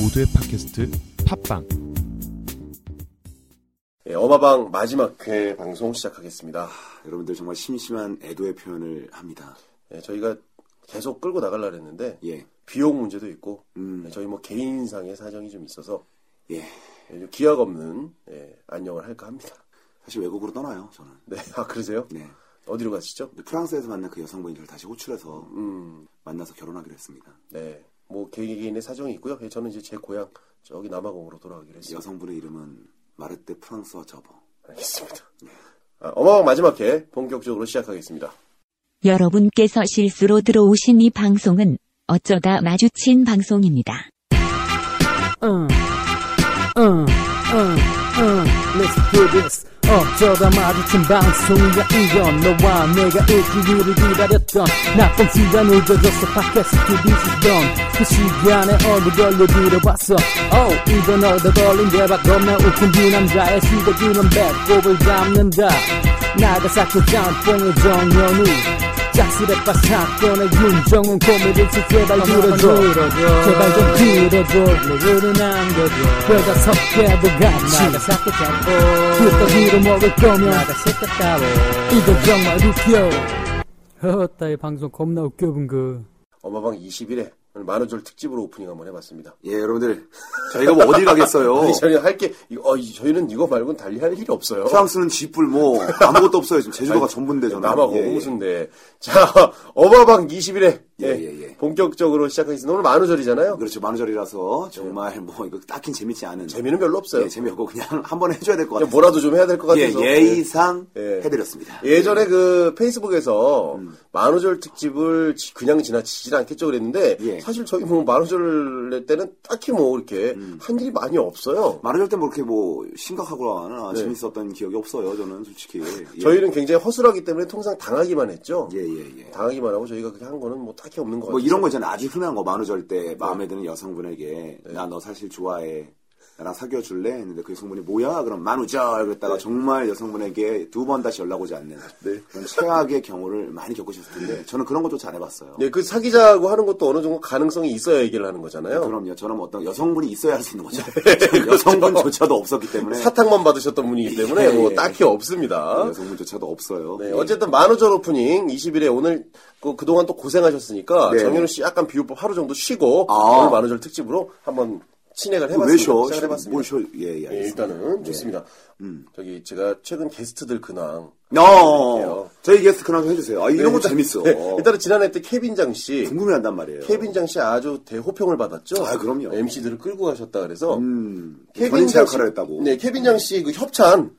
모두의 팟캐스트 팟빵 예, 어마방 마지막 회 방송 시작하겠습니다. 여러분들 정말 심심한 애도의 표현을 합니다. 예, 저희가 계속 끌고 나가려고 했는데 예, 비용 문제도 있고 음. 예, 저희 뭐 개인상의 사정이 좀 있어서 예. 예, 좀 기약 없는 예, 안녕을 할까 합니다. 사실 외국으로 떠나요, 저는. 네, 아 그러세요? 네. 어디로 가시죠? 근데 프랑스에서 만난 그 여성분이 저를 다시 호출해서 음, 만나서 결혼하기로 했습니다. 네, 뭐 개개인의 사정이 있고요. 예, 저는 이제 제 고향 저기 남아공으로 돌아가기로 했습니다. 여성분의 이름은 마르테 프랑스와 저버. 예, 알겠습니다. 아, 어마방 마지막 회 본격적으로 시작하겠습니다. 여러분께서 실수로 들어오신 이 방송은 어쩌다 마주친 방송입니다. Uh, uh, uh, uh, let's do this. Uh, 어쩌다 마주친 방송이야 이건 너와 내가 일주일을 기다렸던 나쁜 시간 늦어졌어 팟캐스트 This is done 그 시간에 얼굴별로 들어봤어 oh, 이건 얻어걸린 대박 겁나 웃긴 두 남자의 시도기는 배꼽을 잡는다 나가사키 짬뽕의 정연우 짝스레빠 사건의 윤정은 고민을 치 제발 들어줘 제발 좀 들어줘 노래를 남겨줘 뼈가 섞여도 같이 나가사키 짬뽕 끄떡이로 먹을 거면 나가사키 따로 이거 정말 웃겨 허따의 방송 겁나 웃겨 분그 어마방 20일에 만우절 특집으로 오프닝 한번 해봤습니다. 예, 여러분들. 저희가 뭐 어디 가겠어요? 아니, 저희는 할게 저희는 이거 말고는 달리 할 일이 없어요. 프랑스는 쥐뿔 뭐 아무것도 없어요. 지금 제주도가 전부인데 저는. 남하고 예, 예. 호수인데. 자, 어마방 20일에 예, 예, 예. 본격적으로 시작하겠습니다. 오늘 만우절이잖아요. 그렇죠. 만우절이라서 정말 뭐 이거 딱히 재밌지 않은. 재미는 별로 없어요. 예, 재미없고 그냥 한 번 해줘야 될 것 그냥 같아요. 뭐라도 좀 해야 될 것 예, 같아서. 예의상 예. 해드렸습니다. 예전에 그 페이스북에서 음. 만우절 특집을 지- 그냥 지나치진 않겠죠 그랬는데 예. 사실 저희 뭐 만우절 때는 딱히 뭐 이렇게 음. 한 일이 많이 없어요. 만우절 때뭐 그렇게 뭐 심각하거나 재밌었던 기억이 없어요. 저는 솔직히. 예. 네. 저희는 굉장히 허술하기 때문에 통상 당하기만 했죠. 예, 예, 예. 당하기만 하고 저희가 그렇게 한 거는 뭐 딱히 없는 것 같아요. 뭐 이런 거 있잖아요. 아주 흔한 거 만우절 네. 때 마음에 드는 여성분에게 나 너 사실 좋아해. 나랑 사귀어 줄래? 했는데 그 여성분이 뭐야? 그럼 만우절 네. 그랬다가 정말 여성분에게 두 번 다시 연락 오지 않는 그런 최악의 경우를 많이 겪으셨을 네. 텐데 저는 그런 것조차 안 해봤어요. 예, 그 사귀자고 하는 것도 어느 정도 가능성이 있어야 얘기를 하는 거잖아요. 그럼요. 저는 뭐 어떤 여성분이 있어야 할 수 있는 거죠. 저는 여성분조차도 없었기 때문에 네. 그렇죠. 사탕만 받으셨던 분이기 때문에 뭐 네. 예. 딱히 없습니다. 여성분조차도 없어요. 네, 예. 어쨌든 만우절 오프닝 20일에 오늘 그, 그동안 또 고생하셨으니까 네. 정현우 씨 약간 비유법 하루 정도 쉬고 아. 오늘 만우절 특집으로 한번 진행을 해봤습니다. 왜 쉬어? 시작을 해봤습니다. 뭘 쉬어? 예, 예, 예, 알겠습니다. 네. 음. 일단은 좋습니다. 저기 제가 최근 게스트들 근황 어, 저희 게스트 그나마 해주세요. 아, 이런 네, 거 일단- 재밌어. 네, 일단은 지난해 때 케빈장 씨 궁금해한단 말이에요. 케빈장 씨 아주 대호평을 받았죠. 아, 그럼요. MC들을 끌고 가셨다 그래서 음, 전인차 장 씨- 역할을 했다고. 네, 케빈장 씨 그 협찬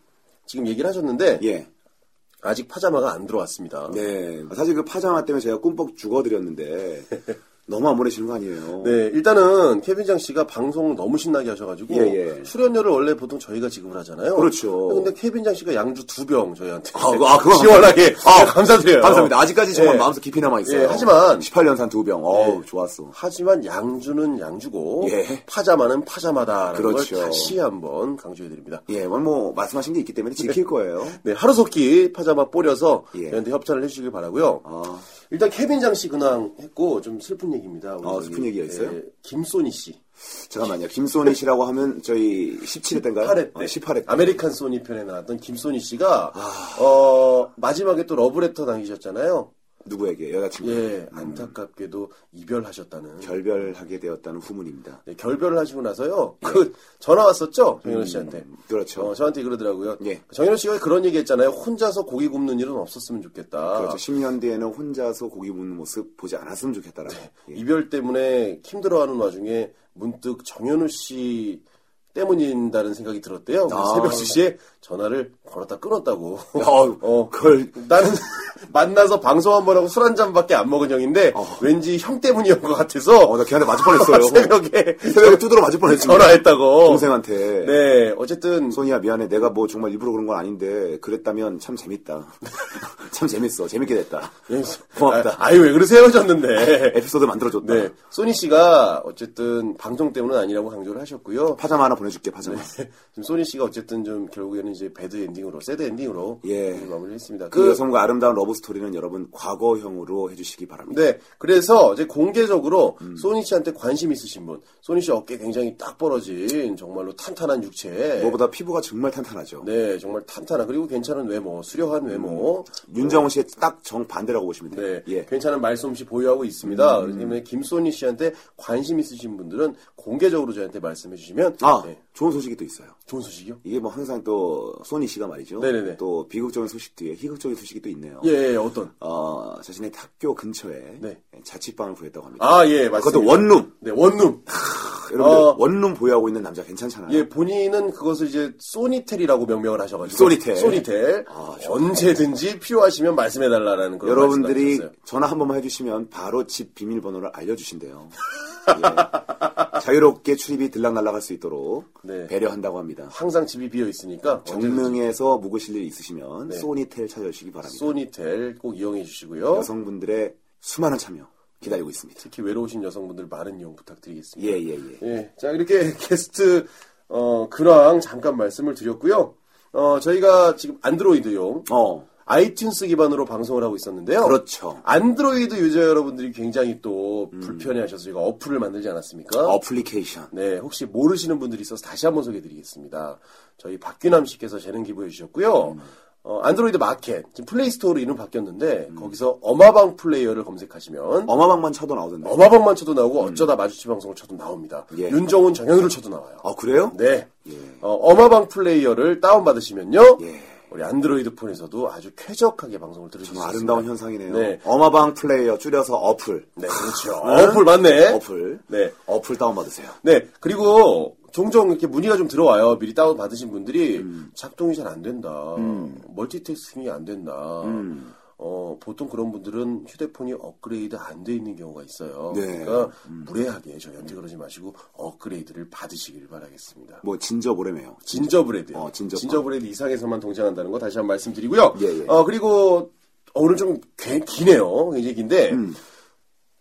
지금 얘기를 하셨는데 예. 아직 파자마가 안 들어왔습니다. 네. 사실 그 파자마 때문에 제가 꿈뻑 죽어드렸는데 너무 안 보내시는 거 아니에요? 네, 일단은 케빈장 씨가 방송을 너무 신나게 하셔가지고 예, 예. 출연료를 원래 보통 저희가 지급을 하잖아요. 그렇죠. 근데 케빈장 씨가 양주 두 병 저희한테 아, 그거- 아, 그거 시원하게 네, 아, 감사드려요. 감사합니다. 아직까지 정말 예. 마음속 깊이 남아 있어요. 예, 하지만- 네. 18년산 두 병. 어우, 좋았어. 하지만 양주는 양주고 예. 파자마는 파자마다라는 그렇죠. 걸 다시 한번 강조해드립니다. 예, 오늘 뭐 말씀하신 게 있기 때문에 지킬 거예요. 네, 하루속히 파자마 뿌려서 예. 저희한테 협찬을 해주시길 바라고요. 아, 일단 케빈장 씨 근황 했고 좀 슬픈 얘기입니다. 우리 아, 저기, 슬픈 얘기가 있어요? 예, 김소니 씨. 잠깐만요. 김소니 씨라고 하면 저희 17회 때인가요? 18회 네. 때. 어, 18회 때. 아. 아메리칸 소니 편에 나왔던 김소니 씨가, 어, 마지막에 또 러브레터 남기셨잖아요. 누구에게? 여자친구. 예, 안타깝게도 이별하셨다는. 음. 결별하게 되었다는 후문입니다. 네, 결별을 하시고 나서요. 그, 전화 왔었죠? 정현우 씨한테. 예. 음, 그렇죠. 어, 저한테 그러더라고요. 예. 정현우 씨가 그런 얘기 했잖아요. 혼자서 고기 굽는 일은 없었으면 좋겠다. 그렇죠. 10년 뒤에는 혼자서 고기 굽는 모습 보지 않았으면 좋겠다라고. 예. 이별 때문에 힘들어하는 와중에 문득 정현우 씨 때문인다는 생각이 들었대요. 그래서 아. 새벽 2시에 전화를 걸었다 끊었다고. 뭐, 아유, 그걸- 나는 만나서 방송 한 번 하고 술 한 잔밖에 안 먹은 형인데 왠지 형 때문이었던 것 같아서 어, 나 걔한테 맞을 뻔했어요. 새벽에 새벽에 두드러 맞을 뻔했습니다. 전화했다고. 동생한테. 네, 어쨌든 소니야 미안해 내가 뭐 정말 일부러 그런 건 아닌데 그랬다면 참 재밌다 참 재밌어 재밌게 됐다 고맙다 예. 아, 아유 왜 그러세요? 헤어졌는데. 에피소드 만들어줬다 네, 소니 씨가 어쨌든 방송 때문은 아니라고 강조를 하셨고요. 파자마 하나 보내줄게 파자마. 지금 소니 씨가 어쨌든 좀 결국에는 이제 배드 엔딩으로, 새드 엔딩으로 예. 이제 마무리했습니다. 그 여성과 아름다운 러브 스토리는 여러분 과거형으로 해주시기 바랍니다. 네, 그래서 이제 공개적으로 음. 소니 씨한테 관심 있으신 분, 소니 씨 어깨 굉장히 딱 벌어진 정말로 탄탄한 육체, 무엇보다 피부가 정말 탄탄하죠. 네, 정말 탄탄한 그리고 괜찮은 외모, 수려한 외모, 윤정훈 씨의 딱 정반대라고 보시면 네, 돼요. 음. 예. 음. 괜찮은 말솜씨 보유하고 있습니다. 그렇기 때문에 김소니 씨한테 관심 있으신 분들은 공개적으로 저한테 말씀해 주시면 아, 네, 좋은 소식이 또 있어요. 좋은 소식이요. 이게 뭐 항상 또 소니 씨가 말이죠. 네네네. 또 비극적인 소식 뒤에 희극적인 소식이 또 있네요. 예, 예, 어떤? 어, 자신의 학교 근처에 네. 자취방을 구했다고 합니다. 아, 예, 맞습니다. 그것도 원룸. 네, 원룸. 여러분들 어. 원룸 보유하고 있는 남자 괜찮잖아요. 어, 예, 본인은 그것을 이제 소니텔이라고 명명을 하셔가지고 소니텔. 아, 소니텔. 언제든지 필요하시면 말씀해달라는 그런 여러분들이 말씀을 하셨어요. 전화 한 번만 해주시면 바로 집 비밀번호를 알려주신대요. 예. 자유롭게 출입이 들락날락할 수 있도록 네. 배려한다고 합니다. 항상 집이 비어 있으니까 언제든지 정릉에서 묵으실 일 있으시면 소니텔 찾아주시기 바랍니다. 네. 소니텔 꼭 이용해 주시고요. 여성분들의 수많은 참여 기다리고 있습니다. 특히 외로우신 여성분들 많은 이용 부탁드리겠습니다. 예예예. 예, 자 이렇게 게스트 어, 근황 잠깐 말씀을 드렸고요. 어, 저희가 지금 안드로이드용 어 아이튠스 기반으로 방송을 하고 있었는데요. 그렇죠. 음. 안드로이드 유저 여러분들이 굉장히 또 불편해하셔서 저희가 어플을 만들지 않았습니까? 어플리케이션. 네, 혹시 모르시는 분들이 있어서 다시 한번 소개드리겠습니다. 저희 박귀남 씨께서 재능 기부해 주셨고요. 어, 안드로이드 마켓 지금 플레이스토어로 이름 바뀌었는데 거기서 어마방 플레이어를 검색하시면 음. 어마방만 쳐도 나오던데. 어마방만 쳐도 나오고 어쩌다 마주치 방송을 쳐도 나옵니다. 예. 윤정훈 정현우를 쳐도 나와요. 아 그래요? 네. 어, 마방 플레이어를 다운받으시면요. 예. 우리 안드로이드 폰에서도 아주 쾌적하게 방송을 들으실 수 정말 있습니다. 아름다운 현상이네요. 네. 어마방 플레이어 줄여서 어플. 네, 그렇죠. 어플 맞네. 어플. 네. 어플 다운받으세요. 네. 그리고 종종 이렇게 문의가 좀 들어와요. 미리 다운받으신 분들이 작동이 잘 안 된다. 멀티태스킹이 안 된다. 어, 보통 그런 분들은 휴대폰이 업그레이드 안 돼 있는 경우가 있어요. 네. 그러니까 무례하게 저희한테 그러지 마시고 업그레이드를 받으시길 바라겠습니다. 뭐 진저 보레매요. 진저브레드. 어, 진저브레드. 진저브레드 이상에서만 동작한다는 거 다시 한 번 말씀드리고요. 예, 예. 어, 그리고 어, 오늘 좀 개- 기네요. 굉장히 긴데 음.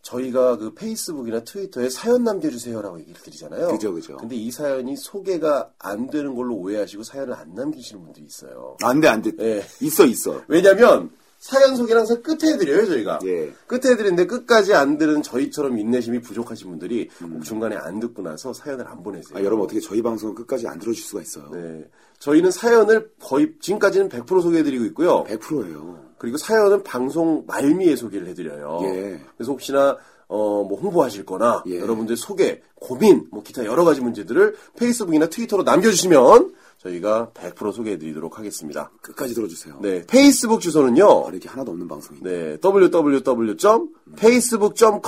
저희가 그 페이스북이나 트위터에 사연 남겨주세요라고 얘기를 드리잖아요. 그죠, 그죠. 근데 이 사연이 소개가 안 되는 걸로 오해하시고 사연을 안 남기시는 분들이 있어요. 아, 안돼 안돼. 예. 있어 있어. 왜냐면 사연 소개를 항상 끝에 해드려요 저희가 예. 끝에 해드리는데 끝까지 안 들은 저희처럼 인내심이 부족하신 분들이 꼭 중간에 안 듣고 나서 사연을 안 보내세요. 음. 아, 여러분 어떻게 저희 방송 끝까지 안 들어줄 수가 있어요? 네. 저희는 사연을 거의 지금까지는 100% 소개해드리고 있고요. 100%예요. 그리고 사연은 방송 말미에 소개를 해드려요. 예. 그래서 혹시나 어, 뭐 홍보하실거나 예. 여러분들 소개, 고민, 뭐 기타 여러 가지 문제들을 페이스북이나 트위터로 남겨주시면 저희가 100% 소개해드리도록 하겠습니다. 끝까지 들어주세요. 네, 페이스북 주소는요. 바로 이렇게 하나도 없는 방송이. 네, www.facebook.com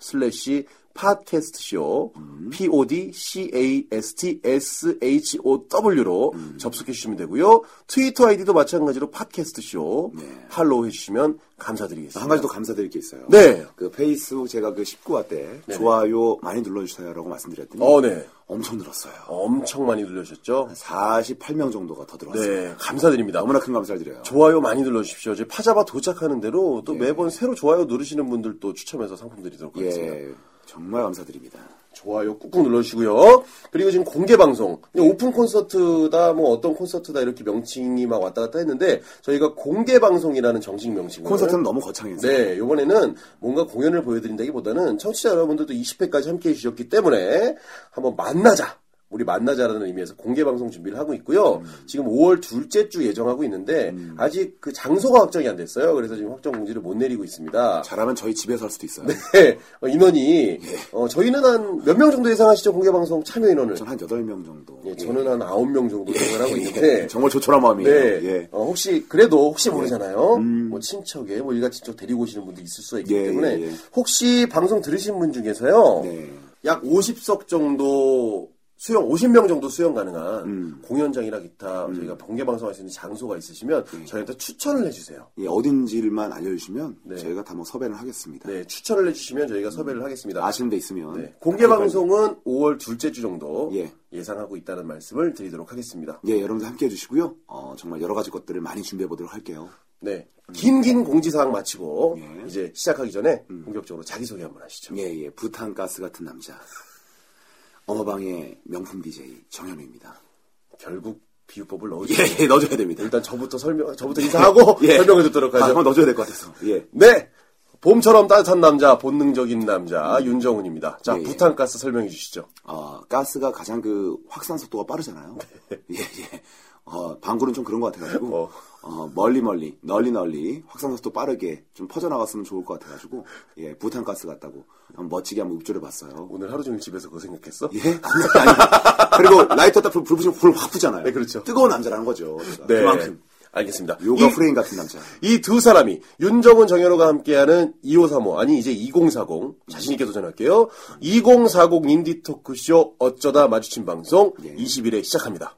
slash 팟캐스트쇼 음. p-o-d-c-a-s-t-s-h-o-w로 음. 접속해 주시면 되고요. 트위터 아이디도 마찬가지로 팟캐스트쇼 팔로우 해주시면 감사드리겠습니다. 네. 아, 한 가지 더 감사드릴 게 있어요. 네. 그 페이스북 제가 그 19화 때 좋아요 많이 눌러주세요라고 말씀드렸더니 어, 네. 엄청 늘었어요. 엄청 많이 눌러주셨죠? 48명 정도가 더 늘었어요. 네, 감사드립니다. 너무나 큰 감사를 드려요. 좋아요 많이 눌러주십시오. 저희 파자바 도착하는 대로 예. 또 매번 새로 좋아요 누르시는 분들 또 추첨해서 상품 드리도록 하겠습니다. 예, 정말 감사드립니다. 좋아요 꾹꾹 눌러주시고요. 그리고 지금 공개 방송, 그냥 오픈 콘서트다, 뭐 어떤 콘서트다 이렇게 명칭이 막 왔다 갔다 했는데 저희가 공개 방송이라는 정식 명칭 콘서트는 너무 거창했어요. 네, 이번에는 뭔가 공연을 보여드린다기보다는 청취자 여러분들도 20회까지 함께해 주셨기 때문에 한번 만나자. 우리 만나자라는 의미에서 공개 방송 준비를 하고 있고요. 음. 지금 5월 둘째 주 예정하고 있는데 아직 그 장소가 확정이 안 됐어요. 그래서 지금 확정 공지를 못 내리고 있습니다. 잘하면 저희 집에서 할 수도 있어요. 네, 어, 인원이 어, 저희는 한 몇 명 정도 예상하시죠 공개 방송 참여 인원을? 전 한 8명 정도. 예, 저는 한 아홉 명 정도 예상을 하고 있는데. 정말 조촐한 마음이에요. 네, 예. 음. 어, 혹시 그래도 혹시 모르잖아요. 뭐 친척에 뭐 일가 친척 데리고 오시는 분도 있을 수가 있기 예, 때문에 예, 예. 혹시 방송 들으신 분 중에서요, 네. 약 50석 정도 수용 50명 정도 수용 가능한 음. 공연장이나 기타 저희가 번개 방송할 수 있는 장소가 있으시면 저희한테 추천을 해주세요. 예, 어딘지만 알려주시면 네. 저희가 다 뭐 섭외를 하겠습니다. 네, 추천을 해주시면 저희가 음. 섭외를 하겠습니다. 아시는 데 있으면 네, 공개 방송은 5월 둘째 주 정도 예. 예. 상하고 있다는 말씀을 드리도록 하겠습니다. 예, 여러분들 함께 해주시고요. 어, 정말 여러 가지 것들을 많이 준비해 보도록 할게요. 네, 긴긴 공지사항 마치고 예. 음. 이제 시작하기 전에 본격적으로 자기소개 한번 하시죠. 예, 예, 부탄가스 같은 남자. 어방의 명품 DJ 정현우입니다. 결국 비유법을 넣어주 예, 예, 넣어줘야 됩니다. 일단 저부터 설명, 저부터 인사하고 예. 설명해 듣도록 아, 하죠. 한번 넣어줘야 될 것 같아서. 예. 네. 봄처럼 따뜻한 남자, 본능적인 남자, 윤정훈입니다. 자, 음. 예, 예. 부탄가스 설명해 주시죠. 어, 가스가 가장 그 확산 속도가 빠르잖아요. 예, 예. 어, 방구는 좀 그런 것 같아가지고, 네. 어. 어. 멀리 멀리, 널리 널리, 확산 속도 빠르게 좀 퍼져나갔으면 좋을 것 같아가지고, 예, 부탄가스 같다고 한번 멋지게 한번 읊조려 봤어요. 오늘 하루 종일 집에서 그거 생각했어? 예? 아니, 아니. 그리고 라이터 딱불 붙이면 불확 붙잖아요. 네, 그렇죠. 뜨거운 남자라는 거죠. 그만큼. 네. 알겠습니다. 요가 이- 프레임 같은 남자. 이 두 사람이 윤정훈 정현호가 함께하는 2535 아니 이제 2040 자신 있게 도전할게요. 2040 인디 토크쇼 어쩌다 마주친 방송 예. 20일에 시작합니다.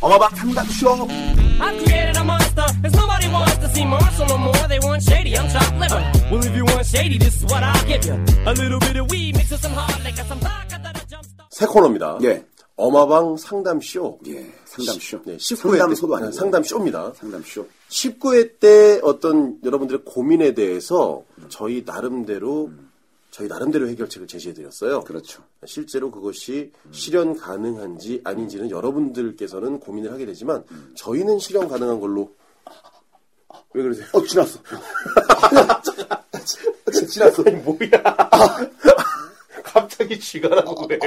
어마방 상담쇼! I created a monster, cause nobody wants to see Marshall no more. They want shady, I'm chopped liver. Well, if you want shady, this is what I'll give you. A little bit of weed mixed with some hard liquor, some vodka that'll jumpstart. 새 코너입니다. 예. 어마방 상담쇼. 예, 상담쇼. 네, 19회 상담소도 아니고. 상담쇼입니다. 상담쇼. 19회 때 어떤 여러분들의 고민에 대해서 저희 나름대로 저희 나름대로 해결책을 제시해 드렸어요. 그렇죠. 실제로 그것이 실현 가능한지 아닌지는 여러분들께서는 고민을 하게 되지만 저희는 실현 가능한 걸로 왜 그러세요? 어, 지났어. 지났어. 뭐야? 갑자기 쥐가 나고 그래.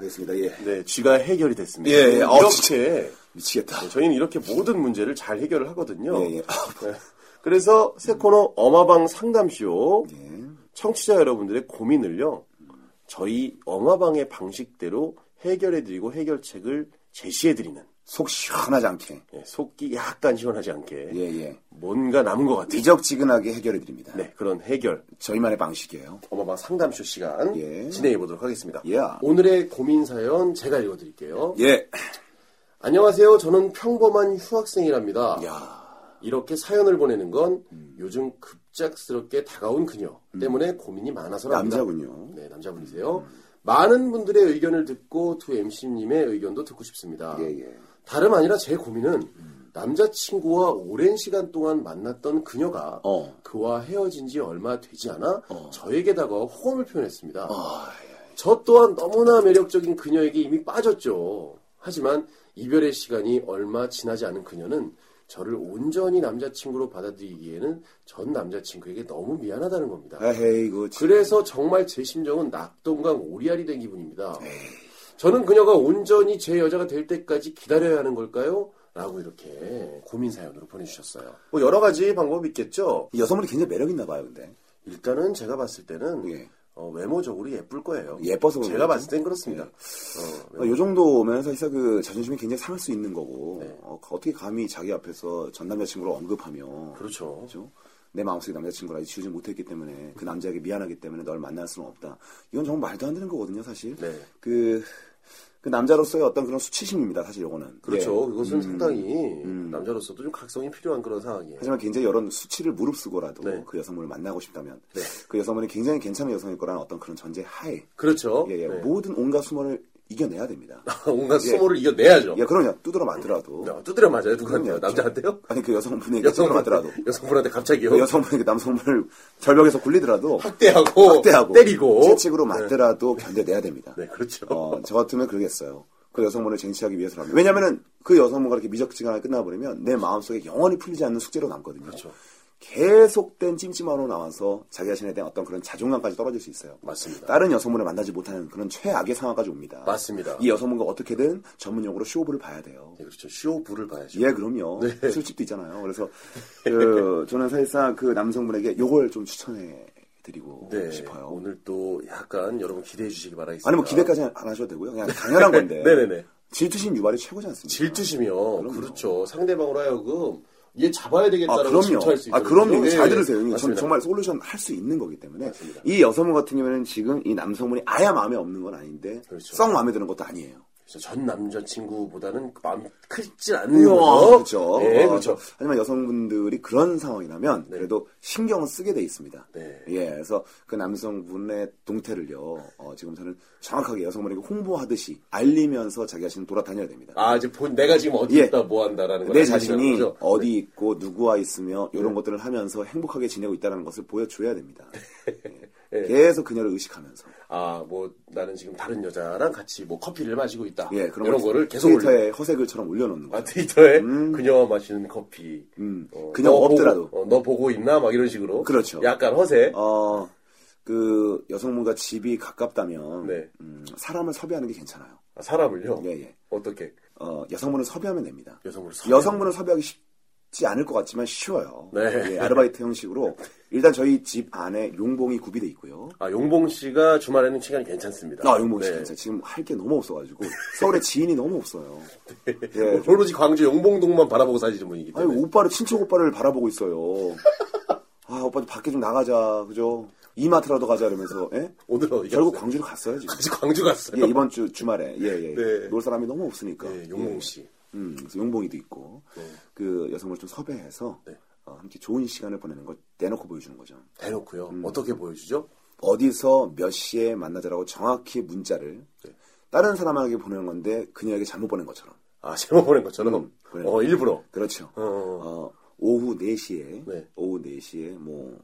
알겠습니다. 예. 네, 쥐가 해결이 됐습니다. 예, 예. 어, 이렇게 뭐 미치겠다. 저희는 이렇게 모든 문제를 잘 해결을 하거든요. 예, 예. 네. 그래서 새 코너 어마방 상담쇼 예. 청취자 여러분들의 고민을요 저희 어마방의 방식대로 해결해드리고 해결책을 제시해드리는 속 시원하지 않게. 예, 속기 약간 시원하지 않게 예, 예. 뭔가 남은 것 같아요. 미적지근하게 해결해 드립니다. 네 그런 해결 저희만의 방식이에요. 어마방 상담쇼 시간 예. 진행해 보도록 하겠습니다. 예. 오늘의 고민 사연 제가 읽어드릴게요. 예. 안녕하세요. 저는 평범한 휴학생이랍니다. 야. 음. 이렇게 사연을 보내는 건 요즘 급작스럽게 다가온 그녀 때문에 고민이 많아서랍니다. 남자군요. 네, 남자분이세요. 많은 분들의 의견을 듣고 두 MC님의 의견도 듣고 싶습니다. 예, 예. 다름 아니라 제 고민은 남자친구와 오랜 시간 동안 만났던 그녀가 어. 그와 헤어진 지 얼마 되지 않아 저에게 다가와 호감을 표현했습니다. 아, 저 또한 너무나 매력적인 그녀에게 이미 빠졌죠. 하지만 이별의 시간이 얼마 지나지 않은 그녀는 저를 온전히 남자친구로 받아들이기에는 전 남자친구에게 너무 미안하다는 겁니다. 에헤이, 그, 지- 그래서 정말 제 심정은 낙동강 오리알이 된 기분입니다. 저는 그녀가 온전히 제 여자가 될 때까지 기다려야 하는 걸까요? 라고 이렇게 고민 사연으로 보내주셨어요. 뭐 여러 가지 방법이 있겠죠. 이 여성분이 굉장히 매력 있나 봐요, 근데. 일단은 제가 봤을 때는 예. 어, 외모적으로 예쁠 거예요. 예뻐서 그런 제가 거죠? 봤을 땐 그렇습니다. 어, 어, 요 정도면 사실상 그 자존심이 굉장히 상할 수 있는 거고, 네. 어, 어떻게 감히 자기 앞에서 전 남자친구를 언급하며, 그렇죠. 그렇죠? 내 마음속에 남자친구를 아직 지우지 못했기 때문에 그 남자에게 미안하기 때문에 널 만날 수는 없다. 이건 정말 말도 안 되는 거거든요, 사실. 네. 그, 그 남자로서의 어떤 그런 수치심입니다, 사실 요거는. 그렇죠. 예. 그것은 상당히 남자로서도 좀 각성이 필요한 그런 상황이에요. 하지만 굉장히 이런 수치를 무릅쓰고라도 네. 그 여성분을 만나고 싶다면 그 여성분이 굉장히 괜찮은 여성일 거라는 어떤 그런 전제 하에 그렇죠. 예, 예, 네. 아, 모든 온갖 수모를 이겨내야 됩니다. 온갖 수모를 이겨내야죠. 예, 그럼요. 두드러 맞더라도 어, 두드려 맞아요. 누구한테요? 그럼요. 남자한테요? 아니 그 여성분에게 두드러 맞더라도 여성분한테, 뭐 여성분한테 갑자기요. 그 여성분에게 남성분을 절벽에서 굴리더라도 학대하고, 확대하고 어, 때리고 채찍으로 맞더라도 견뎌내야 됩니다. 네, 그렇죠. 어, 저 같으면 그러겠어요. 그 여성분을 쟁취하기 위해서라면. 왜냐면은 그 여성분과 이렇게 미적지근하게 끝나버리면 내 마음속에 영원히 풀리지 않는 숙제로 남거든요. 그렇죠. 계속된 찜찜함으로 나와서 자기 자신에 대한 어떤 그런 자존감까지 떨어질 수 있어요. 맞습니다. 다른 여성분을 만나지 못하는 그런 최악의 상황까지 옵니다. 맞습니다. 이 여성분과 어떻게든 전문용어로 쇼부를 봐야 돼요. 네, 그렇죠. 쇼부를 봐야죠. 예, 그럼요. 네. 술집도 있잖아요. 그래서 그 저는 사실상 그 남성분에게 요걸 좀 추천해 드리고 네, 싶어요. 오늘 또 약간 여러분 기대해 주시기 바라겠습니다. 아니 뭐 기대까지는 안 하셔도 되고요. 그냥 당연한 건데. 네네네. 질투심 유발이 최고지 않습니까? 질투심이요. 그렇죠 상대방으로 하여금 얘 잡아야 되겠다라고 질투할 수 아, 있거든요. 그럼요. 예, 잘 예. 들으세요. 형님. 전 맞습니다. 정말 솔루션 할 수 있는 거기 때문에. 이 여성분 같은 경우에는 지금 이 남성분이 아예 마음에 없는 건 아닌데, 그렇죠. 썩 마음에 드는 것도 아니에요. 그래서 전 남자친구보다는 마음이 크진 않는 거죠. 네, 그렇죠. 네, 어, 그렇죠. 하지만 여성분들이 그런 상황이라면 그래도 신경을 쓰게 돼 있습니다. 네. 예, 그래서 그 남성분의 동태를요, 어, 지금 저는 정확하게 여성분에게 홍보하듯이 알리면서 자기 자신 돌아다녀야 됩니다. 아, 이제 본, 내가 지금 어디 예. 있다, 뭐 한다라는 걸 내 알리시는 자신이 거죠? 네. 어디 있고 누구와 있으며 이런 것들을 하면서 행복하게 지내고 있다는 것을 보여줘야 됩니다. 예. 계속 그녀를 의식하면서 아, 뭐, 나는 지금 다른 여자랑 같이 뭐 커피를 마시고 있다. 예, 그런 이런 걸 거를 계속 올려. 트위터에 허세글처럼 올려놓는 아, 거죠. 트위터에 그녀와 마시는 커피. 음, 어, 그녀가 너 보고- 없더라도. 어, 너 보고 있나? 막 이런 식으로. 그렇죠. 약간 허세. 어, 그 여성분과 집이 가깝다면 네. 음, 사람을 섭외하는 게 괜찮아요. 아, 사람을요? 예, 예. 어떻게? 어, 여성분을 섭외하면 됩니다. 여성분을 섭외. 여성분을 섭외하기 쉽지 않을 것 같지만 쉬워요. 네. 예, 아르바이트 형식으로 일단 저희 집 안에 용봉이 구비돼 있고요. 아, 용봉 씨가 주말에는 시간이 괜찮습니다. 아, 용봉 씨 네. 괜찮아요. 지금 할 게 너무 없어가지고 서울에 지인이 너무 없어요. 예, 좀- 오로지 광주 용봉동만 바라보고 사시는 분이기 아니 때문에. 오빠를 친척 오빠를 바라보고 있어요. 아 오빠 좀 밖에 좀 나가자 그죠? 이마트라도 가자 이러면서 예? 오늘 어디 결국 갔어요? 광주로 갔어요 지금. 다시 광주 갔어요. 예, 이번 주 주말에 예예 네. 놀 사람이 너무 없으니까 네, 용봉 씨. 음, 그래서 용봉이도 있고 그 여성을 좀 섭외해서 네. 어, 함께 좋은 시간을 보내는 걸 내놓고 보여주는 거죠. 대놓고요. 음. 어떻게 보여주죠? 어디서 몇 시에 만나자라고 정확히 문자를 네. 다른 사람에게 보내는 건데 그녀에게 잘못 보낸 것처럼. 아, 제목 보낸 것처럼. 그래. 어, 일부러. 그렇죠. 어, 어. 어, 오후 4시에 네. 오후 4시에 뭐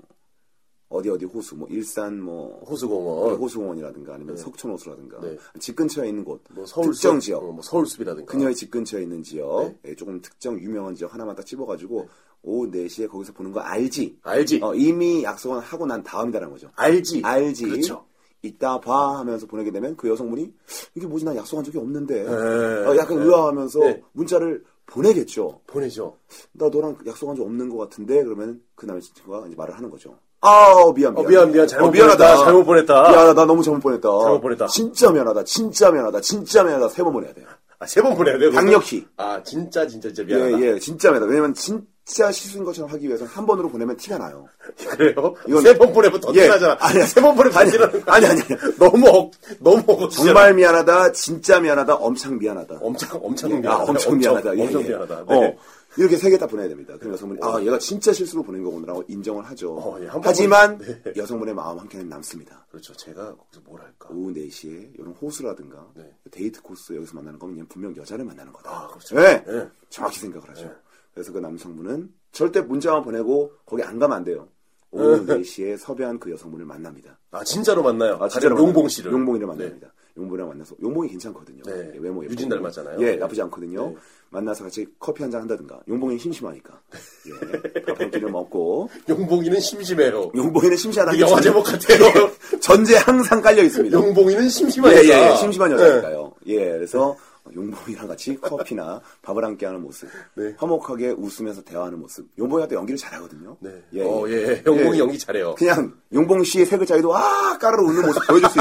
어디 어디 호수 뭐 일산 뭐 호수공원. 이라든가 아니면 석촌호수라든가 네. 집 근처에 있는 곳 뭐 서울 특정 지역 어, 뭐 서울숲이라든가. 네. 그녀의 집 근처에 있는 지역 예, 조금 특정 유명한 지역 하나만 딱 집어가지고 오후 4시에 거기서 보는 거 알지 알지. 어, 이미 약속은 하고 난 다음이다라는 거죠 알지. 알지 그렇죠. 이따 봐 하면서 보내게 되면 그 여성분이 이게 뭐지 난 약속한 적이 없는데 네. 어, 약간 의아하면서 네. 문자를 보내겠죠 보내죠. 나 너랑 약속한 적 없는 것 같은데 그러면 그 남자친구가 이제 말을 하는 거죠. 아 미안 어, 미안 미안, 미안. 잘못 미안하다 보냈다. 잘못 보냈다. 미안하다 나 너무 잘못 보냈다 잘못 보냈다. 진짜 미안하다 진짜 미안하다 진짜 미안하다 세 번 보내야 돼요 아, 세 번 보내야 돼요. 그러면? 강력히. 아, 진짜, 진짜, 진짜 미안하다. 예예 진짜 미안하다 왜냐면 진짜 실수인 것처럼 하기 위해서 한 번으로 보내면 티가 나요 그래요? 이건- 세 번 보내면 더 예. 티나잖아. 아니야. 세 번 보내면 더 아니, 티나는 거 아니, 아니, 아니. 너무 억, 너무 억. 정말 미안하다 진짜 미안하다 엄청 미안하다 엄청, 엄청 예, 미안하다. 아, 엄청 미안하다. 예, 엄청 예. 미안하다. 네. 어, 이렇게 세 개 다 보내야 됩니다. 그럼 여성분이 아 얘가 진짜 실수로 보낸 거구나라고 인정을 하죠. 어, 예, 한 번만- 하지만 네. 여성분의 마음 한 켠에 남습니다. 그렇죠. 제가 거기서 뭘 할까? 오후 4시에 이런 호수라든가 네. 데이트 코스 여기서 만나는 거면 얘는 분명 여자를 만나는 거다. 아, 그렇죠. 예. 예. 정확히 생각을 하죠. 그래서 그 남성분은 절대 문자만 보내고 거기 안 가면 안 돼요. 오후 4시에 섭외한 그 여성분을 만납니다. 아, 진짜로 만나요. 아, 네. 다른 진짜로 용봉 만나요. 씨를. 용봉이를 만납니다. 용봉이랑 만나서 용봉이 괜찮거든요. 네. 예, 외모 예쁘고. 유진 닮았잖아요. 예, 네. 나쁘지 않거든요. 만나서 같이 커피 한 잔 한다든가. 용봉이 심심하니까. 네. 예, 밥한끼를 먹고. 용봉이는 심심해요. 용봉이는 심심하다. 그 영화 제목 같아요. 전제 항상 깔려 있습니다. 용봉이는 심심한 예, 여자. 예, 예, 심심한 여자니까요. 예, 그래서 용봉이랑 같이 커피나 밥을 함께 하는 모습. 네. 화목하게 웃으면서 대화하는 모습. 용봉이가 또 연기를 잘하거든요. 네. 어, 예, 용봉이 연기 잘해요. 그냥 용봉 씨의 세 글자에도 아, 까르르 웃는 모습 보여줄 수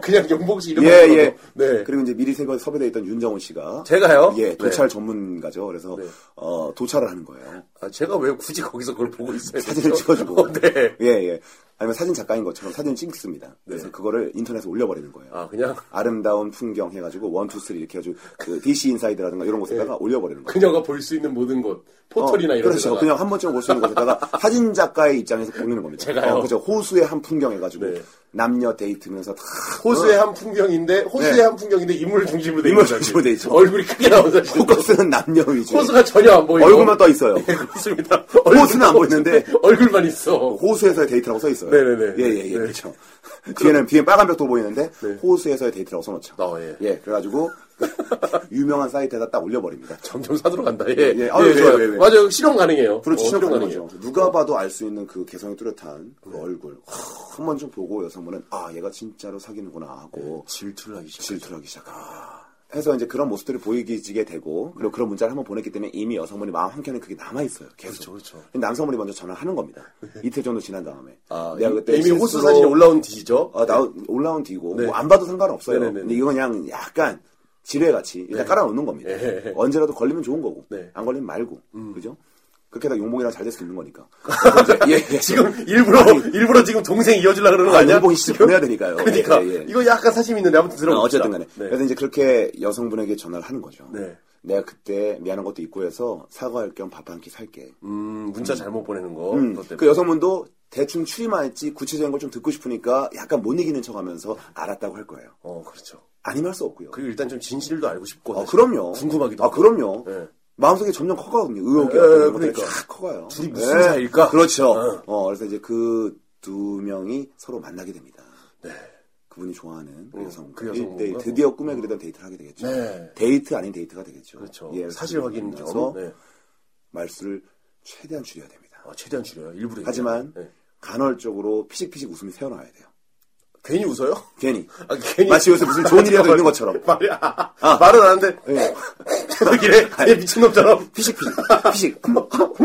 그냥 용봉 씨 이름만 예, 들어도. 예. 네. 그리고 이제 미리 세번 섭외돼 있던 윤정훈 씨가 제가요? 예, 도찰 네. 전문가죠. 그래서 네. 어, 도찰을 하는 거예요. 아, 제가 왜 굳이 거기서 그걸 보고 있어요? 사진을 찍어주고. 네, 어, 네. 예, 예. 아니면 사진 작가인 것처럼 사진을 찍습니다. 그래서 네. 그거를 인터넷에 올려버리는 거예요. 아, 그냥 아름다운 풍경 해가지고 원, 투, 쓰리 이렇게 해가지고 그 DC 인사이드라든가 이런 곳에다가 올려버리는 거예요. 그녀가 볼 수 있는 모든 곳, 포털이나 어, 이런 그렇죠. 데다가. 그냥 한 번쯤 볼 수 있는 곳에다가 사진 작가의 입장에서 보내는 겁니다. 제가요? 어, 그죠. 호수의 한 풍경 해가지고 네. 남녀 데이트면서 다 호수의 한 풍경인데 호수의 어. 네. 한 풍경인데 인물 중심으로 돼 있는 인물 사진. 중심으로 돼 있죠. 얼굴이 크게 나온 사진. 포커스는 남녀 위주. 호수가 전혀 안 보이고 얼굴만 떠 있어요. 네, 그렇습니다. 호수는 안 얼굴만 보이는데 얼굴만 있어. 호수에서의 데이트라고 써 있어요. 네네네. 예예예 네. 그렇죠. 뒤에는 뒤에 빨간 벽도 보이는데 네. 호수에서의 데이트라고 써놓죠. 아, 예. 그래가지고 유명한 사이트에다 딱 올려버립니다. 점점 사들어 간다. 예. 예. 아유, 좋아요. 예, 예. 맞아요. 실험 가능해요. 그렇죠. 어, 네. 실험 가능하죠. 누가 봐도 알 수 있는 그 개성이 뚜렷한 그 얼굴 한 번 좀 보고 여성분은 아 얘가 진짜로 사귀는구나 네, 하고 질투를 하기 시작. 질투를 하기 시작합니다. 아. 해서 이제 그런 모습들을 보이기지게 되고 그리고 그런 문자를 한번 보냈기 때문에 이미 여성분이 마음 한켠에 그게 남아 있어요. 그렇죠, 계속. 그렇죠. 남성분이 먼저 전화하는 겁니다. 이틀 정도 지난 다음에. 아, 내가 이- 그때 이미 호수 실수로- 사진이 올라온 뒤죠. 아, 어, 나 올라온 뒤고 네. 뭐안 봐도 상관없어요. 네네네. 근데 이건 그냥 약간 지뢰같이 일단 깔아놓는 겁니다. 예. 언제라도 걸리면 좋은 거고 네. 안 걸리면 말고 그죠? 그렇게 다 용봉이랑 잘 될 수 있는 거니까. 아, 예, 지금 일부러 일부러 지금 동생 이어주려 그러는 거 네. 아, 아니야? 일본이 진짜 보내야 되니까요. 그러니까 예, 예, 예. 이거 약간 사심 있는데 아무튼 어, 들어봅시다. 어쨌든 간에. 네. 그래서 이제 그렇게 여성분에게 전화를 하는 거죠. 네. 내가 그때 미안한 것도 있고 해서 사과할 겸 밥 한 끼 살게. 음, 문자 잘못 보내는 거. 음, 그것 때문에. 그 여성분도 대충 추리만 했지 구체적인 걸 좀 듣고 싶으니까 약간 못 이기는 척 하면서 알았다고 할 거예요. 어, 그렇죠. 아니면 할 수 없고요. 그리고 일단 좀 진실도 알고 싶고. 아, 사실. 그럼요. 궁금하기도 아, 하고. 그럼요. 예. 마음속에 점점 커가거든요. 의혹이. 예, 어떤 것들이 그러니까. 쫙 커가요. 둘이 무슨 사이일까? 네. 그렇죠. 예. 어, 그래서 이제 그 두 명이 서로 만나게 됩니다. 그분이 좋아하는 그 음, 여성. 네. 그 여성분과. 데이, 드디어 꿈에 그리던 데이트를 하게 되겠죠. 네. 데이트 아닌 데이트가 되겠죠. 그렇죠. 예, 사실 확인 겸 그래서 네. 말수를 최대한 줄여야 됩니다. 아, 최대한 줄여요. 일부러. 하지만 네. 간헐적으로 피식피식 웃음이 새어나와야 돼요. 괜히 웃어요? 괜히. 아, 괜히 마치 요새 무슨 좋은 일이라도 있는 것처럼. 말이 아, 말은 안 돼. 예. 저기래. 얘 미친놈처럼. 피식피식, 피식,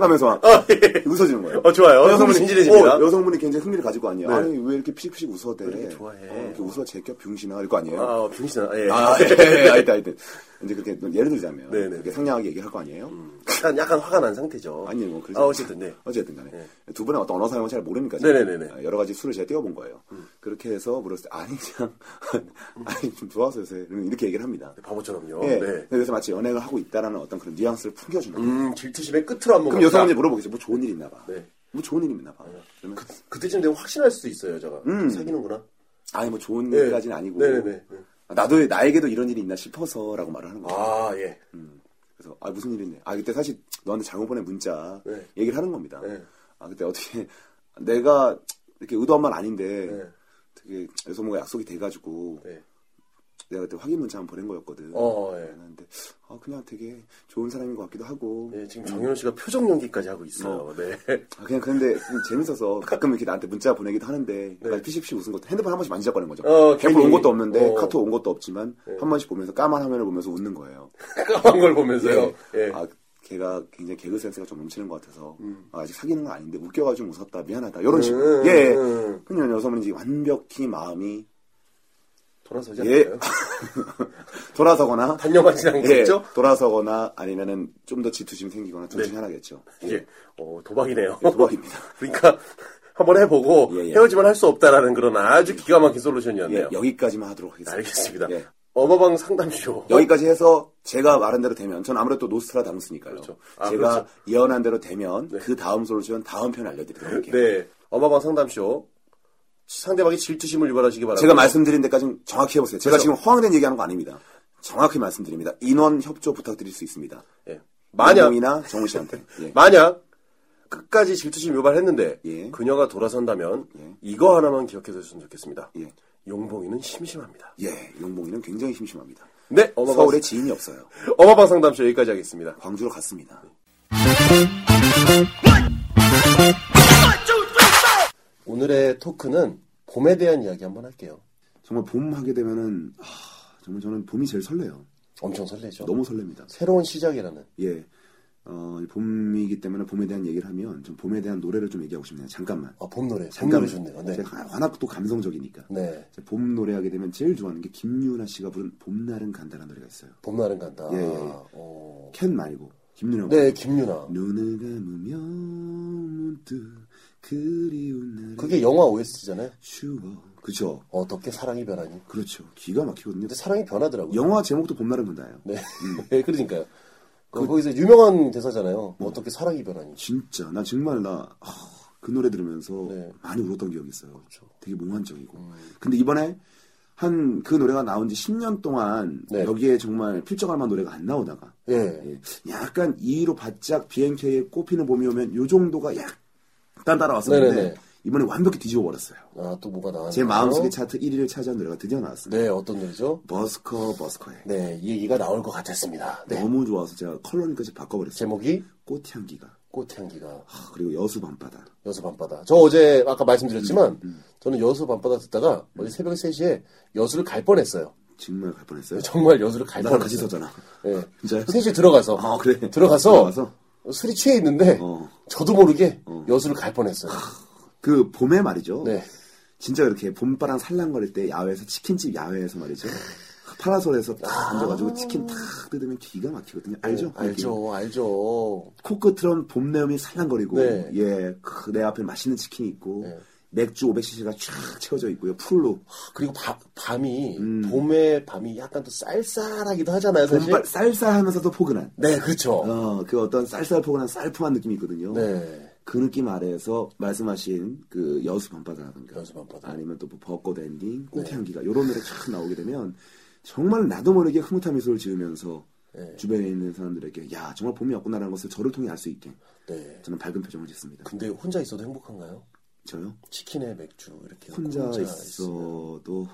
하면서 막 아, 예. 웃어주는 거예요. 어, 좋아요. 그 너무 진실해집니다. 어, 여성분이 굉장히 흥미를 가질 거 아니에요. 네. 아니, 왜 이렇게 피식피식 웃어대? 이렇게 좋아해? 어, 이렇게 웃어 제껴 병신아, 이럴 거 아니에요. 아, 어, 병신아. 예. 아, 예, 예, 하여튼, 하여튼. 이제 그렇게, 예를 들자면, 네, 네, 이렇게 네. 상냥하게 얘기할 거 아니에요? 약간, 약간 화가 난 상태죠. 아니, 뭐, 그래서. 아, 어쨌든, 네. 어쨌든 간에. 두 분의 어떤 언어 사용을 잘 모르니까. 네, 네, 음. 네, 네. 아, 여러 가지 수를 제가 띄워본 거예요. 그렇게 해서 물었을 때, 아니, 그냥, 아니, 좀 좋아서 요새. 이렇게 얘기를 합니다. 바보처럼요. 예. 네. 그래서 마치 연애를 하고 있다라는 어떤 그런 뉘앙스를 풍겨주는 거예요. 음, 질투심의 끝으로 한번 그럼 갑시다. 여성분이 물어보겠죠. 뭐 좋은 일 있나 봐. 네. 뭐 좋은 일 있나 봐. 그러면 그때쯤 되면 확신할 수도 있어요, 여자가. 음. 사귀는구나. 아니 뭐 좋은 네. 일까지는 아니고 네네네. 네. 나도 나에게도 이런 일이 있나 싶어서라고 말을 하는 거죠. 아, 예. 그래서 아 무슨 일이네. 아 그때 사실 너한테 잘못 보낸 문자 네. 얘기를 하는 겁니다. 네. 아 그때 어떻게 내가 이렇게 의도한 말 아닌데 네. 되게 여성분과 약속이 돼가지고 네. 내가 그때 확인 문자 한번 보낸 거였거든. 어, 예. 그런데 아 그냥 되게 좋은 사람인 것 같기도 하고 네, 지금 정현우 씨가 표정 연기까지 하고 있어요. 네. 아, 그냥 그런데 좀 재밌어서 가끔 이렇게 나한테 문자 보내기도 하는데 약간 피식피식 웃은 것도 핸드폰 한 번씩 만지작거리는 거죠. 네. 어, 네. 개뿔 괜히. 온 것도 없는데 어. 카톡 온 것도 없지만 한 번씩 보면서 까만 화면을 보면서 웃는 거예요. 까만 걸 보면서요. 예. 아, 걔가 굉장히 개그 센스가 좀 넘치는 것 같아서 아, 직 사귀는 건 아닌데 웃겨가지고 웃었다 미안하다 이런 식으로 음, 예. 음. 그냥 여성은 이제 완벽히 마음이 돌아서지 예 않을까요? 돌아서거나 단념하지 않겠죠? 네. 예, 돌아서거나 아니면은 좀 더 지투심이 생기거나 둘 중에 하나겠죠. 예. 어, 도박이네요. 예, 도박입니다. 그러니까 한번 해보고 예, 예. 헤어지면 할 수 없다라는 그런 아주 기가 막힌 솔루션이었네요. 예, 여기까지만 하도록 하겠습니다. 알겠습니다. 예. 어마방 상담쇼. 여기까지 해서 제가 말한 대로 되면 전 아무래도 노스트라다무스니까요. 그렇죠. 아, 제가 그렇죠. 예언한 대로 되면 그 다음 솔루션 다음 편 알려드리도록 할게요. 네. 어마방 상담쇼. 상대방의 질투심을 유발하시기 바랍니다. 제가 말씀드린 데까지 는 정확히 해보세요. 제가 그렇죠. 지금 허황된 얘기하는 거 아닙니다. 정확히 말씀드립니다. 인원 협조 부탁드릴 수 있습니다. 예. 만약 이나 정우 씨한테. 예. 만약 끝까지 질투심 유발했는데 예. 그녀가 돌아선다면 예. 이거 하나만 기억해 주셨으면 좋겠습니다. 예. 용봉이는 심심합니다. 예, 용봉이는 굉장히 심심합니다. 네, 어마방, 서울에 지인이 없어요. 어마방 상담쇼 여기까지 하겠습니다. 광주로 갔습니다. 오늘의 토크는 봄에 대한 이야기 한번 할게요. 정말 봄 하게 되면은 하, 정말 저는 봄이 제일 설레요. 엄청 설레죠. 너무 설렙니다. 새로운 시작이라는. 예. 어, 봄이기 때문에 봄에 대한 얘기를 하면 좀 봄에 대한 노래를 좀 얘기하고 싶네요. 잠깐만. 아, 봄 노래. 봄 잠깐만. 노래 좋네요. 네. 제가 워낙 또 감성적이니까. 네. 제가 봄 노래하게 되면 제일 좋아하는 게 김유나 씨가 부른 봄날은 간다라는 노래가 있어요. 봄날은 간다. 예, 예, 예. 어. 켄 말고 김유나. 네, 김유나. 눈을 감으면 문득 그리운 날 그게 영화 OST잖아요. 추워. 그렇죠. 어, 떻게 사랑이 변하니. 그렇죠. 기가 막히거든요. 근데 사랑이 변하더라고요. 영화 제목도 봄날은 간다예요. 네. 음. 네, 그러니까요. 그, 거기서 유명한 대사잖아요. 어떻게 사랑이 변하니. 진짜 나 정말 나. 하, 그 노래 들으면서 네. 음. 많이 울었던 기억이 있어요. 되게 몽환적이고. 근데 이번에 한 그 노래가 나온 지 10년 동안 네. 여기에 정말 필적할 만한 노래가 안 나오다가 예. 예, 약간 2위로 바짝 BNK에 꼽히는 봄이 오면 요 정도가 약간 따라왔었는데 네네네. 이번에 완벽히 뒤집어 버렸어요. 아, 또 뭐가 나왔나요? 제 마음속의 차트 1위를 차지한 노래가 드디어 나왔습니다. 네, 어떤 노래죠? 버스커 버스커의 네, 이 얘기가 나올 것 같았습니다. 네. 너무 좋아서 제가 컬러링까지 바꿔버렸어요. 제목이 꽃향기가 꽃향기가 아, 그리고 여수 밤바다 여수 밤바다. 저 어제 아까 말씀드렸지만 음, 저는 여수 밤바다 듣다가 어제 새벽 3시에 여수를 갈 뻔했어요. 정말 갈 뻔했어요. 정말 여수를 갈 나랑 뻔했어요. 같이 있었잖아. 예. 진짜요? 셋이 들어가서. 아, 그래? 들어가서, 들어가서? 술이 취해 있는데, 어. 저도 모르게 여수를 갈 뻔했어요. 그 봄에 말이죠. 네. 진짜 이렇게 봄바람 살랑거릴 때 야외에서 치킨집 야외에서 말이죠. 파라솔에서 딱 앉아가지고 치킨 탁 뜯으면 기가 막히거든요. 알죠? 네, 음. 알죠, 알죠. 코끝처럼 봄내음이 살랑거리고 네. 예, 크, 내 앞에 맛있는 치킨이 있고 네. 맥주 500cc가 쫙 채워져 있고요. 풀로 그리고 바- 밤이 봄의 밤이 약간 또 쌀쌀하기도 하잖아요, 사실. 음. 봄발 쌀쌀하면서도 포근한 네, 그렇죠. 어, 그 어떤 쌀쌀포근한 쌀풀한 느낌이 있거든요. 네. 그 느낌 아래에서 말씀하신 그 여수 밤바다라든가 여수 밤바다. 어, 아니면 또뭐 벚꽃 네. 엔딩, 꽃향기가 이런 노래 쫙 나오게 되면 정말 나도 모르게 흐뭇한 미소를 지으면서 네. 주변에 있는 사람들에게 야 정말 봄이 왔구나라는 것을 저를 통해 알 수 있게 네. 그 저는 밝은 표정을 짓습니다. 근데 혼자 있어도 행복한가요? 저요? 치킨에 맥주 이렇게 혼자, 있으면. 있어도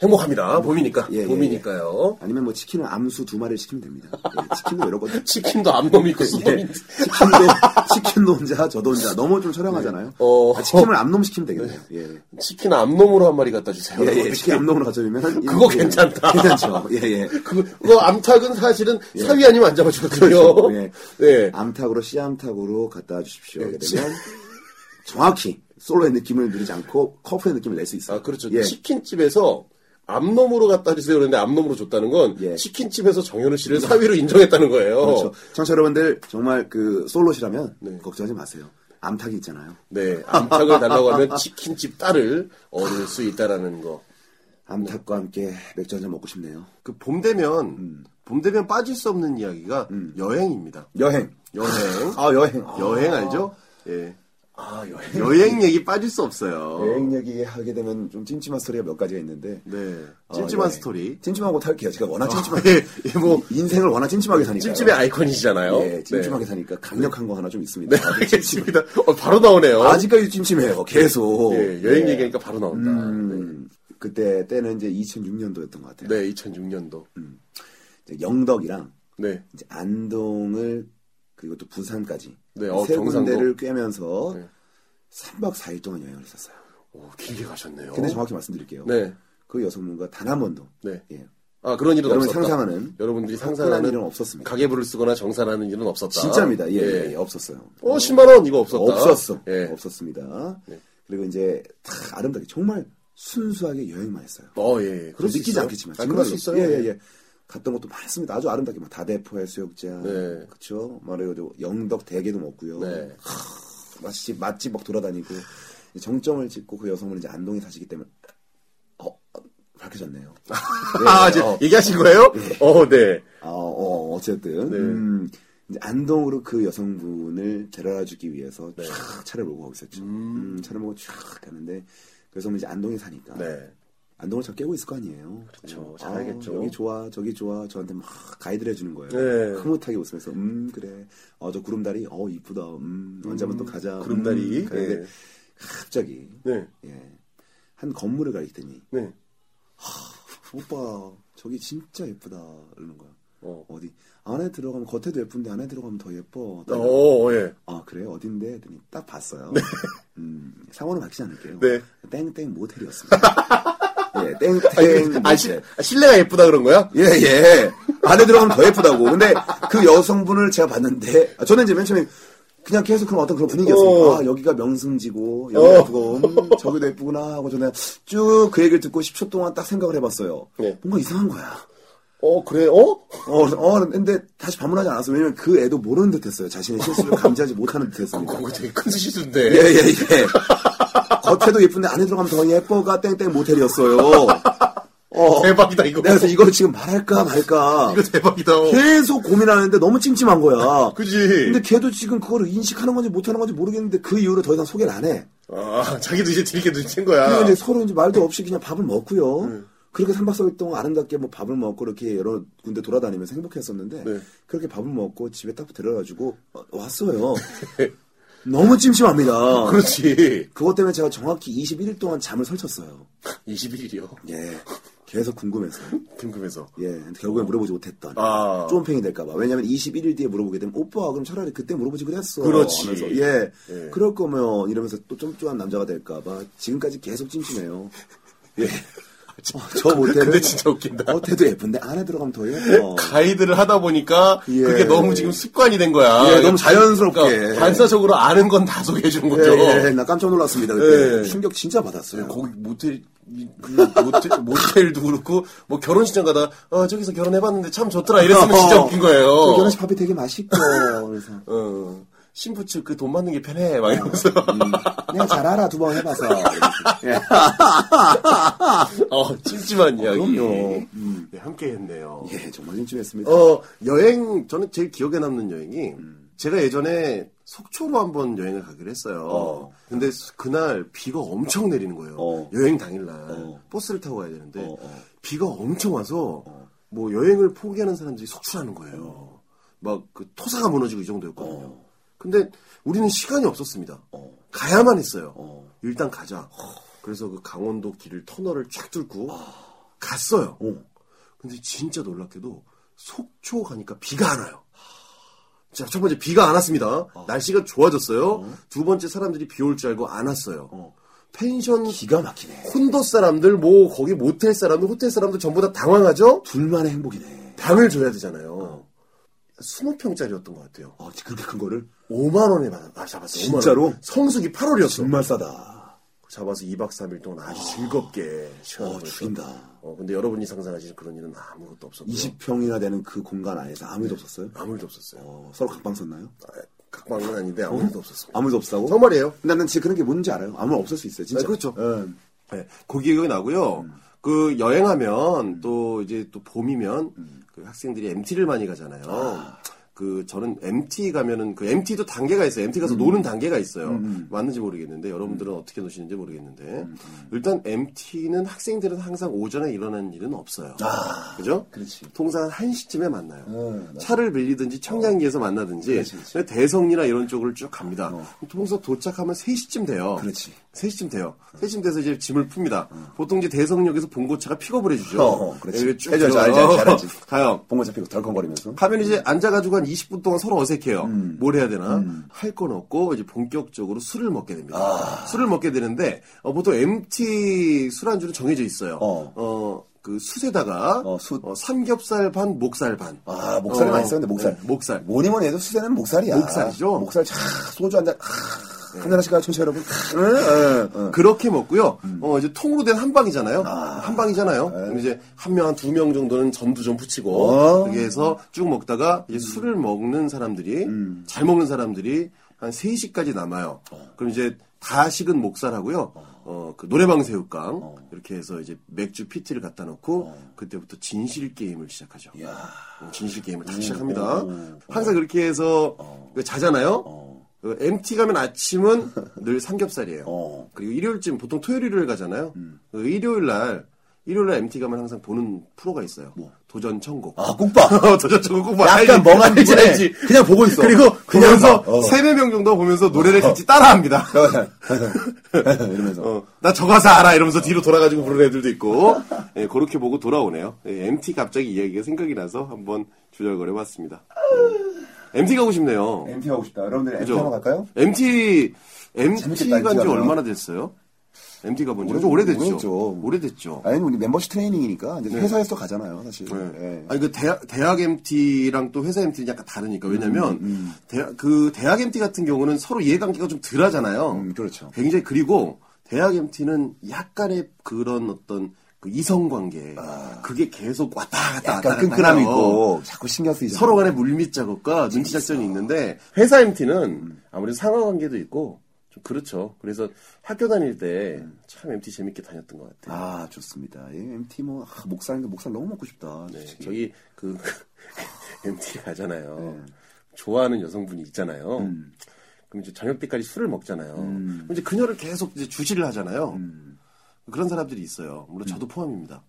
행복합니다. 봄이니까. 예, 예, 봄이니까요. 아니면 뭐 치킨은 암수 두 마리를 시키면 됩니다. 예, 치킨도 여러 건 치킨도 안 놈이고 예, 수놈인데. 치킨도 치킨도 혼자 저도 혼자 너무 좀 처량하잖아요. 어. 아, 치킨을 암놈 시키면 되겠네요. 예. 치킨 암놈으로 한 마리 갖다 주세요. 예, 예, 치킨 암놈으로 가자면 네. 그거 괜찮다. 괜찮죠. 예, 예. 그, 그 암탉은 사실은 사위 아니면 안 잡아주거든요. 그렇죠. 예. 네. 암탉으로 씨암탉으로 갖다 주십시오. 이렇게 되면 정확히 솔로의 느낌을 누리지 않고 커플의 느낌을 낼 수 있어요. 아, 그렇죠. 예. 치킨집에서 암놈으로 갖다 주세요. 그랬는데 암놈으로 줬다는 건 예. 치킨집에서 정현우 씨를 사위로 인정했다는 거예요. 그렇죠. 청취자 여러분들 정말 그 솔로시라면 네. 걱정하지 마세요. 암탉이 있잖아요. 네. 암탉을 달라고 하면 치킨집 딸을 얻을 수 있다라는 거. 암탉과 함께 맥주 한잔 먹고 싶네요. 그 봄 되면 봄 되면 빠질 수 없는 이야기가 여행입니다. 여행. 여행. 아 여행. 여행 알죠? 예. 아, 여행. 여행 얘기 빠질 수 없어요. 여행 얘기 하게 되면 좀 찜찜한 스토리가 몇 가지가 있는데. 네. 어, 찜찜한 예. 스토리. 찜찜하고 탈게요. 제가 워낙 찜찜한. 예, 예, 뭐 인생을 워낙 찜찜하게 사니까. 찜찜의 아이콘이시잖아요. 예, 찜찜하게 네. 사니까 강력한 거 하나 좀 있습니다. 네, 아주 찜찜- 알겠습니다. 어, 바로 나오네요. 아직까지 찜찜해요. 계속. 예, 여행 예. 얘기하니까 바로 나온다. 음, 그때 때는 이제 2006년도였던 것 같아요. 네, 2006년도. 이제 영덕이랑 네. 이제 안동을 그리고 또 부산까지 네, 어, 세 경상도. 군데를 꿰면서 네. 3박 4일 동안 여행을 했었어요. 오, 길게 가셨네요. 근데 정확히 말씀드릴게요. 어? 네. 그 여성분과 단 한 번도 네. 예, 아, 그런 일은 여러분 없었다. 상상하는 여러분들이 상상한 상상하는 일은 없었습니다. 가계부를 쓰거나 정산하는 일은 없었다. 진짜입니다. 예, 예, 없었어요. 어, 10만 원 이거 없었다. 없었어. 예. 없었습니다. 네. 그리고 이제 다 아름답게 정말 순수하게 여행만 했어요. 어, 예. 예. 그럴 그럴 수 수 느끼지 있어요. 않겠지만 아, 그럴 수 정말로. 있어요. 예, 예, 예. 갔던 것도 많습니다. 아주 아름답게 막 다대포 해수욕장, 네. 그렇죠. 말해가지고 영덕 대게도 먹고요. 네. 하, 맛집 맛집 막 돌아다니고 이제 정점을 찍고 그 여성분은 이제 안동에 사시기 때문에 어 어, 밝혀졌네요. 아, 이제 어, 얘기하신 거예요? 어, 네. 아, 어, 어쨌든 네. 음, 이제 안동으로 그 여성분을 데려다 주기 위해서 네. 쫙 차를 몰고 가고 있었죠. 음, 차를 몰고 쫙 가는데 그 여성분이 이제 안동에 사니까 네. 안동을 잘 깨고 있을 거 아니에요. 그렇죠. 어, 잘 아우, 알겠죠. 여기 좋아, 저기 좋아. 저한테 막 가이드를 해주는 거예요. 네. 흐뭇하게 웃으면서, 음, 그래. 어, 저 구름다리, 어, 이쁘다. 음, 언제 한번 또 가자. 구름다리. 음, 그런데 예. 갑자기, 네. 예. 한 건물을 가리더니, 네. 오빠, 저기 진짜 예쁘다. 이러는 거야. 어. 어디? 안에 들어가면, 겉에도 예쁜데 안에 들어가면 더 예뻐. 어, 예. 아, 그래? 어딘데? 했더니 딱 봤어요. 음, 상호는 밝히지 않을게요. 네. 땡땡 모텔이었습니다. 예, 땡땡 모텔. 아, 실, 아, 실내가 예쁘다 그런 거야? 예, 예. 안에 들어가면 더 예쁘다고. 근데 그 여성분을 제가 봤는데, 아, 저는 이제 맨 처음에 그냥 계속 그런 어떤 그런 분위기였어요. 어. 아, 여기가 명승지고, 여기가 어. 예쁘고, 음, 저기도 예쁘구나 하고 저는 쭉 그 얘기를 듣고 10초 동안 딱 생각을 해봤어요. 네. 뭔가 이상한 거야. 어, 그래, 어? 어, 어, 근데 다시 반문하지 않았어요. 왜냐면 그 애도 모르는 듯 했어요. 자신의 실수를 감지하지 못하는 듯 했습니다. 그거 되게 큰 예, 실수인데. 예, 예. 겉에도 예쁜데 안에 들어가면 더 예뻐가 땡땡 모텔이었어요. 어. 대박이다, 이거. 내가 그래서 이걸 지금 말할까 말까. 이거 대박이다. 어. 계속 고민하는데 너무 찜찜한 거야. 그지? 근데 걔도 지금 그걸 인식하는 건지 못하는 건지 모르겠는데 그 이후로 더 이상 소개를 안 해. 아, 자기도 이제 들게 눈친 거야. 그리고 이제 서로 이제 말도 없이 그냥 밥을 먹고요. 그렇게 3박 4일 동안 아름답게 뭐 밥을 먹고 이렇게 여러 군데 돌아다니면서 행복했었는데 네. 그렇게 밥을 먹고 집에 딱 데려가지고 어, 왔어요. 너무 찜찜합니다. 그렇지. 그것 때문에 제가 정확히 21일 동안 잠을 설쳤어요. 21일이요. 예. 계속 궁금해서. 궁금해서. 예. 근데 결국에 물어보지 못했던. 아. 쫌팽이 될까봐. 왜냐면 21일 뒤에 물어보게 되면, 오빠, 그럼 차라리 그때 물어보지 그랬어. 그렇지. 하면서, 예. 예. 그럴 거면, 이러면서 또 쫌쫌한 남자가 될까봐. 지금까지 계속 찜찜해요. 예. 저 모텔은 그, 근데 진짜 웃긴다. 겉에도 예쁜데 안에 들어가면 더 예뻐. 가이드를 하다 보니까 예. 그게 너무 지금 습관이 된 거야. 예, 너무 자연스럽게. 그러니까 반사적으로 아는 건 다 소개해 주는 거죠. 예, 예, 나 깜짝 놀랐습니다. 그때 예. 충격 진짜 받았어요. 거기 모텔 이- 그 모텔, 모텔도 그렇고 뭐 결혼식장 가다 어 저기서 결혼해봤는데 참 좋더라 이랬으면 진짜 어. 웃긴 거예요. 저 결혼식 밥이 되게 맛있고 그래서 어, 신부 측그 돈 받는 게 편해 막 이러면서 음. 내가 잘 알아 두 번 해봐서. 예. 어 찜찜한 이야기. 그럼요. 음. 네, 함께했네요. 예, 정말 찜찜했습니다. 어 여행 저는 제일 기억에 남는 여행이 음. 제가 예전에 속초로 한번 여행을 가기로 했어요. 어. 근데 수- 그날 비가 엄청 내리는 거예요. 어. 여행 당일날 어. 버스를 타고 가야 되는데 어, 어. 비가 엄청 와서 뭐 여행을 포기하는 사람들이 속출하는 거예요. 어. 막 그 토사가 무너지고 이 정도였거든요. 근데 우리는 시간이 없었습니다. 어. 가야만 했어요. 일단 가자. 그래서 그 강원도 길을 터널을 쫙 뚫고 아. 갔어요. 근데 진짜 놀랍게도 속초 가니까 비가 안 와요. 자, 첫 번째 비가 안 왔습니다. 어. 날씨가 좋아졌어요. 두 번째 사람들이 비 올 줄 알고 안 왔어요. 펜션 기가 막히네. 콘도 사람들 뭐 거기 모텔 사람들 호텔 사람들 전부 다 당황하죠. 둘만의 행복이네. 당을 줘야 되잖아요. 20평짜리였던 것 같아요. 어, 그렇게 큰 거를 5만 원에 받아 아, 잡았어. 진짜로? 성수기 8월이었어. 정말 싸다. 잡아서 2박 3일 동안 아주 즐겁게 시간을 어, 보냈어요. 죽인다. 어, 근데 여러분이 상상하시는 그런 일은 아무것도 없었고 20평이나 되는 그 공간 안에서 아무 일도 없었어요? 아무 일도 없었어요. 어, 서로 각방 썼나요? 아, 각방은 아닌데 아무 일도 없었어요. 아무 일도 없다고? 정말이에요. 근데 나는 진짜 그런 게 뭔지 알아요. 아무 일 없을 수 있어요, 진짜. 네, 그렇죠. 예. 네, 그 기억이 나고요. 그 여행하면 또 이제 또 봄이면 그 학생들이 MT를 많이 가잖아요. 그 저는 MT 가면은 그 MT도 단계가 있어요. MT 가서 노는 단계가 있어요. 맞는지 모르겠는데 여러분들은 어떻게 노시는지 모르겠는데 일단 MT는 학생들은 항상 오전에 일어나는 일은 없어요. 아, 그죠? 그렇지. 통상 한 시쯤에 만나요. 음, 맞아. 차를 빌리든지 청량리에서 만나든지 그렇지, 그렇지. 어. 근데 대성리나 이런 쪽으로 쭉 갑니다. 통상 도착하면 3시쯤 돼요. 그렇지. 3시쯤 돼요. 3시쯤 돼서 이제 짐을 풉니다. 보통 이제 대성역에서 봉고차가 픽업을 해주죠. 어, 어, 그렇지. 여기 쭉 해줘야지, 들어가요. 알지, 알지, 알지. 가요. 봉고 잡히고 덜컹거리면서. 가면 이제 앉아가지고 한 20분 동안 서로 어색해요. 음. 뭘 해야 되나? 할 건 없고, 이제 본격적으로 술을 먹게 됩니다. 아. 술을 먹게 되는데, 어, 보통 MT 술안주는 정해져 있어요. 어. 어, 그 숯에다가, 어, 숯. 어, 삼겹살 반, 목살 반. 아, 목살이 어, 맛있었는데, 목살. 네, 목살. 뭐니 뭐니 해도 수제는 목살이야. 목살이죠. 목살, 차, 소주 한 잔, 하, 한 잔씩 가, 청취자 여러분. 예, 예, 예. 그렇게 먹고요. 어, 이제 통으로 된 한방이잖아요. 네. 한방이잖아요. 그럼 이제 한 명, 한 두 명 정도는 전부 좀 붙이고, 어. 음. 그렇게 해서 쭉 먹다가 이제 술을 먹는 사람들이, 잘 먹는 사람들이 한 3시까지 남아요. 어. 그럼 이제 다 식은 목살하고요. 어, 그 노래방 새우깡. 어. 이렇게 해서 이제 맥주 피트를 갖다 놓고, 그때부터 진실 게임을 시작하죠. 어, 진실 게임을 다 시작합니다. 항상 그렇게 해서 어. 자잖아요. 그 MT 가면 아침은 늘 삼겹살이에요. 어. 음. 그리고 일요일쯤 보통 토요일 일요일 가잖아요. 그 일요일 날 일요일 날 MT 가면 항상 보는 프로가 있어요. 도전 천국. 뭐? 아, 꾹밥. 도전 천국 뭐 약간 알지? 멍한 알지, 눈에 알지. 그냥 보고 있어. 그리고 보면서 봐. 어. 네. 세네 명 정도 보면서 노래를 같이 따라합니다. 이러면서. 어, 나 저 가사 알아 이러면서 뒤로 돌아가지고 부르는 애들도 있고 예, 그렇게 보고 돌아오네요. 예, MT 갑자기 이야기가 생각이 나서 한번 주절거려봤습니다. 예. MT 가고 싶네요. MT 가고 싶다. 여러분들 MT 그죠? 한번 갈까요? MT MT 재밌겠다, 간지 MT 가면. 얼마나 됐어요? MT 가본 지 오래- 오래됐죠. 오래됐죠. 오래됐죠. 아니, 우리 멤버십 트레이닝이니까 네. 이제 회사에서 가잖아요, 사실. 예. 아니 그 대학, 대학 MT랑 또 회사 MT는 약간 다르니까 왜냐면 음, 대학, 그 대학 MT 같은 경우는 서로 이해관계가 좀 덜하잖아요. 음, 그렇죠. 굉장히 그리고 대학 MT는 약간의 그런 어떤 그 이성 관계 그게 계속 왔다 갔다 아, 왔다 아. 약간 갔다 끈끈함이 해요. 있고 자꾸 신경 쓰이죠. 서로 간의 물밑 작업과 눈치 작전이 있는데 회사 MT는 아무래도 상하 관계도 있고 좀 그렇죠. 그래서 학교 다닐 때 음. 참 MT 재밌게 다녔던 것 같아요. 아 좋습니다. 예, MT 뭐 아, 목살인데 목살 너무 먹고 싶다. 네, 솔직히. 저기 그 MT 가잖아요. 네. 좋아하는 여성분이 있잖아요. 음. 그럼 이제 저녁 때까지 술을 먹잖아요. 그럼 이제 그녀를 계속 이제 주시를 하잖아요. 음. 그런 사람들이 있어요. 물론 저도 포함입니다.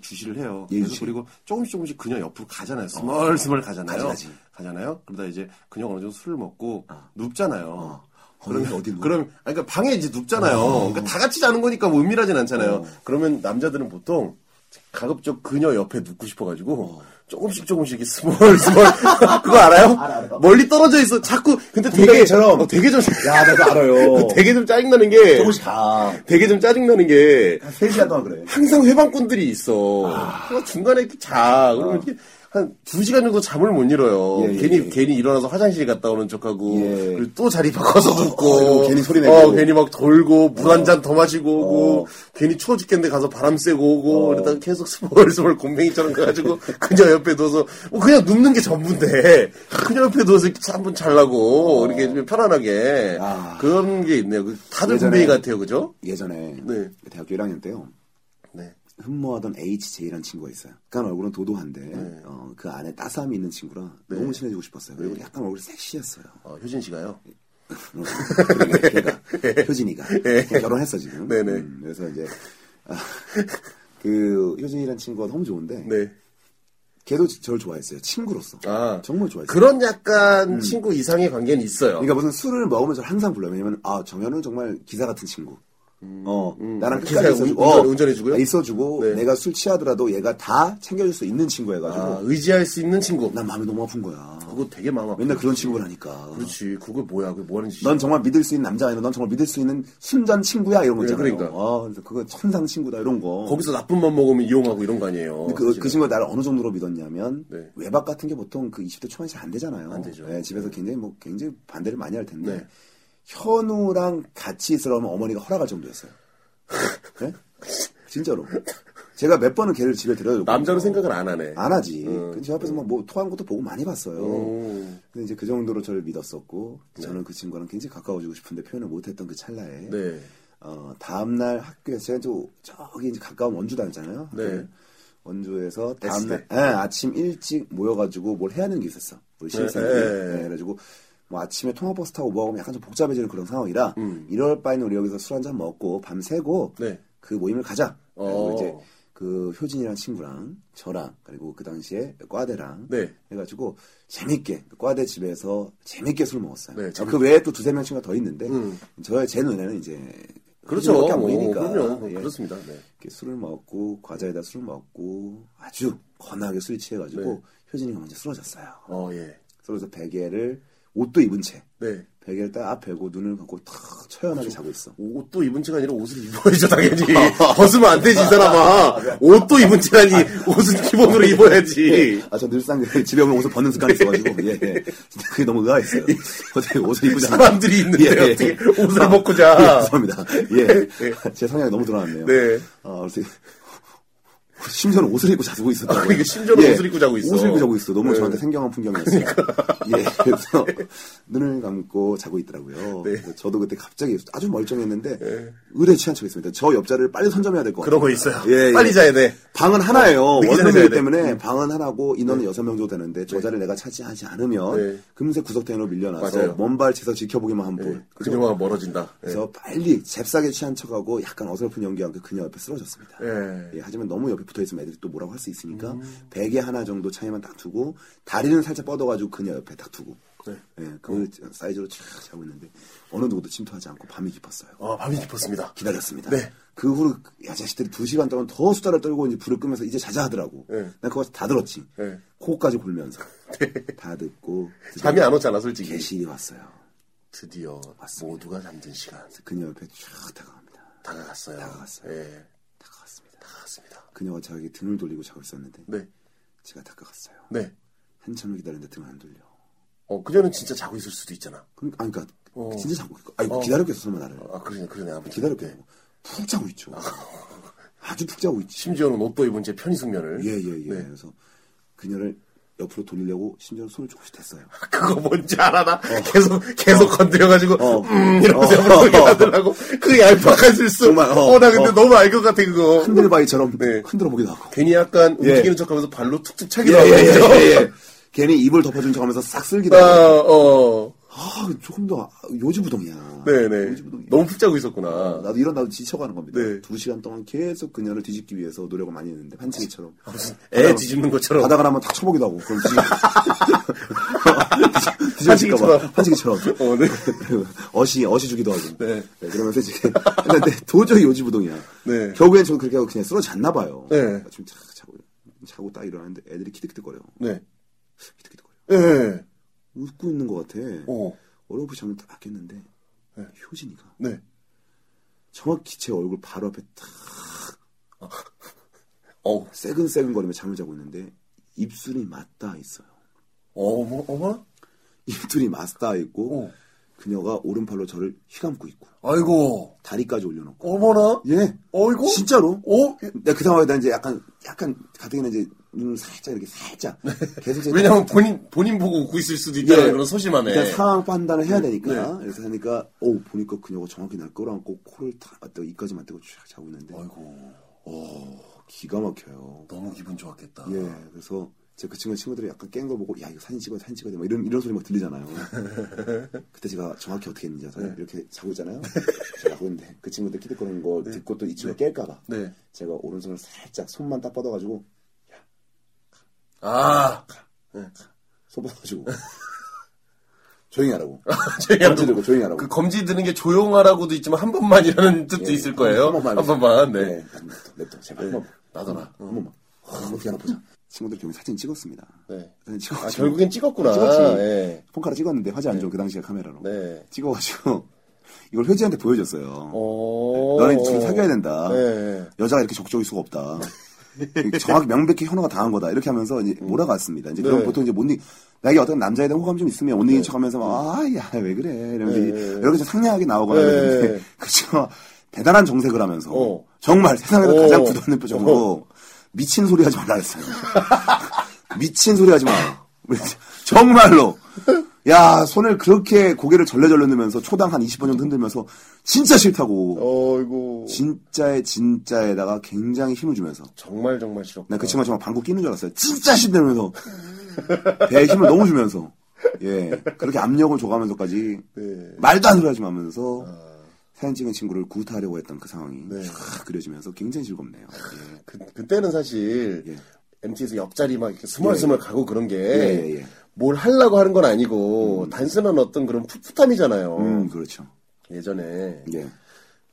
주시를 해요. 예, 그래서 주시. 그리고 조금씩 조금씩 그녀 옆으로 가잖아요. 스멀스멀 가잖아요. 가지, 가지. 잖아요 그러다 이제 그녀가 어느 정도 술을 먹고 눕잖아요. 어. 거기 어디 뭐? 그럼 아니, 음. 그러니까 방에 이제 눕잖아요. 그러니까 다 같이 자는 거니까 뭐 은밀하진 않잖아요. 그러면 남자들은 보통 가급적 그녀 옆에 눕고 싶어가지고 조금씩 조금씩 이렇게 스몰 스몰 그거 알아요? 멀리 떨어져 있어 자꾸 근데 되게 구멍가게처럼. 어, 되게 좀 야, 나도 알아요. 되게 좀 짜증나는 게 조금씩 아, 가. 되게 좀 짜증나는 게 한 3시간 동안 그래. 항상 회방꾼들이 있어. 아. 그래서 중간에 이렇게 자. 그러면 이렇게 한 두 시간 정도 잠을 못 이뤄요. 예, 예, 괜히 예. 괜히 일어나서 화장실 갔다 오는 척하고 예. 어, 그리고 또 자리 바꿔서 아이고, 눕고 괜히 소리 내고. 어, 괜히 막 돌고 물 한 잔 더 마시고 오고 어. 괜히 추워 죽겠는데 가서 바람 쐬고 오고 그러다가 계속 스멀스멀 곰뱅이처럼 가가지고 그녀 옆에 누워서 뭐 그냥 눕는 게 전부인데 그녀 옆에 누워서 이렇게 한번 잘라고 이렇게 좀 편안하게 어. 아. 그런 게 있네요. 그 다들 예전에- 곰뱅이 같아요, 그죠? 예전에 네. 대학교 1학년 때요. 네. 흠모하던 HJ라는 친구가 있어요. 약간 얼굴은 도도한데 네. 어, 그 안에 따스함이 있는 친구라 너무 친해지고 싶었어요. 그리고 약간 얼굴이 섹시했어요. 어, 효진 씨가요. 그러니까 걔가 효진이가 걔 결혼했어 지금. 네. 네네. 음, 그래서 이제 아, 그 효진이란 친구가 너무 좋은데 네. 걔도 저를 좋아했어요. 친구로서. 아. 정말 좋아했어요. 그런 약간 친구 이상의 관계는 있어요. 그러니까 무슨 술을 먹으면서 항상 불러요. 왜냐면 아 정현은 정말 기사 같은 친구. 어 나랑 음, 기사 끝까지 있어주고 운- 운전- 어, 운전해주고요? 있어주고 네. 내가 술 취하더라도 얘가 다 챙겨줄 수 있는 친구여가지고 아, 의지할 수 있는 친구. 난 마음이 너무 아픈 거야. 그거 되게 마음 아파. 맨날 그런 친구라니까. 그렇지. 그거 뭐야? 그거 뭐 하는 짓이야? 넌 정말 믿을 수 있는 남자 아니라 넌 정말 믿을 수 있는 순전 친구야 이런 거 네, 있잖아요. 그러니까. 아, 그래서 그거 천상 친구다 이런 거. 거기서 나쁜 맘 먹으면 이용하고 이런 거 아니에요. 근데 그, 그 친구가 나를 어느 정도로 믿었냐면 네. 외박 같은 게 보통 그 20대 초반이 잘 안 되잖아요. 안 되죠. 예, 집에서 굉장히 뭐 굉장히 반대를 많이 할 텐데 네. 현우랑 같이 있으라면 어머니가 허락할 정도였어요. 예? 진짜로. 제가 몇 번은 걔를 집에 데려다 남자로 생각을 어. 안 하네. 안 하지. 근데 제 앞에서 막 뭐 토한 것도 보고 많이 봤어요. 근데 이제 그 정도로 저를 믿었었고 저는 그 친구랑 굉장히 가까워지고 싶은데 표현을 못했던 그 찰나에 네. 어, 다음날 학교에서 제가 또 저기 이제 가까운 원주 다녔잖아요. 네. 학교를. 원주에서 S 대. 다음날 예, 아침 일찍 모여가지고 뭘 해야 하는 게 있었어. 우리 신입생들. 네, 네, 네. 예, 그래가지고 뭐 아침에 통화버스 타고 뭐하고 약간 좀 복잡해지는 그런 상황이라 이럴 바에는 우리 여기서 술 한잔 먹고 밤 새고 음. 네. 그 모임을 가자. 그리고 어. 이제 그 효진이랑 친구랑 저랑 그리고 그 당시에 과대랑 네. 해가지고 재밌게 그 과대 집에서 재밌게 술 먹었어요. 네, 재밌게. 그 외에 또 두세 명 친구가 더 있는데 저의 제 눈에는 이제 음. 그렇죠. 효진이밖에 안 뭐, 보이니까 그럼요. 예. 그렇습니다. 네. 이렇게 술을 먹고 과자에다 술 먹고 아주 건하게 술 취해가지고 네. 효진이가 먼저 쓰러졌어요. 어, 예. 쓰러져서 베개를 옷도 입은 채 네. 그렇죠. 베개를 딱 앞에고 눈을 감고 탁 처연하게 자고 있어. 옷도 입은 채가 아니라 옷을 입어야죠, 당연히. 벗으면 안 되지, 이 사람아. 예. 옷도 입은 채라니 옷은 기본으로 입어야지. 아, 저 늘상 그 집에 오면 옷을 벗는 습관이 있어가지고, 예, 예. 진짜 그게 너무 의아했어요. 어떻게 옷을 입고 자나. 사람들이 있는데 어떻게 옷을 벗고 자. 예, 죄송합니다. 예. 제 성향이 너무 드러났네요. 네. 아, 그래서 심지어는 옷을 입고 자고 있었다고. 그러니까 심지어는 옷을 입고 자고 있어. 옷을 입고 자고 있어. 너무 네. 그러니까. 저한테 생경한 풍경이었어요. 예, 그래서 눈을 감고 자고 있더라고요. 네. 그래서 저도 그때 갑자기 아주 멀쩡했는데, 의뢰 취한 척 했습니다. 저 옆자를 빨리 선점해야 될 것 같아요. 예, 그런 거 있어요. 빨리 자야 돼. 방은 하나예요. 네, 늦기 전에 자야 원룸이기 돼. 음. 때문에 방은 하나고 인원은 여섯 명 정도 되는데 저자를 내가 차지하지 않으면 네. 금세 구석탱이로 맞아요. 네. 밀려나서 먼발 치서 지켜보기만 한 예. 뿐. 그녀와 멀어진다. 예. 그래서 빨리 잽싸게 취한 척하고 약간 어설픈 연기와 함께 그녀 옆에 쓰러졌습니다. 예. 예, 하지만 너무 옆에 붙어있으면 애들이 또 뭐라고 할 수 있으니까 음. 베개 하나 정도 차이만 딱 두고 다리는 살짝 뻗어가지고 그녀 옆에 딱 두고 네. 예, 그걸 사이즈로 쫙 자고 있는데 어느 누구도 침투하지 않고 밤이 깊었어요. 아, 밤이 깊었습니다. 기다렸습니다. 네. 그 후로 야 자식들이 두 시간 동안 더 수다를 떨고 이제 불을 끄면서 이제 자자 하더라고. 네. 난 그거 다 들었지. 네. 코까지 골면서 다 듣고 드디어 잠이 안 오잖아, 솔직히. 개실이 왔어요. 드디어 왔습니다. 모두가 잠든 시간 그녀 옆에 쫙 다가갑니다. 다가갔어요. 다가갔어요. 예, 다가갔습니다. 다가갔습니다. 그녀가 저에게 등을 돌리고 자고 있었는데 네, 제가 다가갔어요. 네. 한참을 기다렸는데 등을 안 돌려. 어, 그녀는 진짜 자고 있을 수도 있잖아. 그러, 아니, 그러니까 어. 진짜 자고 있고 아이고 어. 기다렸겠어 설마 나를 아, 그러네, 그러네. 아무튼. 기다렸겠어. 네. 푹 자고 있죠. 아주 푹 자고 있지. 심지어는 옷도 입은 채 편의숙면을. 예예예. 네. 그래서 그녀를 옆으로 돌리려고 심지어 손을 조금씩 댔어요. 그거 뭔지 알아, 나. 계속, 계속 건드려가지고, 어. 음, 이러면서 어. 물속에 하더라고. 그 얄팍한 실수. 정말, 어, 어. 나 근데 어. 너무 알 것 같아, 그거. 흔들바위처럼 네. 흔들어 보기도 하고. 괜히 약간 예. 움직이는 척 하면서 발로 툭툭 차기도 하고. 예예예. 그죠? 괜히 입을 덮어준 척 하면서 싹 쓸기도 아, 하고. 어. 아, 조금 더 요지부동이야. 네네. 어, 요지부동이야. 어, 너무 푹 자고 있었구나. 나도 이런 나도 지쳐가는 겁니다. 네. 두 시간 동안 계속 그녀를 뒤집기 위해서 노력을 많이 했는데 한치기처럼 네. 무슨 애 뒤집는 것처럼. 바닥을 한번 탁 쳐보기도 하고 그럼 뒤집... 한식이처럼. 한식처럼. 어, 네. 어시 어시 주기도 하고. 네. 그러면서 이제 했는데 도저히 요지부동이야. 네. 결국엔 저는 그렇게 하고 그냥 쓰러졌나 봐요. 그러니까 네. 지금 자, 자고 자고 딱 일어나는데 애들이 키득키득거려. 네. 키득키득거려. 예, 예. 웃고 있는 것 같아. 어. 어렴풋이 잠을 딱 깼는데 효진이가 네. 정확히 제 얼굴 바로 앞에 탁 어우. 새근새근거리며 잠을 자고 있는데 입술이 맞닿아 있어요. 어머, 어머? 입술이 맞닿아 있고 어. 그녀가 오른팔로 저를 휘감고 있고 아이고. 다리까지 올려놓고 어머나. 예 어이구. 진짜로 어? 예. 내가 그 상황에 난 이제 약간 약간 가뜩이나 이제 눈을 살짝 이렇게 살짝 계속 이제 네. 왜냐면 본인, 본인 보고 웃고 있을 수도 있다는 그런 네. 소심하네. 예. 일단 상황 판단을 해야 되니까 그래서 하니까 오 보니까 그녀가 정확히 날 끌어안고 코를 다 맞대고 입까지 맞대고 쫙 자고 있는데 어, 아이고. 기가 막혀요. 너무 기분 좋았겠다. 예, 그래서 제가 그 친구 친구들이 약간 깬 거 보고 야 이거 사진 찍어 사진 찍어야 돼 막 이런 이런 소리 막 들리잖아요. 그때 제가 정확히 어떻게 했는지 아세요? 이렇게 자고 있잖아요. 제가 자고 있는데 그 친구들 키득거리는 거 듣고 또 이 친구 가 깰까봐 네. 제가 오른손을 살짝 손만 딱 뻗어가지고 아. 손 뻗어가지고 조용히 하라고 제가 검지 들고 조용히 하라고 그 검지 드는 게 조용하라고도 있지만 한 번만이라는 뜻도 예, 있을 거예요. 한 번만, 한 번만. 네. 예, 냅둬, 냅둬 제발 한 번만 나더라. 한 번만 어, 어떻게 하나 보자. 친구들 결국 사진 찍었습니다. 네. 사진 찍어 아, 결국엔 찍었구나. 찍었지. 예. 폰카로 찍었는데 화질 안 좋은 그 당시에 카메라로. 네. 찍어가지고 이걸 효지한테 보여줬어요. 어. 너네 둘이 사귀어야 된다. 네. 여자가 이렇게 적적일 수가 없다. 정확히 명백히 현호가 당한 거다. 이렇게 하면서 이제 몰아갔습니다. 이제 음. 그럼 네. 보통 이제 못 이, 나에게 어떤 남자에 대한 호감 좀 있으면 못 이긴 척 하면서 막, 아, 야, 왜 그래. 이러면서 음. 네. 이제 여러 가지 상냥하게 나오거나 네. 그러는데 그 친구가 대단한 정색을 하면서 어. 정말 세상에서 어. 가장 부드러운 표정으로 미친 소리 하지 말라 했어요. 미친 소리 하지 마. 정말로. 야, 손을 그렇게 고개를 절레절레 흔들면서 초당 한 20번 정도 흔들면서 진짜 싫다고. 어이구. 진짜에 진짜에다가 굉장히 힘을 주면서. 정말 정말 싫었구나. 나 그 친구가 정말 방구 끼는 줄 알았어요. 진짜 싫다면서. 배에 힘을 너무 주면서. 예. 그렇게 압력을 줘가면서까지. 네. 말도 안 들어야지 하면서. 아. 사진 찍은 친구를 구타하려고 했던 그 상황이 네. 쫙 그려지면서 굉장히 즐겁네요. 예. 그, 그때는 사실 예. MT에서 옆자리 막 이렇게 스멀스멀 가고 그런 게 뭘 예, 예. 하려고 하는 건 아니고 단순한 어떤 그런 풋풋함이잖아요. 음, 그렇죠. 예전에. 예.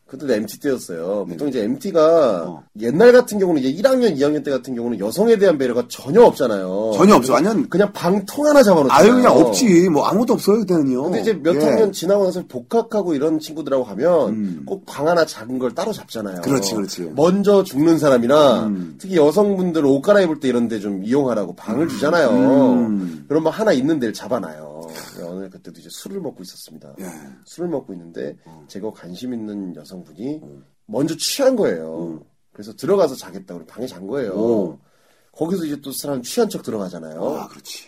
그때도 MT 때였어요. 보통 이제 MT가 네. 어. 옛날 같은 경우는 이제 1학년, 2학년 때 같은 경우는 여성에 대한 배려가 전혀 없잖아요. 전혀 없어. 완전 그냥 방통 하나 잡아놓잖아요. 아유 그냥 없지 뭐 아무것도 없어요 그때는요. 근데 이제 몇 예. 학년 지나고 나서 복학하고 이런 친구들하고 하면 꼭 방 하나 작은 걸 따로 잡잖아요. 음. 그렇지, 그렇지. 음. 먼저 죽는 사람이나 특히 여성분들 옷 갈아입을 때 이런 데 좀 이용하라고 방을 주잖아요. 음. 그런 뭐 하나 있는 데를 잡아놔요. 근데 오늘 그때도 이제 술을 먹고 있었습니다. 예. 술을 먹고 있는데 음. 제가 관심 있는 여성분이 먼저 취한 거예요. 음. 그래서 들어가서 자겠다고 방에 잔 거예요. 거기서 이제 또 사람 취한 척 들어가잖아요. 아 그렇지.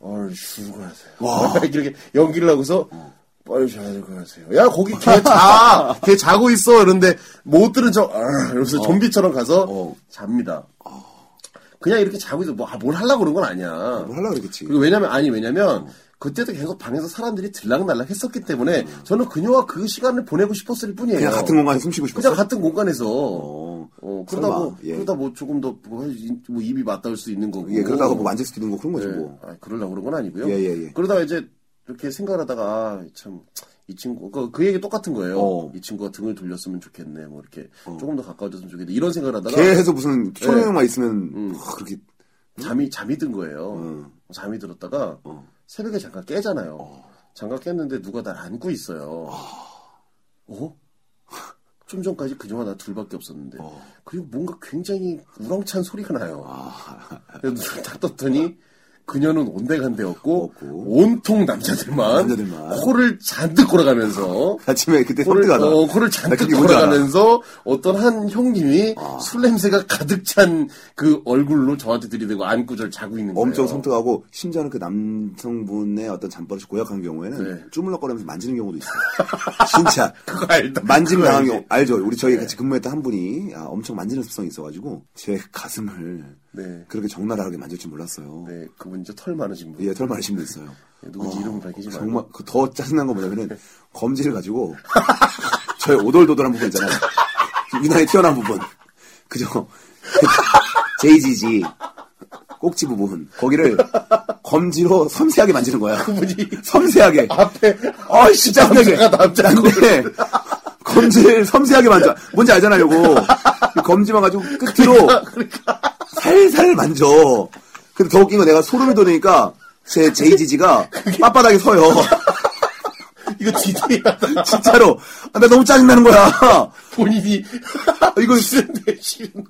얼 출근하세요. 이렇게 연기를 하고서 음. 빨리 자야 될 것 같아요. 야 거기 걔 자, 걔 자고 있어. 이런데 못 들은 척 얼, 이러면서 좀비처럼 가서 어. 잡니다. 그냥 이렇게 자고 있어. 뭐뭘 하려고 그런 건 아니야. 뭘 하려고 그랬지. 그리고 왜냐면 아니 왜냐면 그때도 계속 방에서 사람들이 들락날락 했었기 때문에 저는 그녀와 그 시간을 보내고 싶었을 뿐이에요. 그냥 같은 공간에 숨쉬고 싶었어. 예. 그냥 같은 공간에서 어. 어, 그러다 설마, 뭐 예. 그러다 뭐 조금 더뭐 입이 맞닿을 수 있는 거고 예, 그러다가 뭐 만질 수도 있는 거 그런 거죠 음. 예. 뭐. 아, 그러려고 그런 건 아니고요. 예, 예, 예. 그러다가 이제 이렇게 생각하다가 아, 참 이 친구 그, 그 얘기 똑같은 거예요. 어. 이 친구가 등을 돌렸으면 좋겠네. 뭐 이렇게 조금 더 가까워졌으면 좋겠네. 이런 생각을 하다가 걔에서 예. 무슨 초능력만 있으면 음. 어, 그렇게 잠이 잠이 든 거예요. 잠이 들었다가 새벽에 잠깐 깨잖아요. 잠깐 깼는데 누가 날 안고 어. 있어요. 어? 좀 전까지 그녀와 나 둘밖에 없었는데 그리고 뭔가 굉장히 우렁찬 소리가 나요. 그래서 눈을 딱 떴더니 그녀는 온데간데 없고 없고. 온통 남자들만, 남자들만. 코를 잔뜩 골아가면서 아침에 그때 코를, 섭득하다. 어, 코를 나 잔뜩 그게 뭔지 알아. 아. 걸어가면서 어떤 한 형님이 술 냄새가 가득 찬 그 얼굴로 저한테 들이대고 안고 저를 자고 있는 거예요. 엄청 섬뜩하고 심지어는 그 남성분의 어떤 잠버릇이 고약한 경우에는 네. 주물럭거리면서 만지는 경우도 있어요. 진짜 그거 알다. 만지는 그거 당한 알지. 네. 경우 알죠. 우리 저희 같이 근무했던 한 분이 아, 엄청 만지는 습성이 있어가지고 제 가슴을 네. 그렇게 적나라하게 만질 줄 몰랐어요. 네, 그분 이제 털 많으신 분. 예, 털 많으신 분 있어요. 예, 누군지 이름은 밝히지 말고. 정말 그더 짜증난 건 뭐냐면은 검지를 가지고 저의 오돌도돌한 부분 있잖아요. 그 유난히 튀어나온 부분. 그죠? 제이지지. 꼭지 부분 거기를 검지로 섬세하게 만지는 거야. 섬세하게. 앞에 아이씨 짜증나게. 남자가 남자 근데 검지를 섬세하게 만져. 뭔지 알잖아 요거. 검지만 가지고 끝으로 그러니까, 살살 만져. 근데 더 웃긴 거 내가 소름이 돋으니까 제 제이지지가 빳빳하게 서요. 이거 디테일하다. 진짜로. 아, 나 너무 짜증나는 거야. 본인이 아, 이거 아. 싫은데 싫은데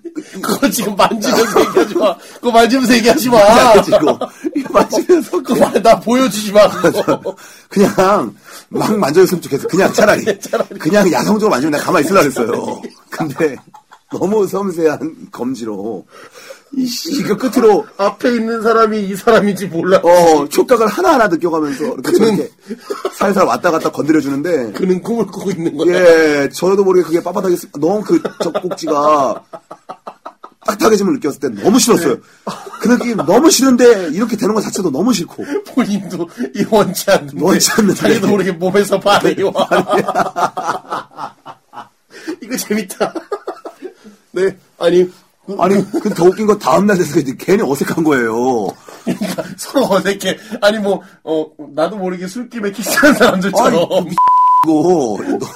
그거 지금 만지면서 얘기하지 마. 그거 만지면서 얘기하지 마. 지고 이거 맞으면서 그거 말- 나 보여주지 마. 아, 그거. 그냥 막 만져줬으면 좋겠어. 그냥 차라리, 그냥 야성적으로 만지면 내가 가만히 있으려고 했어요. 근데 너무 섬세한 검지로 이씨 이거 끝으로 앞에 있는 사람이 이 사람인지 몰라. 어 촉각을 하나하나 느껴가면서 이렇게 저렇게 살살 왔다 갔다 건드려 주는데 그는 꿈을 꾸고 있는 거야. 예 저도 모르게 그게 빳빳하게 쓰- 너무 그 젖꼭지가 딱딱해짐을 느꼈을 때 너무 싫었어요. 그 느낌 너무 싫은데 이렇게 되는 것 자체도 너무 싫고 본인도 이 원치 않는데. 원치 않는데. 네, 자기도 모르게 몸에서 반응이 와. 이거 재밌다. 네, 아니. 그- 아니, 근데 더 웃긴 건 다음날 돼서 이제 괜히 어색한 거예요. 그러니까 서로 어색해. 아니 뭐, 어, 나도 모르게 술김에 키스한 사람들처럼. 아이, 이거, 너,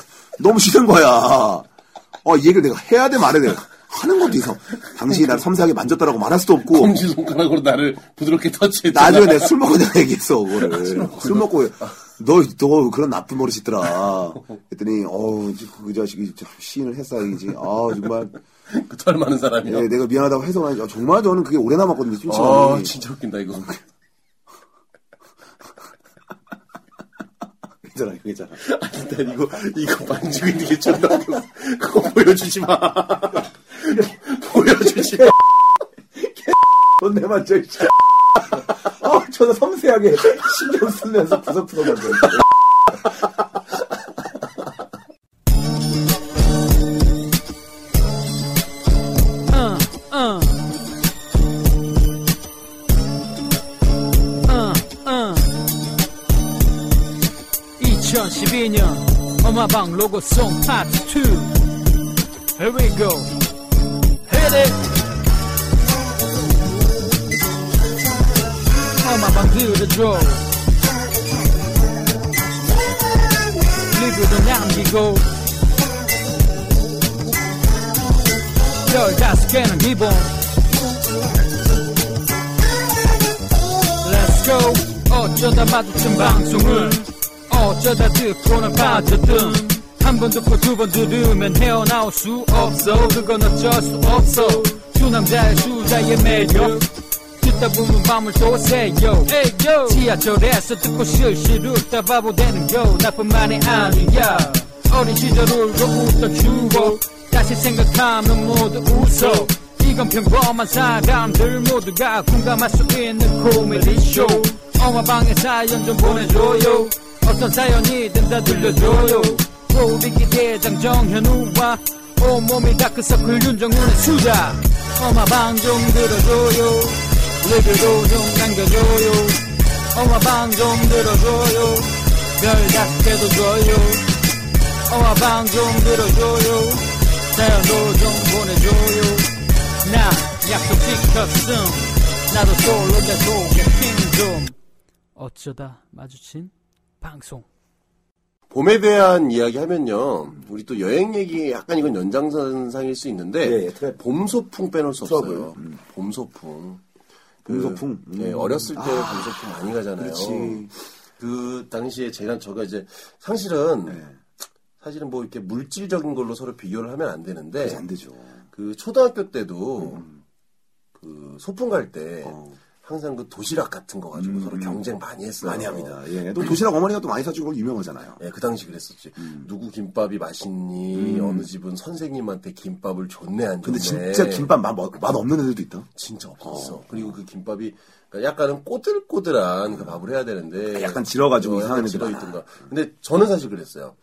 너무 싫은 거야. 어, 이 얘기를 내가 해야 돼, 말해야 돼. 하는 것도 이상. 당신이 날 섬세하게 만졌다라고 말할 수도 없고. 엄지 손가락으로 나를 부드럽게 터치했잖아. 나중에 내가 술 먹고 내가 얘기했어, 그거를. 아, 술 먹고, 너, 너 그런 나쁜 버릇 있더라. 그랬더니, 어우, 그 자식이 참 시인을 했어야지. 아, 정말. 그털 많은 사람이요. 예, 내가 미안하다고 해서, 아, 정말 저는 그게 오래 남았거든요, 찜찜함이. 아, 진짜 웃긴다 이거. 괜찮아, 괜찮아. 아니, 난 이거 이거 만지고 있는 게 존나 웃겨. 그거 보여주지 마. 보여주지 마. 돈내 맞죠, 진짜. 어, 저도 섬세하게 신경 쓰면서 부석부석 만들어. uh, uh. Uh, uh. 2012년 엄마방 로고송 파트 2 Here we go Hit it 엄마방 들어줘 리뷰도 남기고 15개는 기본 Let's go 어쩌다 마주친 방송을 어쩌다 듣고는 빠져든 한 번 듣고 두 번 들으면 헤어나올 수 없어 그건 어쩔 수 없어 두 남자의 수자의 매력 듣다 보면 마음을 쏘세요 지하철에서 듣고 실실 웃다 바보 되는 거 나뿐만이 아니야 어린 시절 울고 웃던 추억 다시 생각하면 모두 웃어 이건 평범한 사람들 모두가 공감할 수 있는 코미디 쇼 엄마방에 사연 좀 보내줘요 어떤 사연이든 다 들려줘요 고비기 대장 정현우와 온몸이 다크서클 윤정훈의 수다 엄마방 좀 들어줘요 리뷰도 좀 남겨줘요 엄마방 좀 들어줘요 별 다섯 개도 줘요 엄마 어, 방좀 들어줘요 사연도 좀 보내줘요 나 약속 지켰음 나도 솔로 내 소개팅 좀 어쩌다 마주친 방송 봄에 대한 이야기 하면요. 우리 또 여행 얘기 약간 이건 연장선상일 수 있는데 예, 예, 트랩. 봄 소풍 빼놓을 수 트러블. 없어요. 음, 봄 소풍. 봄 소풍? 음. 예, 어렸을 때 봄 소풍 많이 가잖아요. 그렇지. 그 당시에 제가 저가 이제 사실은 네. 사실은 뭐 이렇게 물질적인 걸로 서로 비교를 하면 안 되는데 안 음. 되죠. 그 초등학교 때도 그 소풍 갈 때 어. 항상 그 도시락 같은 거 가지고 서로 경쟁 많이 했어요. 음, 많이 합니다. 예. 또 도시락 어머니가 또 많이 사주고 유명하잖아요. 예, 그 당시 그랬었지. 음. 누구 김밥이 맛있니? 어느 집은 선생님한테 김밥을 줬네 안 줬네. 근데 진짜 김밥 맛, 맛 없는 애들도 있다. 진짜 없었어. 그리고 그 김밥이 그러니까 약간은 꼬들꼬들한 그 밥을 해야 되는데 음. 아, 약간 질어가지고 이상한 애들 질어 있던가. 근데 저는 사실 그랬어요.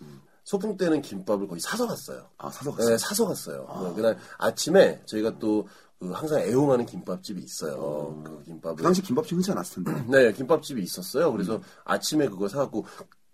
소풍 때는 김밥을 거의 사서 갔어요. 아, 사서 갔어요? 아. 네, 사서 갔어요. 네, 그날 아침에 저희가 또그 항상 애용하는 김밥집이 있어요. 그 김밥을 네, 그 당시 김밥집 흔치 않았을 텐데. 네, 김밥집이 있었어요. 그래서 아침에 그거 사갖고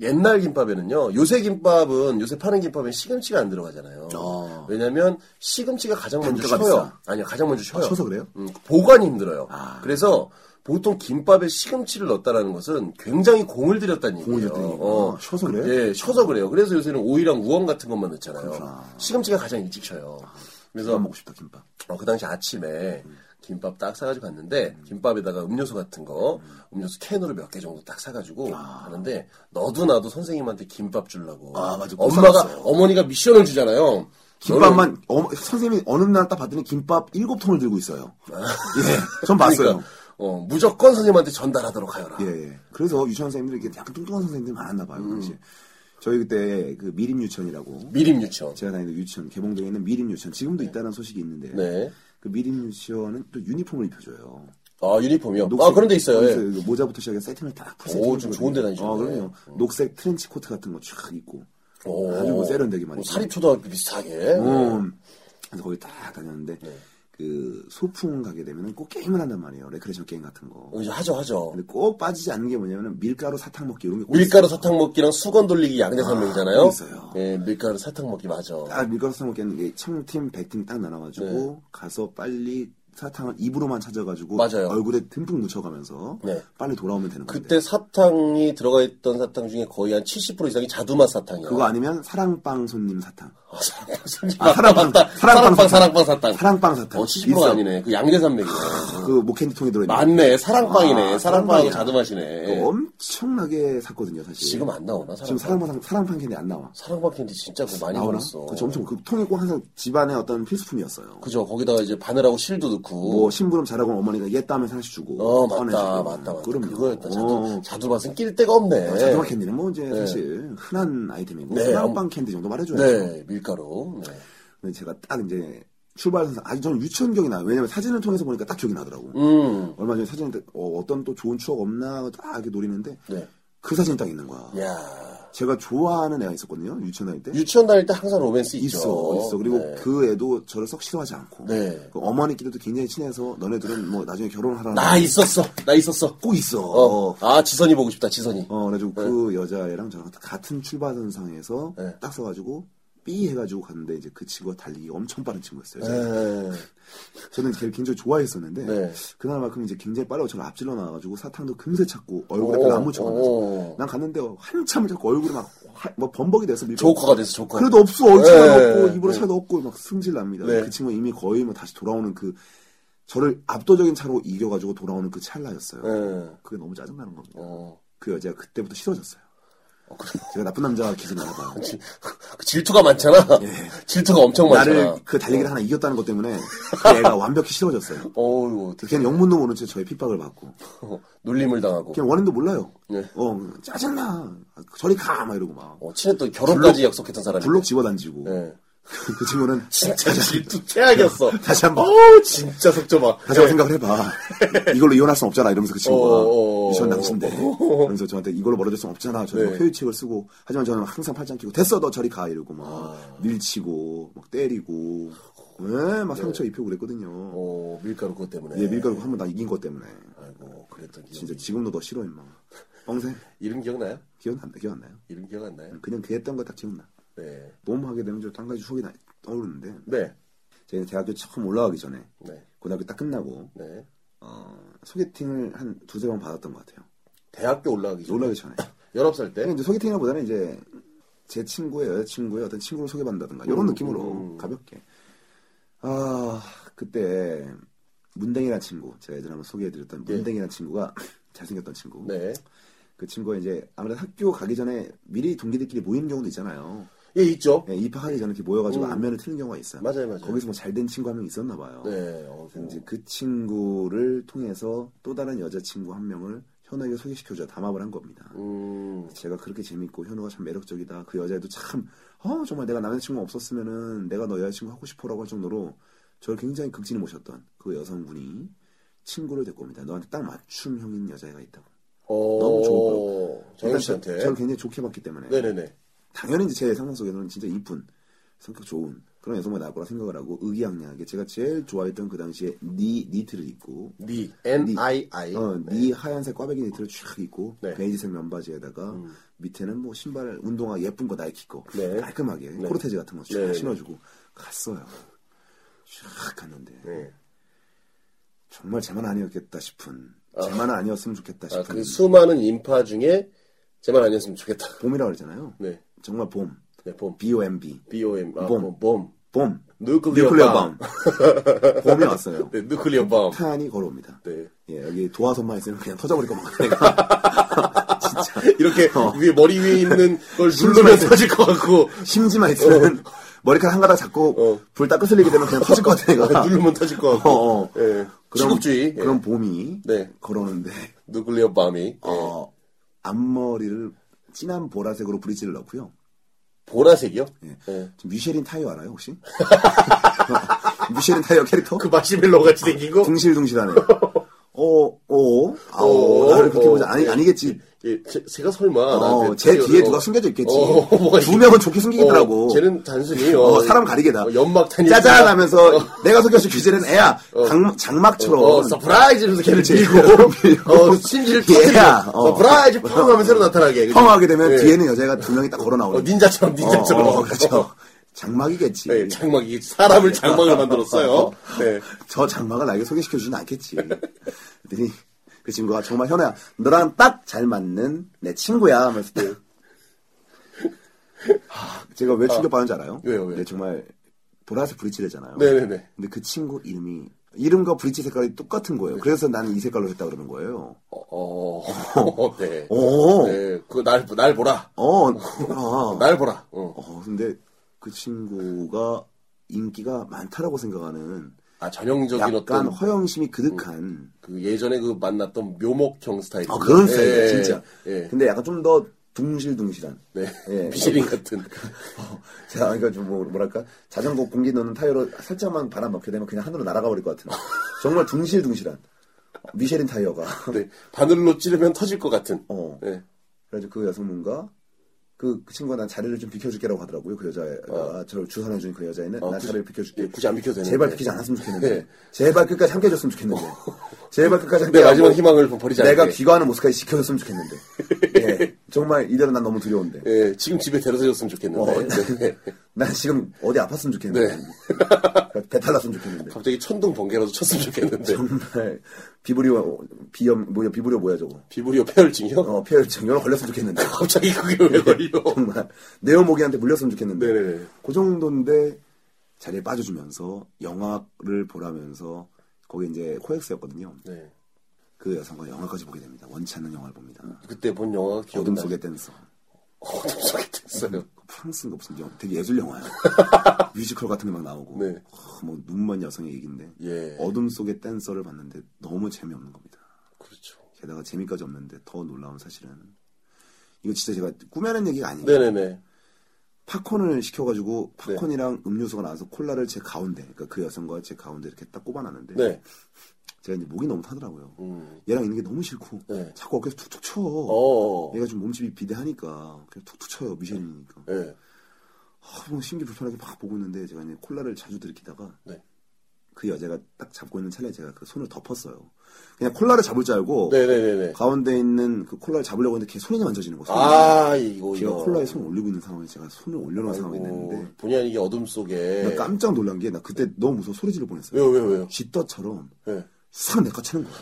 옛날 김밥에는요, 요새 김밥은, 요새 파는 김밥엔 시금치가 안 들어가잖아요. 아. 왜냐면, 시금치가 가장 먼저 단가가 쉬어요. 비싸. 아니요, 가장 먼저 쉬어요. 쉬어서 그래요? 음, 보관이 힘들어요. 아. 그래서, 보통 김밥에 시금치를 넣었다라는 것은 굉장히 공을 들였다는 공을 얘기예요. 들였다는 어. 얘기구나. 쉬어서 그래요? 예, 쉬어서 그래요. 그래서 요새는 오이랑 우엉 같은 것만 넣잖아요. 시금치가 가장 일찍 쉬어요. 아. 그래서 김밥 먹고 싶다 김밥. 어, 그 당시 아침에 음. 김밥 딱 사가지고 갔는데 김밥에다가 음료수 같은 거 음료수 캔으로 몇 개 정도 딱 사가지고 가는데 너도 나도 선생님한테 김밥 주려고 아, 맞아. 꼭 엄마가 사갔어. 어머니가 미션을 주잖아요 너는- 김밥만 어머- 선생님이 어느 날 딱 봤더니 김밥 일곱 통을 들고 있어요. 예, 전 봤어요. 아, 그러니까, 어, 무조건 선생님한테 전달하도록 하여라 예, 예. 그래서 유치원 선생님들이 이렇게 약간 뚱뚱한 선생님들이 많았나 봐요. 음. 당시 저희 그때 그 미림 유치원이라고 미림 유치원 제가 다니는 유치원 개봉동에 있는 미림 유치원 지금도 있다는 소식이 있는데 네. 그 미림 유치원은 또 유니폼을 입혀줘요. 아 유니폼이요 녹색- 아 그런 데 있어요 예. 그 모자부터 시작해서 세팅을 다 풀세팅. 오, 좀 좋은 데 다니시네. 아, 그럼요. 녹색 트렌치 코트 같은 거 촥 입고 오. 아주 뭐 세련되게 많이. 뭐 사립초등학교 비슷하게 네. 어, 그래서 거기 딱 다녔는데 그 소풍 가게 되면은 꼭 게임을 한단 말이에요. 레크레이션 게임 같은 거. 어, 이제 하죠 하죠 근데 꼭 빠지지 않는 게 뭐냐면은 밀가루 사탕 먹기 이런 게꼭 밀가루 있어요. 사탕 먹기랑 수건 돌리기 양대 산맥이잖아요 꼭 있어요. 예, 밀가루 사탕 먹기 맞아 딱 밀가루 사탕 먹기 했는데 청팀 백팀 딱 나눠가지고 가서 빨리 사탕을 입으로만 찾아가지고 네. 맞아요. 얼굴에 듬뿍 묻혀가면서 네. 빨리 돌아오면 되는 건데 그때 사탕이 들어가 있던 사탕 중에 거의 한 70% 이상이 자두맛 사탕이야. 그거 아니면 사랑빵 손님 사탕 아, 사랑빵 사탕. 아, 사랑빵, 맞다. 사랑빵 사랑빵, 사탕. 사랑빵 사탕. 사랑빵 사탕 어, 70%가 있어. 아니네. 그 양대산맥이네. 그 목캔디통에 들어있는 맞네. 사랑빵이네. 아, 사랑빵하고 사랑빵이야. 자두맛이네. 그거 엄청나게 샀거든요 사실 지금 안 나오나? 지금 사랑빵. 사랑빵 사랑빵 캔디 안 나와 사랑빵 캔디 진짜 그거 많이 나오나? 먹었어. 그쵸, 엄청 그 통이 꼭 항상 집안의 어떤 필수품이었어요. 그죠. 거기다가 이제 바늘하고 실도 넣고. 뭐 심부름 잘하고 어머니가 옛 다음에 하나씩 주고 어, 맞다. 꺼내주고. 맞다. 맞다. 그럼요. 그거였다. 어. 자두, 자두맛은 낄 데가 없네. 자두맛 캔디는 뭐 이제 사실 흔한 아이템이고 네, 사랑빵 아무- 캔디 정도 말해줘야죠. 네. 밀가루. 네. 근데 제가 딱 이제 출발선상 아직 저는 유치원 기억이 나요. 왜냐면 사진을 통해서 보니까 딱 기억이 나더라고. 음. 얼마 전에 사진을 딱, 어, 어떤 또 좋은 추억 없나 딱 이렇게 노리는데 네. 그 사진이 딱 있는 거야. 야 제가 좋아하는 애가 있었거든요. 유치원 다닐 때. 유치원 다닐 때 항상 로맨스 있죠. 있어, 있어. 그리고 네. 그 애도 저를 썩 싫어하지 않고. 네. 그 어머니끼리도 굉장히 친해서 너네들은 뭐 나중에 결혼하라. 나 있었어. 나 있었어. 꼭 있어. 어. 어. 아, 지선이 보고 싶다, 지선이. 그래가지고 그 여자애랑 저랑 같은 출발선상에서 네. 딱 서가지고 삐 해가지고 갔는데 이제 그 친구가 달리기 엄청 빠른 친구였어요. 제가. 에, 저는 걔를 굉장히 좋아했었는데 네. 그날만큼 이제 굉장히 빠르고 저를 앞질러 나와가지고 사탕도 금세 찾고 얼굴에 그 오, 별로 안 묻혀가면서 오. 난 갔는데 한참을 자꾸 얼굴이 막, 화- 막 범벅이 돼서 밀고 조커가 됐어, 조커. 그래도 없어 얼차가 네. 없고 입으로 네. 차도 없고 막 승질 납니다. 네. 그 친구 이미 거의 뭐 다시 돌아오는 그 저를 압도적인 차로 이겨가지고 돌아오는 그 찰나였어요. 예. 그게 너무 짜증나는 겁니다. 어. 그 여자가 그때부터 싫어졌어요. 제가 나쁜 남자 기준을 알아봐요. 그 질투가 많잖아. 질투가 엄청 많잖아. 예. 나를 그 달리기를 어. 하나 이겼다는 것 때문에 그 애가 완벽히 싫어졌어요. 어우, 어떻게. 그냥 영문도 모른 채 저의 핍박을 받고 놀림을 당하고. 그냥 원인도 몰라요. 네. 어 짜증나. 아, 저리 가. 막 이러고 막 어, 친했던 결혼까지 약속했던 사람이. 블록 집어던지고 네. 그 친구는 진짜 질투 최악이었어. 다시 한번 어, 진짜 속좁아. 다시 한번 생각을 해봐. 이걸로 이혼할 순 없잖아. 이러면서 그 네. 어, 어, 친구가 어, 유치원 당신데. 그러면서 저한테 이걸로 멀어질 순 없잖아. 저는 막 네. 회유책을 쓰고 하지만 저는 항상 팔짱 끼고 됐어 너 저리 가 이러고 막 아. 밀치고 막 때리고 네, 막 상처 입히고 그랬거든요. 어, 밀가루 그것 때문에. 얘 예, 밀가루 한 번 나 이긴 것 때문에 아이고, 그랬던 기억. 진짜 지금도 너 싫어 임마. 뻥생 이름 기억나요? 기억 안 나? 기억 안 나요? 이름 기억 안 나요? 그냥 그 했던 거 딱 기억나. 네. 너무 하게 되면 저한 가지 추억이 나, 떠오르는데 네. 제가 대학교 처음 올라가기 전에 네. 고등학교 딱 끝나고 네. 어, 소개팅을 한 두세 번 받았던 것 같아요. 대학교 올라가기 전에. 올라가기 전에. 19살 때? 그냥 이제 소개팅이라보다는 이제 제 친구의 여자친구의 어떤 친구를 소개받는다든가 이런 음, 느낌으로 가볍게 아 그때 문댕이라는 친구 제가 예전에 한번 소개해드렸던 문댕이라는 친구가 잘생겼던 친구 네. 그 친구가 이제 아무래도 학교 가기 전에 미리 동기들끼리 모이는 경우도 있잖아요 예, 있죠. 예, 입학하기 전에 이렇게 모여가지고 안면을 트는 경우가 음. 있어요 맞아요, 맞아요. 거기서 뭐 잘된 친구 한 명 있었나 봐요 네. 어, 그래서 이제 그 친구를 통해서 또 다른 여자친구 한 명을 현우에게 소개시켜줘 담합을 한 겁니다 음. 제가 그렇게 재밌고 현우가 참 매력적이다. 그 여자애도 참, 어, 정말 내가 남자친구 없었으면은 내가 너 여자친구 하고 싶어라고 할 정도로 저를 굉장히 극진히 모셨던 그 여성분이 친구를 데리고 옵니다. 너한테 딱 맞춤형인 여자애가 있다고. 너무 좋은 어, 정현 일단 씨한테. 저- 저를 굉장히 좋게 봤기 때문에. 네네네. 당연히 이제 제 상상 속에는 진짜 이쁜, 성격 좋은, 그런 여성분이 나올 거라 생각을 하고 의기양양하게 제가 제일 좋아했던 그 당시에 니 니트를 입고 니 N I I 어, 니 하얀색 꽈배기 니트를 촥 입고 네. 음. 베이지색 면바지에다가 밑에는 뭐 신발 운동화 예쁜 거 나이키 거 네. 깔끔하게 코르테즈 같은 거 촥 네, 네. 신어주고 갔어요. 촥 갔는데 네. 정말 제만 아니었겠다 싶은 제만 아니었으면 좋겠다 아, 싶은 그 수많은 인파 중에 제만 아니었으면 좋겠다. 봄이라고 그러잖아요. 네. 정말 봄 네, 봄. B O M B B O M 아, 봄. 봄. 봄. 봄 누클리어 밤. 봄이 왔어요. 네, 누클리어 밤. 탄이 걸어옵니다. 네. 예, 여기 도화선만 있으면 그냥 터져버릴 것 같아. 내가 진짜 이렇게 어. 위에 머리 위에 있는 걸 누르면 터질 것 같고 심지만 있으면 머리카락 한 가닥 잡고 어. 불다 거슬리게 되면 그냥 터질 것 같아. 내가 어, 누르면 터질 것 같고. 어, 어. 예. 취급주의. 그런 봄이 네. 걸어오는데 누클리어 밤이 예. 어, 앞머리를 진한 보라색으로 브릿지를 넣고요. 보라색이요? 예. 예. 지금 미쉐린 타이어 알아요 혹시? 미쉐린 타이어 캐릭터? 그 마시멜로 같이 아, 생기고 둥실둥실하네. 어, 어, 아, 어, 어, 나를 그렇게 어, 보자. 아니, 예. 아니겠지. 예, 제, 제가 설마 어, 나한테 제 타이어를- 뒤에 어. 누가 숨겨져 있겠지. 어, 뭐가 두 있- 명은 좋게 숨기더라고. 어, 쟤는 단순히 어, 어, 사람 가리게다. 어, 연막탄이 짜잔 하면서 내가 속여서 규제는 애야. 장, 장막처럼. 어, 서프라이즈 하면서 걔를 그렇지. 밀고, 밀고. 어, 심지를 터뜨리고, 얘야, 어. 서프라이즈 펑 하면 새로 나타나게. 그죠? 펑하게 되면 예. 뒤에는 여자애가 두 명이 딱 걸어 어, 나오는. 닌자처럼, 닌자처럼. 어, 어, 그렇죠. 장막이겠지. 네, 장막이, 사람을 장막을 만들었어요. 네. 저 장막을 나에게 소개시켜주진 않겠지. 그랬더니 그 친구가 정말 현아야, 너랑 딱 잘 맞는 내 친구야. 하면서 또. 하, 제가 왜 충격받는지 알아요? 왜요, 왜요? 네, 정말 보라색 브릿지래잖아요. 네네네. 근데 그 친구 이름이 이름과 브릿지 색깔이 똑같은 거예요. 그래서 나는 이 색깔로 했다 그러는 거예요. 어, 어, 네. 오, 네, 그, 날, 날 보라. 어, 그렇구나. 날 보라. 어. 어, 근데 그 친구가 인기가 많다라고 생각하는 아, 전형적인 약간 어떤, 음. 허영심이 그득한 그 예전에 그 만났던 묘목형 스타일. 아, 그런 스타일이야, 예, 진짜. 예. 근데 약간 좀 더 둥실둥실한. 네. 예. 미쉐린 같은. 제가, 그러니까 좀 뭐- 뭐랄까. 자전거 공기 넣는 타이어로 살짝만 바람 넣게 되면 그냥 하늘로 날아가 버릴 것 같은. 정말 둥실둥실한. 미쉐린 타이어가. 네. 바늘로 찌르면 터질 것 같은. 어. 네. 그래가지고 그 여성분과 그, 그 친구가 난 자리를 좀 비켜줄게라고 하더라고요. 그 여자가 저를 주선해준 그 여자애는 어, 난 굳이- 자리를 비켜줄게. 예, 굳이 안 비켜도 되는데. 제발 비키지 않았으면 좋겠는데. 네. 제발 끝까지 함께 해줬으면 좋겠는데. 제발 끝까지 함께 어. 내 마지막 하고 희망을 버리지 않게. 내가 귀가하는 모습까지 지켜줬으면 좋겠는데. 예. 정말 이대로 난 너무 두려운데. 예, 지금 집에 데려다 줬으면 좋겠는데. 어, 네. 난 지금 어디 아팠으면 좋겠는데. 네. 배탈 났으면 좋겠는데. 갑자기 천둥 번개라도 쳤으면 좋겠는데. 정말 비브리오 비염 뭐야 비브리오 뭐야 저거. 비브리오 폐혈증이요? 어 네. 폐혈증 이런 거 걸렸으면 좋겠는데. 갑자기 그게 왜 걸려? 정말 네오모기한테 물렸으면 좋겠는데. 네네네. 그 정도인데 자리에 빠져주면서 영화를 보라면서 거기 이제 코엑스였거든요. 네. 그 여성과 영화까지 보게 됩니다. 원치 않는 영화를 봅니다. 그때 본 영화가 어둠 기억나. 속의 댄서. 어둠 속에 됐어요. 그 프랑스인가 무슨 영 되게 예술 영화야. 뮤지컬 같은 게 막 나오고. 네. 어, 뭐 눈먼 여성의 얘기인데 예. 어둠 속의 댄서를 봤는데 너무 재미없는 겁니다. 그렇죠. 게다가 재미까지 없는데 더 놀라운 사실은 이거 진짜 제가 꾸며낸 얘기가 아니에요. 네네네. 네. 팝콘을 시켜가지고 팝콘이랑 음료수가 나와서 콜라를 제 가운데 그러니까 그 여성과 제 가운데 이렇게 딱 꼽아놨는데 네. 제가 이제 목이 너무 타더라고요. 음. 얘랑 있는 게 너무 싫고 네. 자꾸 어깨에서 툭툭 쳐. 어. 얘가 좀 몸집이 비대하니까 그냥 툭툭 쳐요 미쉐린이니까. 예. 아, 뭐 신기 불편하게 막 보고 있는데 제가 이제 콜라를 자주 들이키다가 네. 그 여자가 딱 잡고 있는 찰나에 제가 그 손을 덮었어요. 그냥 콜라를 잡을 줄 알고 네네네네. 가운데 있는 그 콜라를 잡으려고 했는데 걔 손이 만져지는 거예요. 손이. 아, 이거. 걔가 이거. 콜라에 손을 올리고 있는 상황에 제가 손을 올려놓은 상황이 아이고, 됐는데 본의 아니게 어둠 속에. 나 깜짝 놀란 게 나 그때 너무 무서워 소리 지를 뻔했어요. 왜요, 왜요, 왜요? 쥐떠처럼 예. 싹 내꺼치는 거야.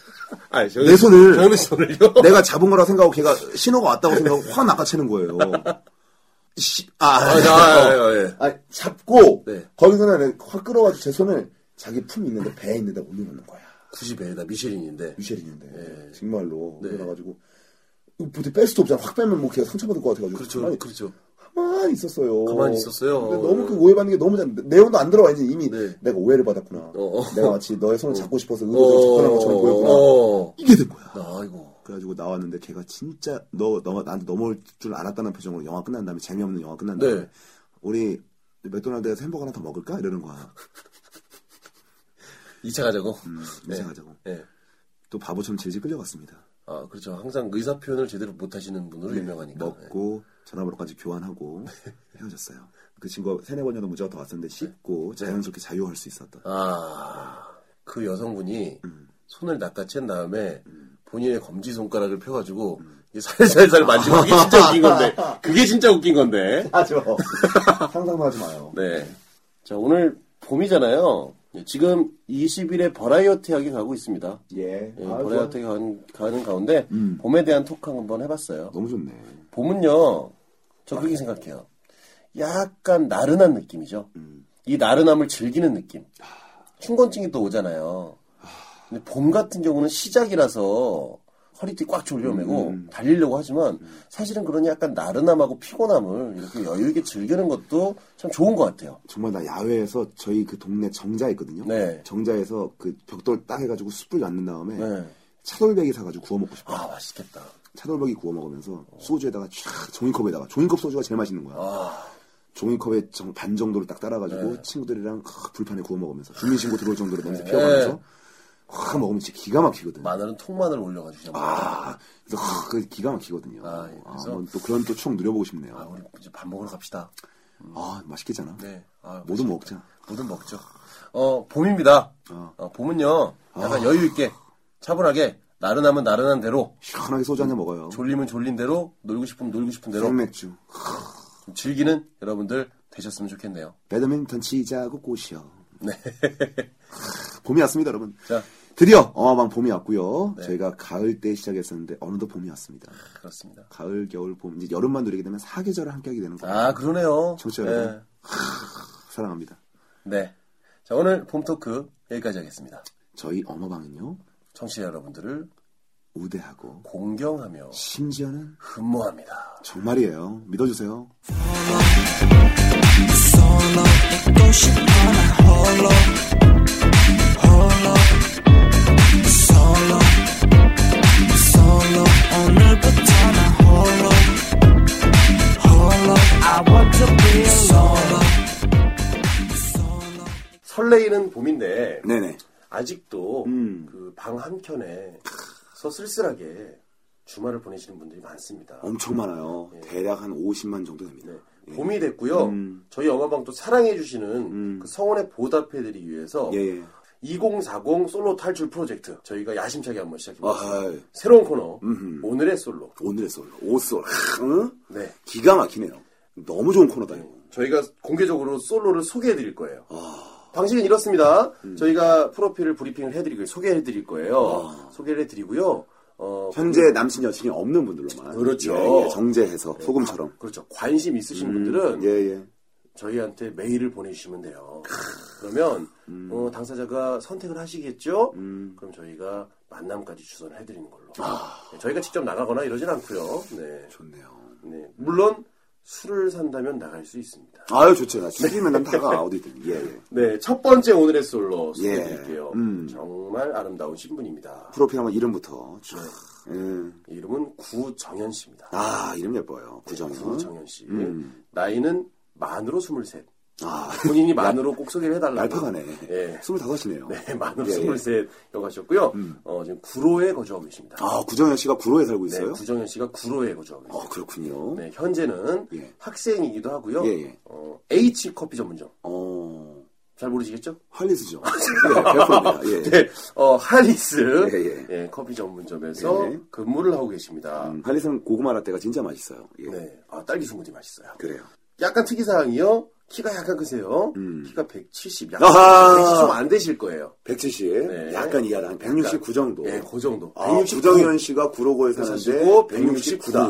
아니, 저는, 내 손을- 저는 손을요? 내가 잡은 거라 생각하고 걔가 신호가 왔다고 생각하고 확 낚아채는 거예요. 씨, 아, 아, 아, 아, 아, 아, 예. 아니, 잡고 네. 거기서 나는 확 끌어와서 제 손을 자기 품 있는데 배에 있는데 올려놓는 거야. 90회에다 미쉐린인데. 미셸인데 네. 정말로 네. 올려놔가지고 이거 어떻게 뺄 수도 없잖아. 확 빼면 뭐 걔가 상처받을 것 같아가지고 그렇죠, 가만히, 그렇죠. 가만히 있었어요. 가만히 있었어요. 근데 너무 그 오해받는 게 너무 잘- 내용도 안 들어와 이제 이미 네. 내가 오해를 받았구나. 어, 어. 내가 마치 너의 손을 잡고 싶어서 의도적으로 접근한 것처럼 보였구나. 어. 이게 된 거야. 아이고. 그래가지고 나왔는데 걔가 진짜 너, 너 나한테 넘어올 줄 알았다는 표정으로 영화 끝난 다음에 재미없는 영화 끝난 다음에 네. 우리 맥도날드에서 햄버거 하나 더 먹을까 이러는 거야. 2차 가자고. 이상하자고 예. 또 바보처럼 질질 끌려갔습니다. 아, 그렇죠. 항상 의사 네. 표현을 제대로 못 하시는 분으로 유명하니까. 먹고 전화번호까지 교환하고 헤어졌어요. 그 친구가 세네 번 정도 문제가 더 왔었는데 씻고 네. 자연스럽게 자유할 수 있었던. 아, 그 여성분이 손을 낚아챈 다음에 본인의 검지 손가락을 펴가지고 이게 살살살 만지고 그게 진짜 웃긴 건데. 그게 진짜 웃긴 건데. 하죠. 상상만 하지 마요. 네. 자, 오늘 봄이잖아요. 지금 20일에 버라이어티하게 가고 있습니다. 예. 예, 아, 좋아. 버라이어티하게 가는, 가는 가운데 봄에 대한 토크 한번 해봤어요. 너무 좋네. 봄은요, 저 그렇게 생각해요. 약간 나른한 느낌이죠. 이 나른함을 즐기는 느낌. 춘곤증이 또 아. 오잖아요. 근데 봄 같은 경우는 시작이라서 허리띠 꽉 졸려매고 달리려고 하지만 사실은 그런 약간 나른함하고 피곤함을 이렇게 여유있게 즐기는 것도 참 좋은 것 같아요. 정말 나 야외에서 저희 그 동네 정자 있거든요. 네. 정자에서 그 벽돌 딱 해가지고 숯불 낳는 다음에 네. 차돌배기 사가지고 구워 먹고 싶어. 아, 맛있겠다. 차돌박이 구워 먹으면서 소주에다가 쫙 종이컵에다가 종이컵 소주가 제일 맛있는 거야. 아. 종이컵에 정- 반 정도를 딱 네. 따라가지고 친구들이랑 크, 불판에 구워 먹으면서 주민신고 들어올 정도로 냄새 피워가면서 확 먹으면 진짜 기가 막히거든. 마늘은 통마늘 올려가지고 뭐, 그냥 아, 그래서 확, 그 기가 막히거든요. 아, 아, 예, 그래서- 한번 또 그런 또 추억 누려보고 싶네요. 아, 우리 이제 밥 먹으러 갑시다. 아, 맛있겠잖아. 네. 아, 모두 먹자. 뭐든 먹죠. 어, 봄입니다. 어. 아. 어, 봄은요, 약간 여유있게, 차분하게, 나른하면 나른한 대로, 시원하게 소주 한 잔 먹어요. 졸리면 졸린 대로, 놀고 싶으면 놀고 싶은 대로 생맥주. 좀 즐기는 여러분들 되셨으면 좋겠네요. 배드민턴 치자고 꼬시오. 네. 봄이 왔습니다, 여러분. 자. 네. 드디어 어마방 봄이 왔고요. 저희가 가을 때 시작했었는데 어느덧 봄이 왔습니다. 그렇습니다. 가을, 겨울, 봄 이제 여름만 누리게 되면 사계절을 함께하게 되는 거예요. 아, 그러네요. 청취자 네. 여러분, 사랑합니다. 네. 자, 오늘 봄 토크 여기까지 하겠습니다. 저희 어마방은요 청취자 여러분들을 우대하고 공경하며 심지어는 흠모합니다. 정말이에요. 믿어주세요. 설레이는 봄인데, 네네. 아직도 음. 그 방 한켠에서 쓸쓸하게 주말을 보내시는 분들이 많습니다. 엄청 많아요. 대략 한 50만 정도 됩니다. 네. 봄이 됐고요. 음. 저희 영화방도 사랑해주시는 그 성원에 보답해드리기 위해서 예, 예. 2040 솔로 탈출 프로젝트 저희가 야심차게 한번 시작해봤습니다. 아하. 새로운 코너 오늘의 솔로. 오늘의 솔로, 오솔. 응? 네. 기가 막히네요. 너무 좋은 코너다, 이거. 저희가 공개적으로 솔로를 소개해드릴 거예요. 아. 방식은 이렇습니다. 음. 저희가 프로필을 브리핑을 해드리고 소개해드릴 거예요. 아. 소개를 해드리고요. 어, 현재 남친 여친이 없는 분들로만 그렇죠. 예, 예, 정제해서 소금처럼 그렇죠. 관심 있으신 분들은 음. 예예 저희한테 메일을 보내주시면 돼요. 그러면 어, 당사자가 선택을 하시겠죠? 그럼 저희가 만남까지 주선을 해드리는 걸로. 네, 저희가 직접 나가거나 이러진 않고요. 네. 좋네요 네. 물론 술을 산다면 나갈 수 있습니다. 아유 좋죠 나 죽이면 난 다가 어디든 예예 네, 첫 번째 오늘의 솔로 예. 소개해드릴게요. 음. 정말 아름다운 신분입니다. 프로필 한번 이름부터 쭉. 예. 이름은 구정현 씨입니다. 아 이름 예뻐요 구정현 구정현 음. 씨. 나이는 만으로 23. 아 본인이 만으로 꼭 소개를 해달라고. 날파가네 예. 스물다섯이네요 네, 만으로 예, 예. 23이라고 하셨고요. 어, 지금 구로에 거주하고 계십니다. 아 구정현 씨가 구로에 살고 네, 있어요 구정현 씨가 구로에 거주하고 어 있습니다. 그렇군요 네, 현재는 예. 학생이기도 하고요. 예, 예. 어, H 커피 전문점. 어 잘 모르시겠죠? 할리스죠 네 100%입니다 예 네, 어, 할리스 예, 예, 커피 전문점에서 예. 근무를 하고 계십니다. 음, 할리스는 고구마 라떼가 진짜 맛있어요 예 네, 아, 딸기 스무디 맛있어요. 그래요 약간 특이사항이요. 키가 약간 크세요. 키가 170, 약간 음. 아하! 170 좀 안 되실 거예요. 170 네. 약간 이하다 한 169 정도 예, 그 정도. 아, 구정현 씨가 구로고에 사는데 169, 169다.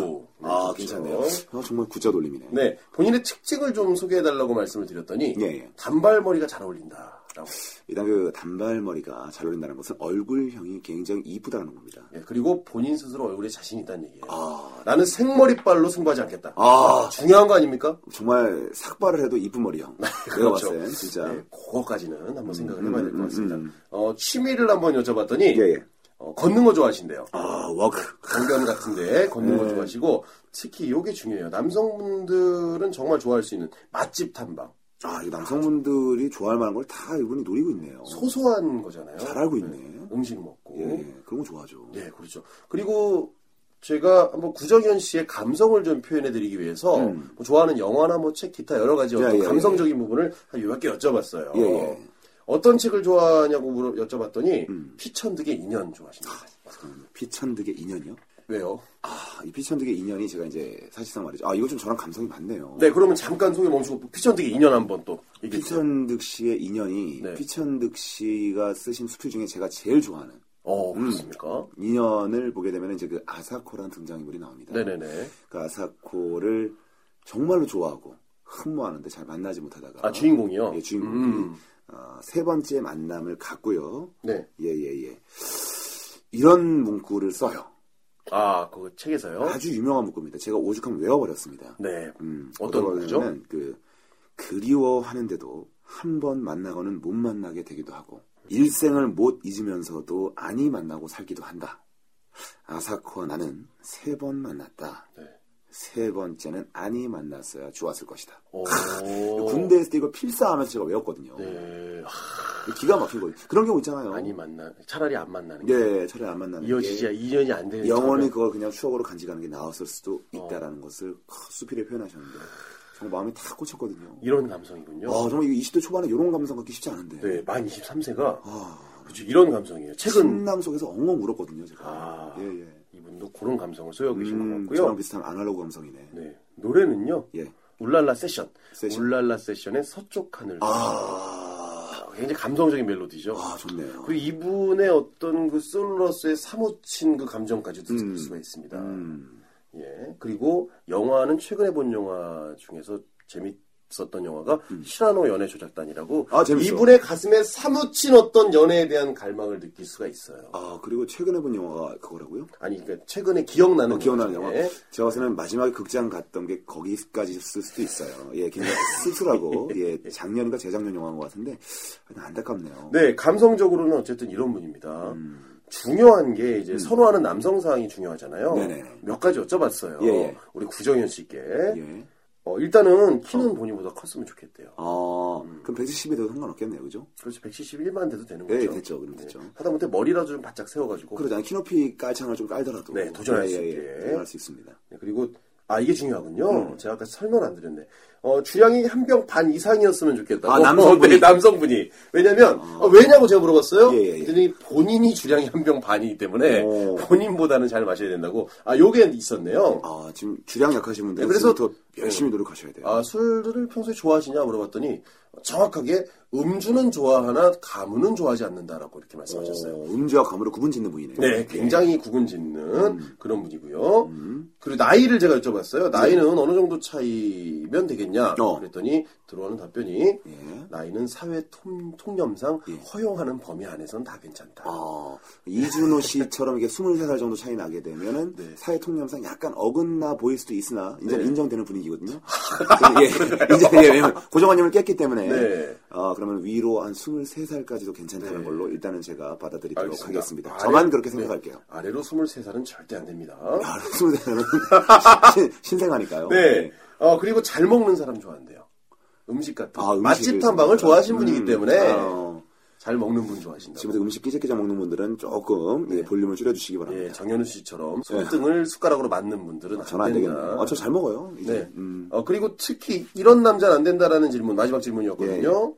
아, 그렇죠. 괜찮네요. 아, 정말 구자 돌림이네. 네, 본인의 특징을 좀 소개해달라고 말씀을 드렸더니 예, 예. 단발머리가 잘 어울린다라고. 일단 그 단발머리가 잘 어울린다는 것은 얼굴형이 굉장히 이쁘다는 겁니다. 예, 그리고 본인 스스로 얼굴에 자신 있다는 얘기예요. 아. 나는 생머리빨로 승부하지 않겠다. 아. 중요한 거 아닙니까? 정말 삭발을 해도 이쁜 머리형. 내가 봤을 땐 진짜. 네, 그거까지는 한번 생각을 해봐야 될 음, 것 같습니다. 어, 취미를 한번 여쭤봤더니 예, 예. 어, 걷는 거 좋아하신대요. 아, 워크. 강변 같은데 걷는 네. 거 좋아하시고 특히 요게 중요해요. 남성분들은 정말 좋아할 수 있는 맛집 탐방. 아, 이 남성분들이 좋아할 만한 걸 다 이분이 노리고 있네요. 소소한 거잖아요. 잘 알고 네, 있네. 음식 먹고. 예, 그런 거 좋아하죠. 네, 그렇죠. 그리고 제가 한번 구정현 씨의 감성을 좀 표현해드리기 위해서 뭐 좋아하는 영화나 뭐 책, 기타 여러 가지 어떤 음. 예, 예, 감성적인 부분을 한 몇 개 여쭤봤어요. 예, 예. 어떤 책을 좋아하냐고 물어 여쭤봤더니 음. 피천득의 인연 좋아하십니다. 피천득의 인연이요? 왜요? 아, 이 피천득의 인연이 제가 이제 사실상 말이죠. 아, 이거 좀 저랑 감성이 맞네요. 네, 그러면 잠깐 소개 멈추고 피천득의 인연 한번 또 얘기해 주세요. 피천득 씨의 인연이 네. 피천득 씨가 쓰신 수필 중에 제가 제일 좋아하는 어, 음. 그렇습니까? 인연을 보게 되면 이제 그 아사코라는 등장인물이 나옵니다. 네네네. 그 아사코를 정말로 좋아하고 흠모하는데 잘 만나지 못하다가 아, 주인공이요? 예, 주인공이 음. 어, 세 번째 만남을 갖고요. 네. 예예예. 이런 문구를 써요. 아, 그 책에서요? 아주 유명한 문구입니다. 제가 오죽하면 외워버렸습니다. 네. 음, 어떤 거냐면 문구죠? 그 그리워하는데도 한 번 만나고는 못 만나게 되기도 하고 일생을 못 잊으면서도 아니 만나고 살기도 한다. 아사코와 나는 세 번 만났다. 네. 세 번째는 아니 만났어야 좋았을 것이다. 그 오. 군대에 있을 때 이거 필사하면서 제가 외웠거든요. 네. 아, 기가 막힌 거예요. 그런 경우 있잖아요. 많이 만나, 차라리 안 만나는 게. 예, 차라리 안 만나는 이어지지, 게 인연이 안 되는 영원히 차라리- 그걸 그냥 추억으로 간직하는 게 나았을 어. 수도 있다라는 것을 수필에 표현하셨는데 정말 마음이 탁 꽂혔거든요. 이런 감성이군요. 와, 아, 정말 이거 20대 초반에 이런 감성 갖기 쉽지 않은데. 네, 만 23세가 아, 그렇죠. 이런 감성이에요. 책은 침남 속에서 엉엉 울었거든요, 제가. 아. 예, 예. 이분도 그런 감성을 소유하고 계신 음, 것 저랑 같고요. 비슷한 아날로그 감성이네. 네, 노래는요. 예. 울랄라 세션. 세션. 울랄라 세션의 서쪽 하늘. 아, 굉장히 감성적인 멜로디죠. 아, 좋네요. 그리고 이분의 어떤 그 솔로로서의 사모친 그 감정까지도 음. 느낄 수가 있습니다. 음, 예. 그리고 영화는 최근에 본 영화 중에서 재밌었던 영화가 시라노 연애 조작단이라고 음. 아, 재밌어. 이분의 가슴에 사무친 어떤 연애에 대한 갈망을 느낄 수가 있어요. 아, 그리고 최근에 본 영화가 그거라고요? 아니 그러니까 최근에 기억나는 네. 어, 기억나는 영화. 영화 중에 제가 봤을 때는 마지막에 극장 갔던 게 거기까지 쓸 수도 있어요. 예, 굉장히 쓸쓸하고, 예, 작년인가 재작년 영화인 것 같은데, 하여튼 안타깝네요. 네, 감성적으로는 어쨌든 이런 분입니다. 음. 중요한 게 이제 선호하는 남성 사항이 중요하잖아요. 네네. 몇 가지 여쭤봤어요. 예, 예. 우리 구정현 씨께. 예. 어, 일단은 키는 본인보다 컸으면 좋겠대요. 아, 그럼 170에도 상관없겠네요, 그죠? 그래서 171만 돼도 되는 예, 거죠. 됐죠, 그럼 됐죠. 하다못해 머리라도 좀 바짝 세워가지고. 어, 그러잖아요. 키높이 깔창을 좀 깔더라도. 예, 네, 도전할 수 있게. 도전할 수 있습니다. 네, 그리고 아 이게 중요하군요. 음. 제가 아까 설명 안 드렸네. 어, 주량이 한 병 반 이상이었으면 좋겠다. 아, 남성분이? 아. 네, 남성분이. 왜냐면 어, 왜냐고 제가 물어봤어요. 예, 예, 예. 그랬더니 본인이 주량이 한 병 반이기 때문에 오. 본인보다는 잘 마셔야 된다고. 아 요게 있었네요. 아, 지금 주량 약하신 분들은 네, 그래서- 그래서 더 열심히 노력하셔야 돼요. 아 술들을 평소에 좋아하시냐 물어봤더니 정확하게 음주는 좋아하나 가무는 좋아하지 않는다라고 이렇게 말씀하셨어요. 어, 음주와 감으로 구분 짓는 분이네요. 음. 네, 굉장히 구분짓는 그런 분이고요. 그리고 나이를 제가 여쭤봤어요. 나이는 어느 정도 차이면 되겠냐? 네. 어. 그랬더니 들어오는 답변이 예. 나이는 사회 통, 통념상 예. 허용하는 범위 안에선 다 괜찮다. 어, 이준호 씨처럼 이게 23살 정도 차이 나게 되면은 네. 사회 통념상 약간 어긋나 보일 수도 있으나 이제 는 인정되는 분위기거든요. 예, 이제 예, 왜냐면 고정관념을 깼기 때문에 아. 네. 어, 그러면 위로 한 23살까지도 괜찮다는 네. 걸로 일단은 제가 받아들이도록 알겠습니다. 하겠습니다. 아래- 저만 그렇게 네. 생각할게요. 아래로 23살은 절대 안 됩니다. 아, 23살은 신생아니까요. 네. 어, 그리고 잘 먹는 사람 좋아한대요. 음식 같은 아, 음식을 맛집 좋아하는 탐방을 사람. 좋아하신 음, 분이기 때문에 어. 아. 잘 먹는 분 좋아하신다. 집에서 음식 끼적끼적 먹는 분들은 조금 예, 볼륨을 줄여주시기 바랍니다. 네. 예, 정현우 씨처럼 손등을 숟가락으로 맞는 분들은 안 저는 네. 안 된다. 되겠네요. 아, 저 잘 먹어요. 이제. 네. 음. 어, 그리고 특히 이런 남자는 안 된다라는 질문 마지막 예, 질문이었거든요.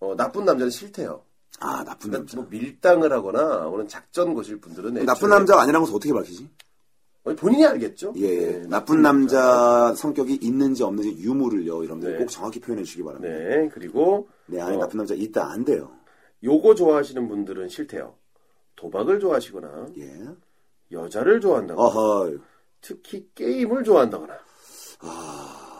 어, 나쁜 남자는 싫대요. 아, 나쁜 그러니까 남자. 뭐 네, 밀당을 하거나 오는 작전 거실 분들은 나쁜 애초에- 남자가 아니라는 것을 어떻게 밝히지? 어, 본인이 알겠죠. 예, 예. 네, 나쁜 남자 성격이 있는지 없는지 유무를요, 여러분들 네. 꼭 정확히 표현해 주시기 바랍니다. 네 그리고 내 안에 어, 나쁜 남자 있다, 안 돼요. 요거 좋아하시는 분들은 싫대요. 도박을 좋아하시거나 예. 여자를 좋아한다거나 어허. 특히 게임을 좋아한다거나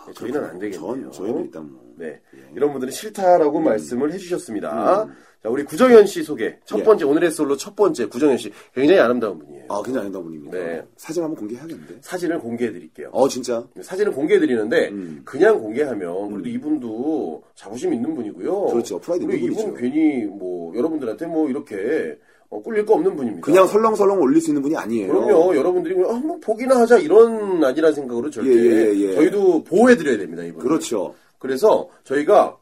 네, 저희는 안 되겠네요. 아, 전, 저희는 일단 뭐. 네. 이런 분들은 싫다라고 음. 말씀을 해주셨습니다. 자, 우리 구정현 씨 소개. 예. 첫 번째, 오늘의 솔로 첫 번째, 구정현 씨. 굉장히 아름다운 분이에요. 아, 굉장히 아름다운 분입니다. 네. 사진 한번 공개해야겠는데. 사진을 공개해드릴게요. 어, 진짜. 사진을 공개해드리는데, 음. 그냥 공개하면, 그래도 이분도 자부심 있는 분이고요. 그렇죠. 프라이드 그리고 있는 이분 분이죠. 괜히 뭐, 여러분들한테 뭐, 이렇게 어, 꿀릴 거 없는 분입니다. 그냥 설렁설렁 올릴 수 있는 분이 아니에요. 그럼요. 여러분들이, 그냥, 아, 뭐, 보기나 하자. 이런 아니라는 생각으로 절대. 예, 예, 예, 예. 저희도 보호해드려야 됩니다, 이분. 그렇죠. 그래서 저희가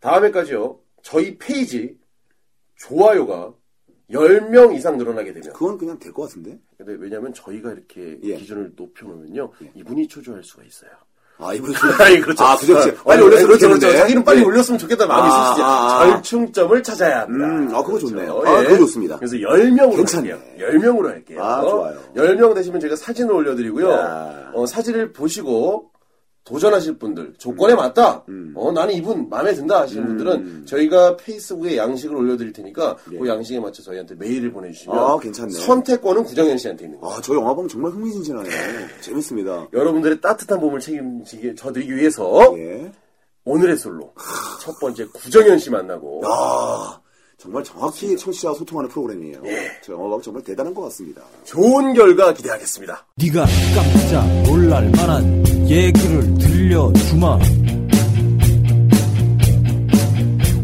다음에까지요. 저희 페이지 좋아요가 10명 이상 늘어나게 되면. 그건 그냥 될 것 같은데? 근데 왜냐면 저희가 이렇게 예. 기준을 높여놓으면요. 이분이 초조할 수가 있어요. 아, 이분 아니, 그렇죠. 아, 그죠, 그죠. 빨리 아, 올렸으면 그렇죠, 그렇죠. 그렇죠. 자기는 빨리 예. 올렸으면 좋겠다 마음이 아, 있으시죠. 아, 아. 절충점을 찾아야 합니다. 음, 아, 그거 좋네요. 그렇죠. 아, 그거 좋습니다. 그래서 10명으로 괜찮네. 할게요. 10명으로 할게요. 아, 좋아요. 10명 되시면 제가 사진을 올려드리고요. 야. 어, 사진을 보시고 도전하실 분들, 조건에 맞다. 어, 나는 이분 마음에 든다 하시는 분들은 저희가 페이스북에 양식을 올려드릴 테니까 그 양식에 맞춰 저희한테 메일을 보내주시면 아, 괜찮네. 선택권은 구정현 씨한테 있는 거예요. 아, 저 영화방 정말 흥미진진하네요. 재밌습니다. 여러분들의 따뜻한 봄을 책임지게 저드리기 위해서 예. 오늘의 솔로 첫 번째 구정현 씨 만나고 아, 정말 정확히 청취자와 소통하는 프로그램이에요. 저 영화방 정말 대단한 것 같습니다. 좋은 결과 기대하겠습니다. 네가 깜짝 놀랄 만한 얘기를 들려주마.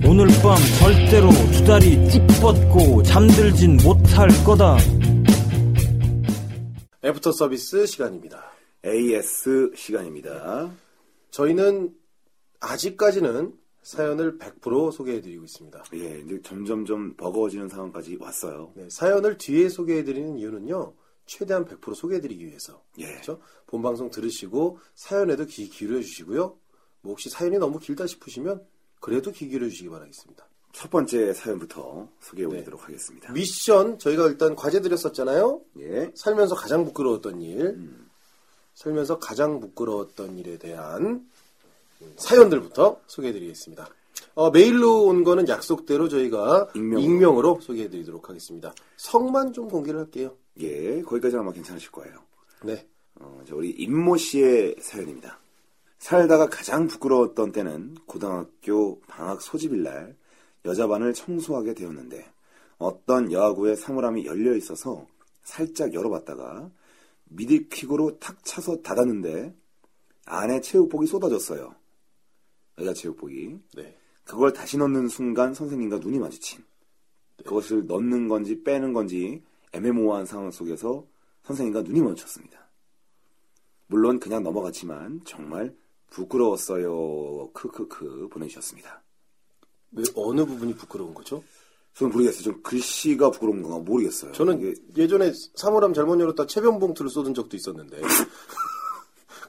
오늘 밤 절대로 두 다리 쭉 뻗고 잠들진 못할 거다. 애프터 서비스 시간입니다. AS 시간입니다. 저희는 아직까지는 사연을 100% 소개해드리고 있습니다. 예, 이제 점점점 버거워지는 상황까지 왔어요. 네, 사연을 뒤에 소개해드리는 이유는요. 최대한 100% 소개해드리기 위해서. 예. 그렇죠? 본 방송 들으시고 사연에도 귀 기울여 주시고요. 뭐 혹시 사연이 너무 길다 싶으시면 그래도 귀 기울여 주시기 바라겠습니다. 첫 번째 사연부터 소개해 올리도록 하겠습니다. 미션 저희가 일단 과제 드렸었잖아요. 예. 살면서 가장 부끄러웠던 일, 살면서 가장 부끄러웠던 일에 대한 사연들부터 소개해드리겠습니다. 어, 메일로 온 거는 약속대로 저희가 익명으로, 익명으로. 소개해드리도록 하겠습니다. 성만 좀 공개를 할게요. 예, 거기까지는 아마 괜찮으실 거예요. 네. 어, 이제 우리 임모 씨의 사연입니다. 살다가 가장 부끄러웠던 때는 고등학교 방학 소집일 날 여자반을 청소하게 되었는데 어떤 여학우의 사물함이 열려 있어서 살짝 열어봤다가 미들퀵으로 탁 차서 닫았는데 안에 체육복이 쏟아졌어요. 여자 체육복이. 네. 그걸 다시 넣는 순간 선생님과 눈이 마주친 네. 그것을 넣는 건지 빼는 건지 애매모호한 상황 속에서 선생님과 눈이 마주쳤습니다. 물론 그냥 넘어갔지만 정말 부끄러웠어요. 크크크 보내주셨습니다. 왜 어느 부분이 부끄러운 거죠? 저는 모르겠어요. 좀 글씨가 부끄러운 건가 모르겠어요. 저는 이게 예전에 사물함 잘못 열었다 체변 봉투를 쏟은 적도 있었는데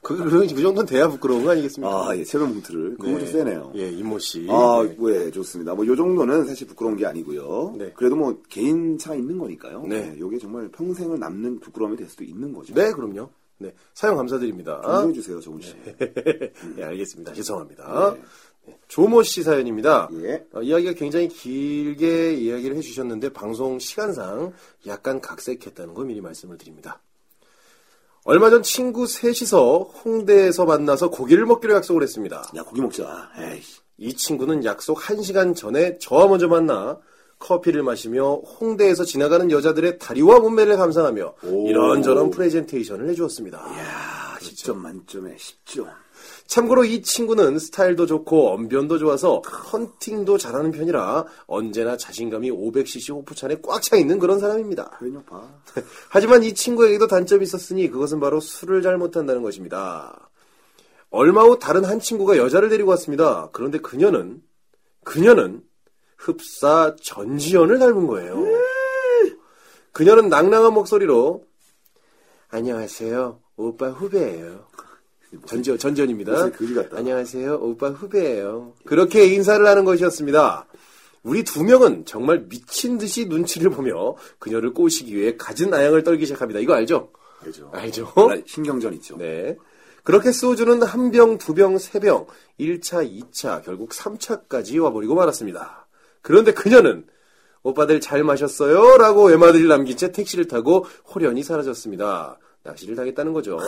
그, 그, 그 정도는 돼야 부끄러운 거 아니겠습니까? 아, 예, 체면 봉투를 그거 좀 네. 세네요. 예, 임모 씨. 아, 네. 예, 좋습니다. 뭐, 요 정도는 사실 부끄러운 게 아니고요. 네. 그래도 뭐, 개인차 있는 거니까요. 예, 네. 요게 정말 평생을 남는 부끄러움이 될 수도 있는 거죠. 네, 그럼요. 네, 사용 감사드립니다. 존중해주세요, 정훈 씨. 예, 알겠습니다. 죄송합니다. 네, 조모 씨 사연입니다. 예. 어, 이야기가 굉장히 길게 이야기를 해주셨는데 방송 시간상 약간 각색했다는 거 미리 말씀을 드립니다. 얼마 전 친구 셋이서 홍대에서 만나서 고기를 먹기로 약속을 했습니다. 야, 고기 먹자. 에이. 이 친구는 약속 1시간 전에 저와 먼저 만나 커피를 마시며 홍대에서 지나가는 여자들의 다리와 몸매를 감상하며 오. 이런저런 프레젠테이션을 해주었습니다. 아, 10점 만점에 10점. 참고로 이 친구는 스타일도 좋고 언변도 좋아서 헌팅도 잘하는 편이라 언제나 자신감이 500cc 호프찬에 꽉 차 있는 그런 사람입니다. 회녀파. 하지만 이 친구에게도 단점이 있었으니 그것은 바로 술을 잘 못한다는 것입니다. 얼마 후 다른 한 친구가 여자를 데리고 왔습니다. 그런데 그녀는 그녀는 흡사 전지현을 닮은 거예요. 그녀는 낭낭한 목소리로 안녕하세요. 오빠 후배예요. 전지현, 전지현입니다. 무슨 그지 같다. 안녕하세요. 오빠 후배예요. 그렇게 인사를 하는 것이었습니다. 우리 두 명은 정말 미친 듯이 눈치를 보며 그녀를 꼬시기 위해 가진 아양을 떨기 시작합니다. 이거 알죠? 알죠. 알죠? 원래 그렇죠. 신경전 있죠. 네. 그렇게 소주는 한 병, 두 병, 세 병, 1차, 2차, 결국 3차까지 와버리고 말았습니다. 그런데 그녀는 오빠들 잘 마셨어요? 라고 외마디를 남긴 채 택시를 타고 호련히 사라졌습니다. 낚시를 당했다는 거죠.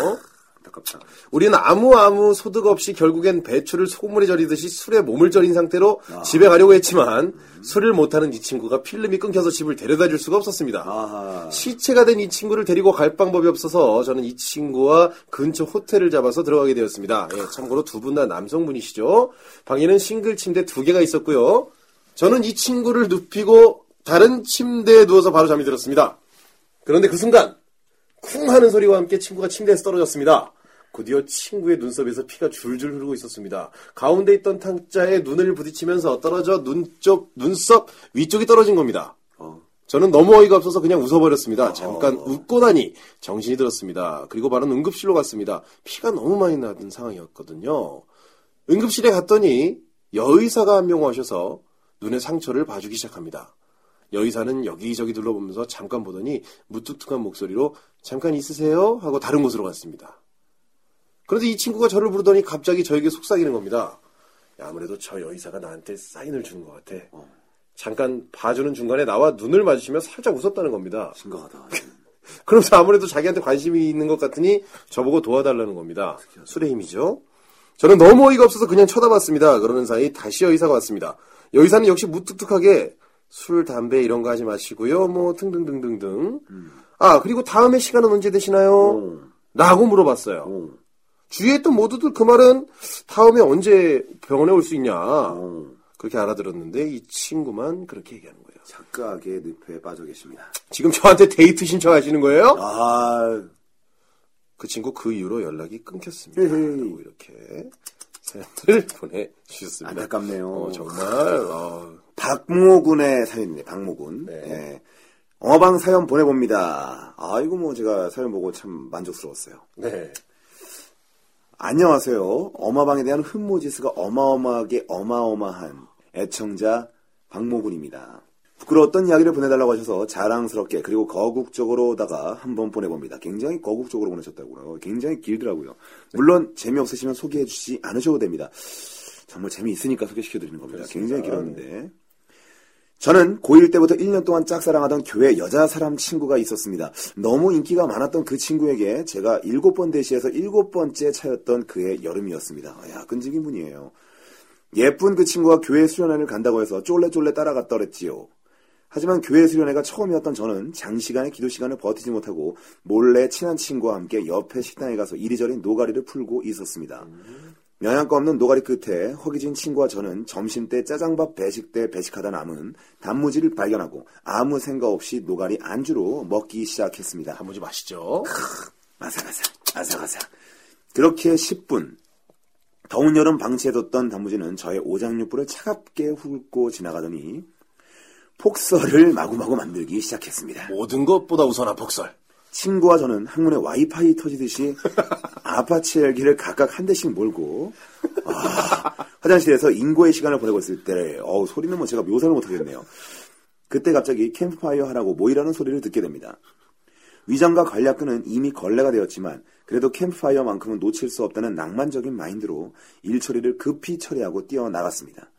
안타깝다. 우리는 아무 아무 소득 없이 결국엔 배추를 소금물에 절이듯이 술에 몸을 절인 상태로 집에 가려고 했지만 술을 못하는 이 친구가 필름이 끊겨서 집을 데려다 줄 수가 없었습니다. 아하. 시체가 된 이 친구를 데리고 갈 방법이 없어서 저는 이 친구와 근처 호텔을 잡아서 들어가게 되었습니다. 예, 참고로 두 분 다 남성분이시죠. 방에는 싱글 침대 두 개가 있었고요. 저는 이 친구를 눕히고 다른 침대에 누워서 바로 잠이 들었습니다. 그런데 그 순간 쿵 하는 소리와 함께 친구가 침대에서 떨어졌습니다. 곧이어 친구의 눈썹에서 피가 줄줄 흐르고 있었습니다. 가운데 있던 탕자에 눈을 부딪히면서 떨어져 눈 쪽, 눈썹 위쪽이 떨어진 겁니다. 저는 너무 어이가 없어서 그냥 웃어버렸습니다. 잠깐 웃고다니 정신이 들었습니다. 그리고 바로 응급실로 갔습니다. 피가 너무 많이 나던 상황이었거든요. 응급실에 갔더니 여의사가 한 명 오셔서 눈의 상처를 봐주기 시작합니다. 여의사는 여기저기 둘러보면서 잠깐 보더니 무뚝뚝한 목소리로 잠깐 있으세요 하고 다른 곳으로 갔습니다. 그런데 이 친구가 저를 부르더니 갑자기 저에게 속삭이는 겁니다. 야, 아무래도 저 여의사가 나한테 사인을 주는 것 같아. 어. 잠깐 봐주는 중간에 나와 눈을 마주치며 살짝 웃었다는 겁니다. 심각하다. 그러면서 아무래도 자기한테 관심이 있는 것 같으니 저보고 도와달라는 겁니다. 술의 힘이죠. 저는 너무 어이가 없어서 그냥 쳐다봤습니다. 그러는 사이 다시 여의사가 왔습니다. 여의사는 역시 무뚝뚝하게 술, 담배 이런 거 하지 마시고요. 뭐 등등등등등. 아 그리고 다음에 시간은 언제 되시나요? 라고 물어봤어요. 주위에 있던 모두들 그 말은 다음에 언제 병원에 올 수 있냐 그렇게 알아들었는데 이 친구만 그렇게 얘기하는 거예요. 착각의 늪에 빠져 계십니다. 지금 저한테 데이트 신청하시는 거예요? 아, 그 친구 그 이후로 연락이 끊겼습니다. 예, 그리고 이렇게 사연들을 보내주셨습니다. 안타깝네요. 어, 정말 어, 박모군의 사연이네, 박모군. 네. 예. 어방 사연 보내봅니다. 아, 이거 뭐 제가 사연 보고 참 만족스러웠어요. 네. 안녕하세요. 어마방에 대한 흠모지수가 어마어마하게 어마어마한 애청자 박모군입니다. 부끄러웠던 이야기를 보내달라고 하셔서 자랑스럽게 그리고 거국적으로다가 한번 보내봅니다. 굉장히 거국적으로 보내셨다고요. 굉장히 길더라고요. 물론 재미없으시면 소개해주지 않으셔도 됩니다. 정말 재미있으니까 소개시켜드리는 겁니다. 굉장히 길었는데. 저는 고1 때부터 1년 동안 짝사랑하던 교회 여자 사람 친구가 있었습니다. 너무 인기가 많았던 그 친구에게 제가 7번 대시에서 7번째 차였던 그해 여름이었습니다. 야, 끈질긴 분이에요. 예쁜 그 친구가 교회 수련회를 간다고 해서 쫄래쫄래 따라갔더랬지요. 하지만 교회 수련회가 처음이었던 저는 장시간의 기도 시간을 버티지 못하고 몰래 친한 친구와 함께 옆에 식당에 가서 이리저리 노가리를 풀고 있었습니다. 영양가 없는 노가리 끝에 허기진 친구와 저는 점심때 짜장밥 배식 때 배식하다 남은 단무지를 발견하고 아무 생각 없이 노가리 안주로 먹기 시작했습니다. 단무지 맛있죠? 아삭아삭, 아삭아삭. 그렇게 10분. 더운 여름 방치해뒀던 단무지는 저의 오장육부를 차갑게 훑고 지나가더니 폭설을 마구마구 만들기 시작했습니다. 모든 것보다 우선한 폭설. 친구와 저는 항문에 와이파이 터지듯이 아파치 열기를 각각 한 대씩 몰고 아, 화장실에서 인고의 시간을 보내고 있을 때 어우, 소리는 뭐 제가 묘사를 못하겠네요. 그때 갑자기 캠프파이어 하라고 모이라는 소리를 듣게 됩니다. 위장과 관략근은 이미 걸레가 되었지만 그래도 캠프파이어만큼은 놓칠 수 없다는 낭만적인 마인드로 일처리를 급히 처리하고 뛰어나갔습니다.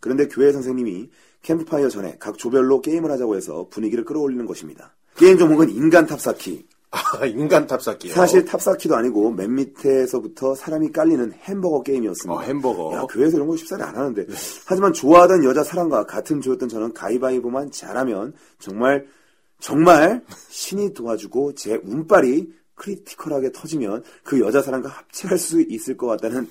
그런데 교회 선생님이 캠프파이어 전에 각 조별로 게임을 하자고 해서 분위기를 끌어올리는 것입니다. 게임 종목은 인간 탑사키. 아, 인간 탑사기요. 사실 탑사키도 아니고 맨 밑에서부터 사람이 깔리는 햄버거 게임이었습니다. 어, 햄버거. 야, 교회에서 이런 거 쉽사리 안 하는데. 하지만 좋아하던 여자 사람과 같은 조였던 저는 가위바위보만 잘하면 정말, 정말 신이 도와주고 제 운빨이 크리티컬하게 터지면 그 여자 사람과 합체할 수 있을 것 같다는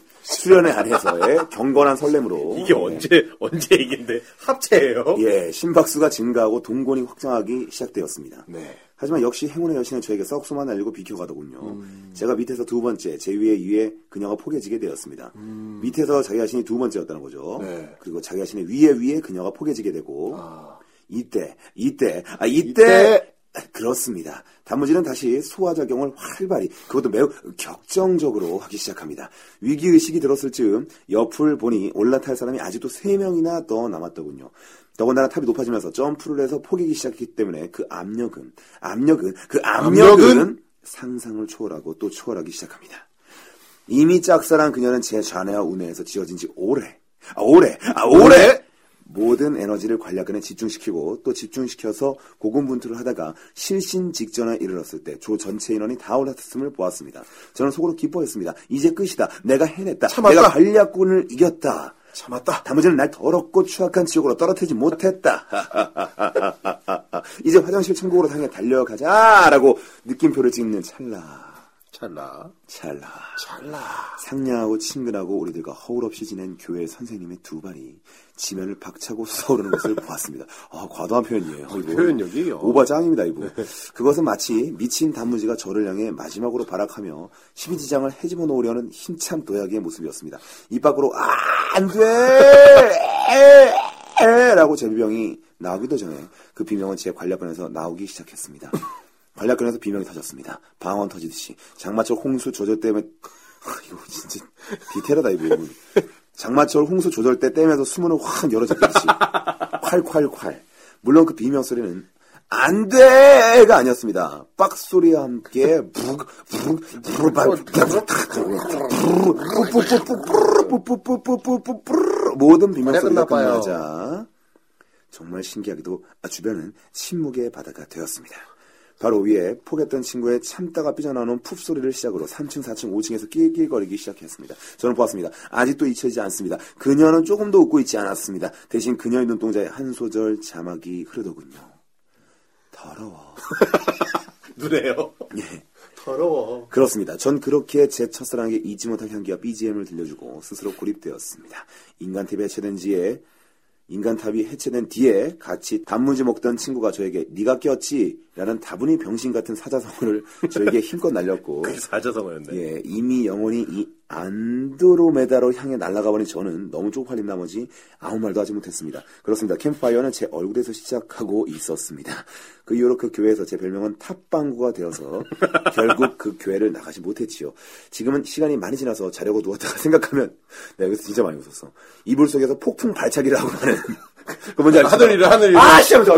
수련회 안에서의 경건한 설렘으로. 이게 네. 언제 언제 얘긴데 합체예요? 예, 심박수가 증가하고 동곤이 확장하기 시작되었습니다. 네. 하지만 역시 행운의 여신은 저에게 썩소만 날리고 비켜가더군요. 제가 밑에서 두 번째, 제 위에 위에 그녀가 포개지게 되었습니다. 밑에서 자기 자신이 두 번째였다는 거죠. 네. 그리고 자기 자신의 위에 위에 그녀가 포개지게 되고 이때, 이때, 아 이때, 이때! 그렇습니다. 단무지는 다시 소화작용을 활발히 그것도 매우 격정적으로 하기 시작합니다. 위기의식이 들었을 즈음 옆을 보니 올라탈 사람이 아직도 세명이나더 남았더군요. 더군다나 탑이 높아지면서 점프를 해서 포기기 시작했기 때문에 그 압력은 압력은 그 압력은, 압력은? 상상을 초월하고 또 초월하기 시작합니다. 이미 짝사랑 그녀는 제 좌뇌와 우뇌에서 지어진 지 오래 아 오래 아 오래 모든 에너지를 관략근에 집중시키고 또 집중시켜서 고군분투를 하다가 실신 직전에 이르렀을 때 조 전체 인원이 다 올라탔음을 보았습니다. 저는 속으로 기뻐했습니다. 이제 끝이다. 내가 해냈다. 참았다. 내가 관략군을 이겼다. 참았다. 다무지는 날 더럽고 추악한 지옥으로 떨어뜨리지 못했다. 이제 화장실 천국으로 향해 달려가자라고 느낌표를 찍는 찰나 찰나. 찰나 찰나. 상냥하고 친근하고 우리들과 허울없이 지낸 교회 선생님의 두 발이 지면을 박차고 솟아오르는 것을 보았습니다. 아, 과도한 표현이에요. 이거. 그 표현력이요. 오바짱입니다, 이분. 그것은 마치 미친 단무지가 저를 향해 마지막으로 발악하며 십이지장을 헤집어 놓으려는 힘찬 도약의 모습이었습니다. 입 밖으로 아, 안 돼! 에, 에, 라고 제비병이 나오기도 전에 그 비명은 제 관략근에서 나오기 시작했습니다. 관략근에서 비명이 터졌습니다. 방언 터지듯이 장마철 홍수 조절 때문에 아, 이거 진짜 디테일하다 이 부분. 장마철 홍수 조절 때 댐에서 수문을 확 열어젖듯이 콸콸콸. 물론 그 비명 소리는 안 돼가 아니었습니다. 빡 소리와 함께 모든 비명 소리가 끝나자 정말 신기하게도 아, 주변은 침묵의 바다가 되었습니다. 바로 위에 포겠던 친구의 참다가 삐져나오는 푹 소리를 시작으로 3층, 4층, 5층에서 낄낄거리기 시작했습니다. 저는 보았습니다. 아직도 잊혀지지 않습니다. 그녀는 조금도 웃고 있지 않았습니다. 대신 그녀의 눈동자에 한 소절 자막이 흐르더군요. 더러워. 누래요. 예. 더러워. 그렇습니다. 전 그렇게 제 첫사랑에게 잊지 못할 향기와 BGM을 들려주고 스스로 고립되었습니다. 인간탭이 해체된 뒤에 인간탑이 해체된 뒤에 같이 단무지 먹던 친구가 저에게 네가 꼈지라는 다분히 병신 같은 사자성어를 저에게 힘껏 날렸고 사자성어였네. 예, 이미 영혼이 이 안드로메다로 향해 날아가 버린 저는 너무 쪽팔린 나머지 아무 말도 하지 못했습니다. 그렇습니다. 캠파이어는 제 얼굴에서 시작하고 있었습니다. 그 이후로 그 교회에서 제 별명은 탑방구가 되어서 결국 그 교회를 나가지 못했지요. 지금은 시간이 많이 지나서 자려고 누웠다가 생각하면 내가 여기서 진짜 많이 웃었어. 이불 속에서 폭풍 발차기라고 하는 그 뭔지 알죠? 하늘 위로, 하늘 위로. 아, 씨! 하면서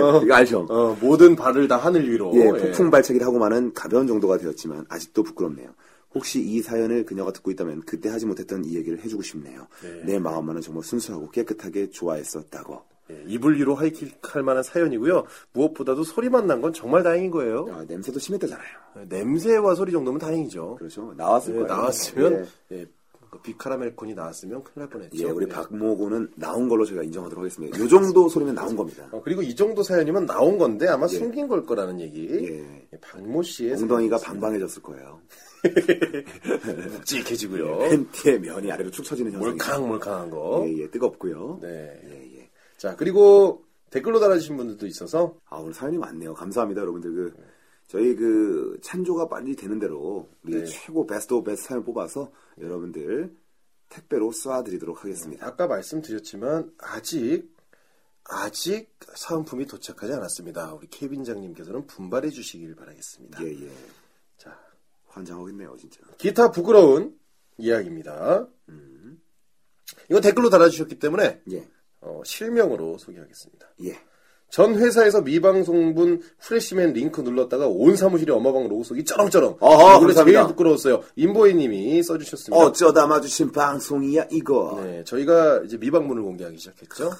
어. 이거 알죠? 어, 모든 발을 다 하늘 위로. 예, 폭풍 발차기를 하고 마는 가벼운 정도가 되었지만 아직도 부끄럽네요. 혹시 이 사연을 그녀가 듣고 있다면 그때 하지 못했던 이 얘기를 해주고 싶네요. 내 마음만은 정말 순수하고 깨끗하게 좋아했었다고. 예, 이불 위로 하이킥할 만한 사연이고요. 무엇보다도 소리만 난 건 정말 다행인 거예요. 네, 아, 냄새도 심했다잖아요. 냄새와 소리 정도면 다행이죠. 그렇죠. 나왔을 예, 거예요. 나왔으면 예. 예, 그 비카라멜콘이 나왔으면 큰일 날 뻔했죠. 예, 우리 예. 박모고는 나온 걸로 저희가 인정하도록 하겠습니다. 요 정도 소리면 나온 겁니다. 어, 그리고 이 정도 사연이면 나온 건데 아마 숨긴 걸 거라는 얘기. 예. 예, 박모 씨의 엉덩이가 사연이었습니다. 방방해졌을 거예요. 묵직해지고요. 팬티의 면이 아래로 축 처지는 현상. 예. 몰캉몰캉한 거. 예, 예, 뜨겁고요. 네. 예, 예. 자 그리고 댓글로 달아주신 분들도 있어서 아, 오늘 사연이 많네요. 감사합니다, 여러분들. 그, 저희 그, 찬조가 빨리 되는 대로, 우리 네. 최고 베스트 오브 베스트 사연 뽑아서, 여러분들, 택배로 쏴드리도록 하겠습니다. 아까 말씀드렸지만 아직 아직 사은품이 도착하지 않았습니다. 우리 케빈장님께서는 분발해 주시길 바라겠습니다. 예, 예. 자 환장하겠네요, 진짜. 기타 부끄러운 이야기입니다. 음. 이거 댓글로 달아주셨기 때문에 예, 어, 실명으로 소개하겠습니다. 예. 전 회사에서 미방송분 프레시맨 링크 눌렀다가 온 사무실이 어마방 로고송이 쩌렁쩌렁. 어허, 이걸로 제일 감사합니다. 부끄러웠어요. 임보이님이 써주셨습니다. 어쩌다 마주친 방송이야, 이거. 네, 저희가 이제 미방문을 공개하기 시작했죠.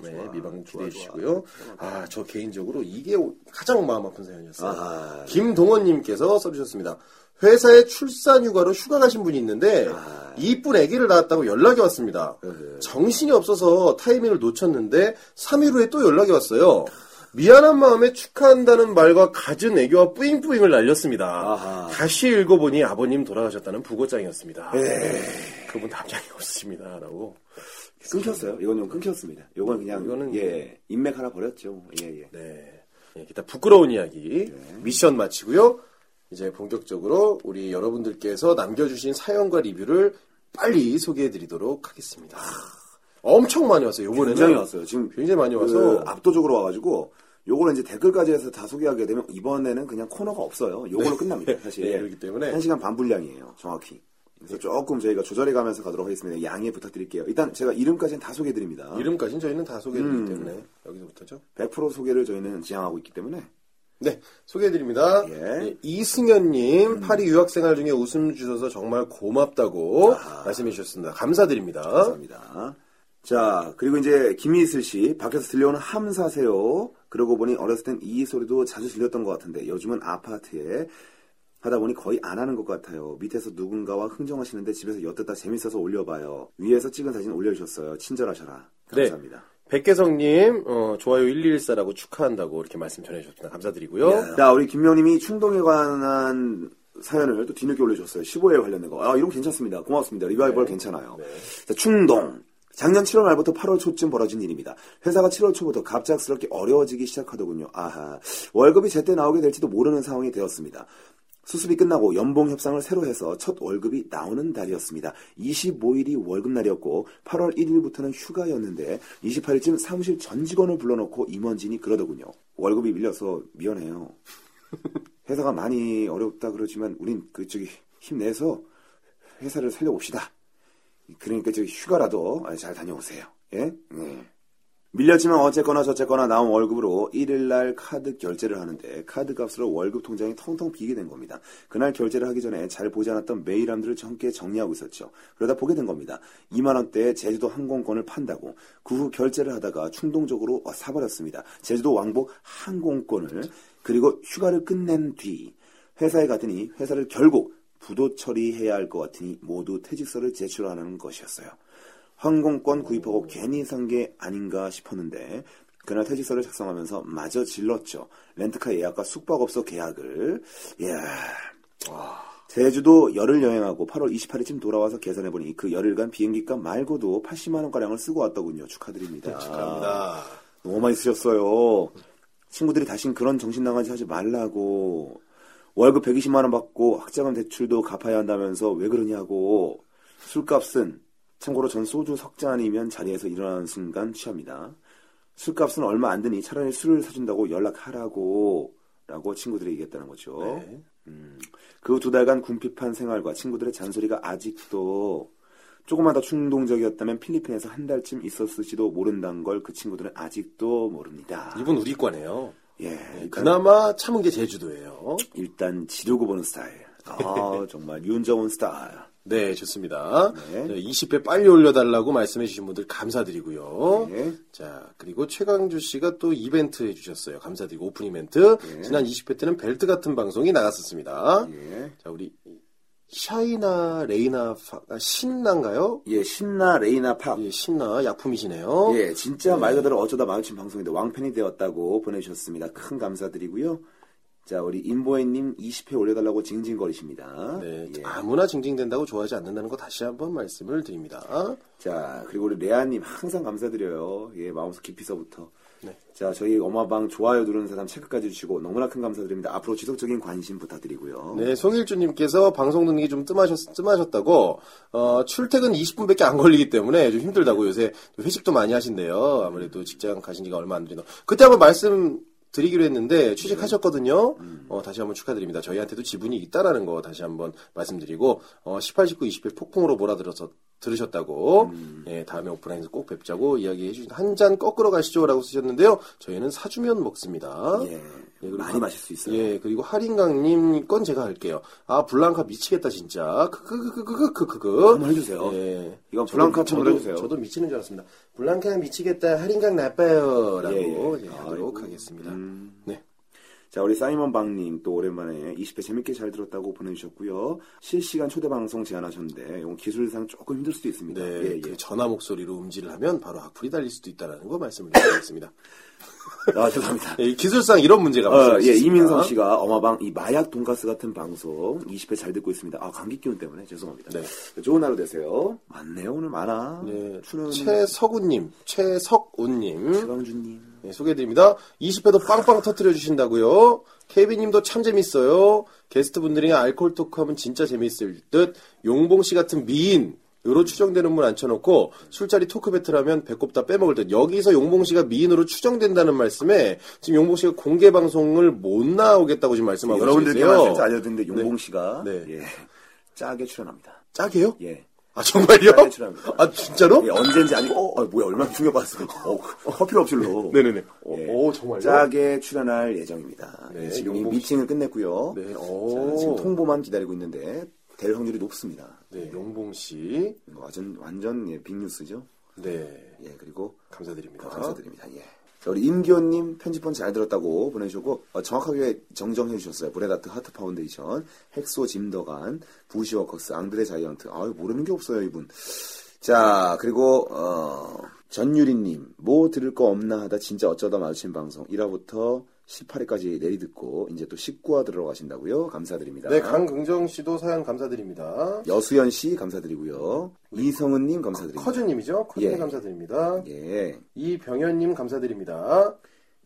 네, 미방문 기대해 주시고요. 아, 저 개인적으로 이게 오- 가장 마음 아픈 사연이었어요. 아. 김동원님께서 써주셨습니다. 회사에 출산휴가로 휴가 가신 분이 있는데 아. 이쁜 아기를 낳았다고 연락이 왔습니다. 네, 정신이 없어서 타이밍을 놓쳤는데 3일 후에 또 연락이 왔어요. 미안한 마음에 축하한다는 말과 갖은 애교와 뿌잉뿌잉을 날렸습니다. 아하. 다시 읽어보니 아버님 돌아가셨다는 부고장이었습니다. 네. 그분 답장이 없으십니다라고. 끊겼어요. 이건 좀 끊겼습니다. 이건 그냥, 네, 이거는- 뭐. 예, 인맥 하나 버렸죠. 예, 예. 네. 예, 기타 부끄러운 이야기 네. 미션 마치고요. 이제 본격적으로 우리 여러분들께서 남겨주신 사연과 리뷰를 빨리 소개해드리도록 하겠습니다. 아, 엄청 많이 왔어요. 요번에는 굉장히 왔어요. 지금 굉장히 많이 그 와서 아, 압도적으로 와가지고 요거는 이제 댓글까지 해서 다 소개하게 되면 이번에는 그냥 코너가 없어요. 요걸로 끝납니다. 사실 네, 그렇기 때문에. 네. 한 시간 반 분량이에요. 정확히. 그래서 조금 저희가 조절해가면서 가도록 하겠습니다. 양해 부탁드릴게요. 일단 제가 이름까지는 다 소개해드립니다. 이름까지는 저희는 다 소개해드리기 음. 때문에 여기서부터죠. 100% 소개를 저희는 지향하고 있기 때문에 네, 소개해드립니다. 예. 음. 예, 이승현님, 파리 유학생활 중에 웃음 주셔서 정말 고맙다고 말씀해주셨습니다. 감사드립니다. 아. 감사합니다. 자, 그리고 이제 김희슬 씨, 밖에서 들려오는 함사세요. 그러고 보니 어렸을 땐 이 소리도 자주 들렸던 것 같은데 요즘은 아파트에 하다 보니 거의 안 하는 것 같아요. 밑에서 누군가와 흥정하시는데 집에서 엿듣다 재밌어서 올려봐요. 위에서 찍은 사진 올려주셨어요. 친절하셔라. 감사합니다. 백계성님, 어, 좋아요 1214라고 축하한다고 이렇게 말씀 전해주셨습니다. 감사드리고요. 네, 자, 우리 김명님이 충동에 관한 사연을 또 뒤늦게 올려주셨어요. 15회 관련된 거. 아, 이런 거 괜찮습니다. 고맙습니다. 리바이벌 괜찮아요. 자, 충동. 작년 7월 말부터 8월 초쯤 벌어진 일입니다. 회사가 7월 초부터 갑작스럽게 어려워지기 시작하더군요. 아하. 월급이 제때 나오게 될지도 모르는 상황이 되었습니다. 수습이 끝나고 연봉 협상을 새로 해서 첫 월급이 나오는 날이었습니다. 25일이 월급날이었고 8월 1일부터는 휴가였는데 28일쯤 사무실 전 직원을 불러놓고 임원진이 그러더군요. 월급이 밀려서 미안해요. 회사가 많이 어렵다 그러지만 우린 그 저기 힘내서 회사를 살려봅시다. 그러니까 저기 휴가라도 잘 다녀오세요. 예? 네. 밀렸지만 어쨌거나 저쨌거나 나온 월급으로 1일날 카드 결제를 하는데 카드 값으로 월급 통장이 텅텅 비게 된 겁니다. 그날 결제를 하기 전에 잘 보지 않았던 메일함들을 함께 정리하고 있었죠. 그러다 보게 된 겁니다. 2만원대에 제주도 항공권을 판다고 그 후 결제를 하다가 충동적으로 어, 사버렸습니다. 제주도 왕복 항공권을 그리고 휴가를 끝낸 뒤 회사에 갔더니 회사를 결국 부도 처리해야 할 것 같으니 모두 퇴직서를 제출하는 것이었어요. 항공권 구입하고 괜히 산 게 아닌가 싶었는데 그날 퇴직서를 작성하면서 마저 질렀죠. 렌트카 예약과 숙박업소 계약을 이야 제주도 열흘 여행하고 8월 28일쯤 돌아와서 계산해보니 그 열흘간 비행기값 말고도 80만원가량을 쓰고 왔더군요. 축하드립니다. 네, 축하합니다. 너무 많이 쓰셨어요. 친구들이 다신 그런 정신나가지 하지 말라고 월급 120만 원 받고 학자금 대출도 갚아야 한다면서 왜 그러냐고 술값은 참고로 전 소주 석 잔이면 자리에서 일어나는 순간 취합니다. 술값은 얼마 안 드니 차라리 술을 사준다고 연락하라고 라고 친구들이 얘기했다는 거죠. 네. 그 후 두 달간 궁핍한 생활과 친구들의 잔소리가 아직도 조금만 더 충동적이었다면 필리핀에서 한 달쯤 있었을지도 모른다는 걸 그 친구들은 아직도 모릅니다. 이분 우리 과네요. 예, 네, 일단- 그나마 참은 게 제주도예요. 일단 지르고 보는 스타일. 아 정말 윤정훈 스타일. 네, 좋습니다. 네. 20회 빨리 올려달라고 말씀해주신 분들 감사드리고요. 네. 자, 그리고 최강주 씨가 또 이벤트 해주셨어요. 감사드리고 오픈 이벤트. 지난 20회 때는 벨트 같은 방송이 나갔었습니다. 네. 예. 자, 우리 샤이나 레이나 파- 아, 신나인가요? 예, 신나 레이나 팝. 예, 신나 약품이시네요. 예, 진짜 말 그대로 어쩌다 마주친 방송인데 왕팬이 되었다고 보내주셨습니다. 큰 감사드리고요. 자, 우리 임보혜님 20회 올려달라고 징징거리십니다. 네, 예. 아무나 징징댄다고 좋아하지 않는다는 거 다시 한번 말씀을 드립니다. 자, 그리고 우리 레아님 항상 감사드려요. 예, 마음속 깊이서부터. 네. 자, 저희 엄마방 좋아요 누르는 사람 체크까지 주시고 너무나 큰 감사드립니다. 앞으로 지속적인 관심 부탁드리고요. 네, 송일주님께서 방송 듣는 게좀 뜸하셨, 뜸하셨다고, 어, 출퇴근 20분밖에 안 걸리기 때문에 좀 힘들다고 요새 회식도 많이 하신대요. 아무래도 직장 가신 지가 얼마 안 되나. 그때 한번 말씀 드리기로 했는데 취직하셨거든요. 어, 다시 한번 축하드립니다. 저희한테도 지분이 있다라는 거 다시 한번 말씀드리고, 어, 18, 19, 20회 폭풍으로 몰아들어서 들으셨다고, 예, 다음에 오프라인에서 꼭 뵙자고 이야기해 주신 한 잔 꺾으러 가시죠 라고 쓰셨는데요. 저희는 사주면 먹습니다. 예, 그리고 많이 한- 마실 수 있어요. 예, 그리고 하린강님 건 제가 할게요. 아, 블랑카 미치겠다, 진짜. 크크크크크크크크. 한번 해주세요. 예. 이건 저도- 블랑카 한번 저도, 해주세요. 저도 미치는 줄 알았습니다. 블랑카 미치겠다, 하린강 나빠요. 라고 예, 음. 예. 예, 하도록 하겠습니다. 네. 자, 우리 사이먼 박님 또 오랜만에 20회 재밌게 잘 들었다고 보내주셨고요. 실시간 초대 방송 제안하셨는데 이건 기술상 조금 힘들 수도 있습니다. 네, 예, 예. 그 전화 목소리로 음질을 하면 바로 악플이 달릴 수도 있다는 거 말씀을 드리겠습니다. 아, 죄송합니다. 예, 이 기술상 이런 문제가 어, 발생했습니다. 예, 이민성 씨가 어마방 이 마약 돈가스 같은 방송 20회 잘 듣고 있습니다. 아, 감기 기운 때문에 죄송합니다. 네. 좋은 하루 되세요. 많네요. 오늘 많아. 예, 추는 최석우님, 최석우님. 최강준님. 네, 소개해드립니다. 20회도 빵빵 터트려주신다고요. 케빈님도 참 재밌어요. 게스트분들이랑 알콜 토크하면 진짜 재밌을 듯. 용봉씨 같은 미인. 으로 추정되는 분 앉혀놓고 술자리 토크 배틀하면 배꼽 다 빼먹을 듯 여기서 용봉씨가 미인으로 추정된다는 말씀에 지금 용봉씨가 공개 방송을 못 나오겠다고 지금 말씀하고 예, 여러분들께만 뭐 계세요 살짝 알려드리는데 용봉 씨가 네. 예, 짜게 출연합니다. 짝이에요? 예. 아 정말요? 짜게 출연합니다. 아 진짜로? 예, 언젠지 아니, 어, 어, 뭐야, 얼마나 충격받았어. 어, 커피를 엎질러. 네네네 예. 오 정말요? 짝에 출연할 예정입니다. 네, 예, 지금 이 용봉 씨. 미팅을 끝냈고요. 네, 자, 오. 지금 통보만 기다리고 있는데 될 확률이 높습니다. 네 용봉씨 이거 완전 완전 예, 빅뉴스죠. 네 예, 그리고 감사드립니다 감사드립니다. 예. 자, 우리 임기현님 편집본 잘 들었다고 보내주셨고 어, 정확하게 정정해 주셨어요. 브레다트 하트 파운데이션, 헥소 짐더간, 부시워커스, 앙드레 자이언트. 아유 모르는 게 없어요 이분. 자 그리고 어, 전유리님 뭐 들을 거 없나 하다 진짜 어쩌다 마주친 방송 1화부터 18회까지 내리듣고 이제 또 19화 들어가신다고요. 감사드립니다. 네, 강긍정 씨도 사연 감사드립니다. 여수연 씨 감사드리고요. 이성은님 감사드립니다. 커즈님이죠? 커즈님 예. 감사드립니다. 예. 이병현님 감사드립니다.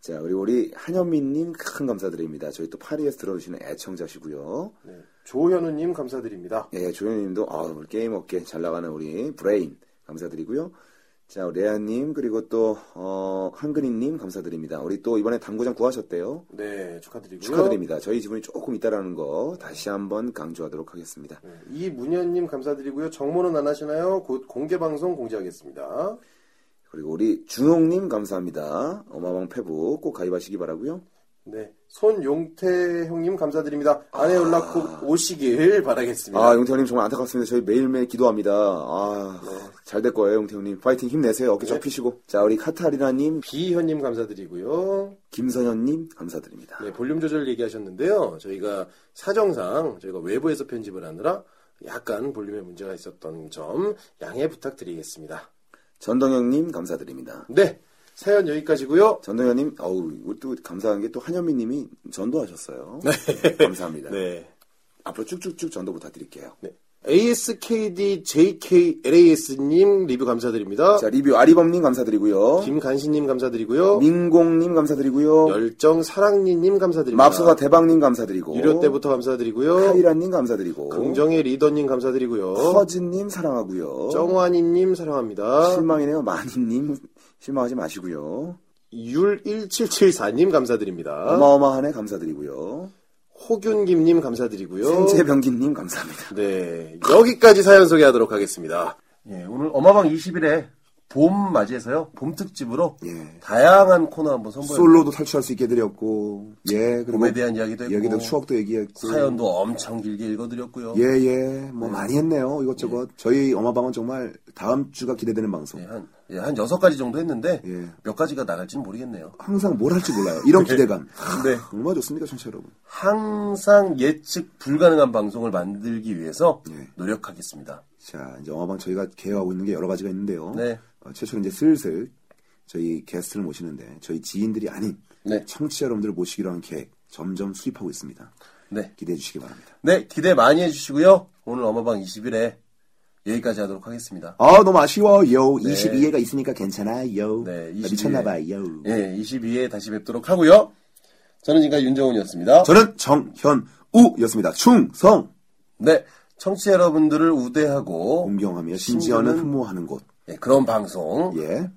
자, 그리고 우리 한현민님 큰 감사드립니다. 저희 또 파리에서 들어주시는 애청자시고요. 네. 조현우님 감사드립니다. 예, 조현님도 아, 오늘 게임 업계 잘 나가는 우리 브레인 감사드리고요. 자, 우리 레아님 그리고 또 어, 한근희님 감사드립니다. 우리 또 이번에 당구장 구하셨대요. 네, 축하드리고요. 축하드립니다. 저희 지분이 조금 있다라는 거 다시 한번 강조하도록 하겠습니다. 네, 이문현님 감사드리고요. 정모는 안 하시나요? 곧 공개 방송 공지하겠습니다. 그리고 우리 준홍님 감사합니다. 어마왕 페북 꼭 가입하시기 바라고요. 네, 손용태 형님 감사드립니다. 아내 연락 꼭 오시길 바라겠습니다. 아, 용태형님 정말 안타깝습니다. 저희 매일매일 기도합니다. 아, 잘 될 거예요, 용태형님. 파이팅 힘내세요. 어깨 쫙 네. 피시고. 자, 우리 카타리나님, 비현님 감사드리고요. 김선현님 감사드립니다. 네, 볼륨 조절 얘기하셨는데요. 저희가 사정상 저희가 외부에서 편집을 하느라 약간 볼륨에 문제가 있었던 점 양해 부탁드리겠습니다. 전동영님 감사드립니다. 네, 사연 여기까지고요. 전동현님, 어우, 이거 또 감사한 게 또 한현미님이 전도하셨어요. 네. 감사합니다. 네. 앞으로 쭉쭉쭉 전도 부탁드릴게요. 네. ASKD JKLAS님 리뷰 감사드립니다. 자, 리뷰 아리범님 감사드리고요. 김간신님 감사드리고요. 민공님 감사드리고요. 열정 사랑니님 감사드립니다. 맙소사 대박님 감사드리고. 유료 때부터 감사드리고요. 카이라님 감사드리고. 긍정의 리더님 감사드리고요. 허진님 사랑하고요. 정환이님 사랑합니다. 실망이네요. 마니님 실망하지 마시고요. 율1774님 감사드립니다. 어마어마하네 감사드리고요. 호균김님 감사드리고요. 생재병기님 감사합니다. 네, 여기까지 사연 소개하도록 하겠습니다. 예, 오늘 어마방 20일에 봄 맞이해서요. 봄 특집으로 예. 다양한 코너 한번 선보여 솔로도 탈출할 수 있게 드렸고, 예 그리고 봄에 대한 이야기도 했고. 얘기도 추억도 얘기했고, 사연도 엄청 길게 읽어드렸고요. 예예 뭐 많이 했네요 이것저것. 저희 엄마방은 정말 다음 주가 기대되는 방송. 예, 한, 예, 한 6가지 정도 했는데 예. 몇 가지가 나갈지는 모르겠네요. 항상 뭘 할지 몰라요. 이런 기대감. 네. 얼마나 좋습니까, 청취자 여러분. 항상 예측 불가능한 방송을 만들기 위해서 예. 노력하겠습니다. 자, 이제 어마방 저희가 계획하고 있는 게 여러 가지가 있는데요. 네. 어, 최초로 이제 슬슬 저희 게스트를 모시는데 저희 지인들이 아닌 네. 청취자 여러분들을 모시기로 한 계획 점점 수립하고 있습니다. 네. 기대해 주시기 바랍니다. 네, 기대 많이 해주시고요. 오늘 어마방 20일에 여기까지 하도록 하겠습니다. 아, 너무 아쉬워요. 22회가 있으니까 괜찮아요. 네, 나 22회. 미쳤나봐요. 예, 22회에 다시 뵙도록 하고요. 저는 지금까지 윤정훈이었습니다. 저는 정현우였습니다. 충성! 네, 청취자 여러분들을 우대하고 공경하며 심지어는 심지어는 흠모하는 곳. 예, 그런 방송 예.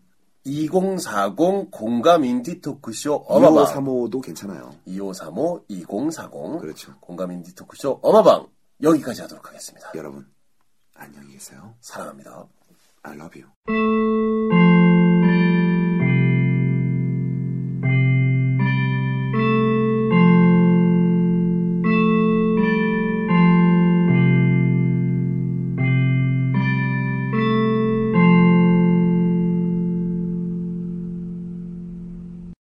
2040 공감 인디 토크쇼 어마방 2535도 괜찮아요. 2535 2040 그렇죠. 공감 인디 토크쇼 어마방 여기까지 하도록 하겠습니다. 여러분, 안녕히 계세요. 사랑합니다. I love you.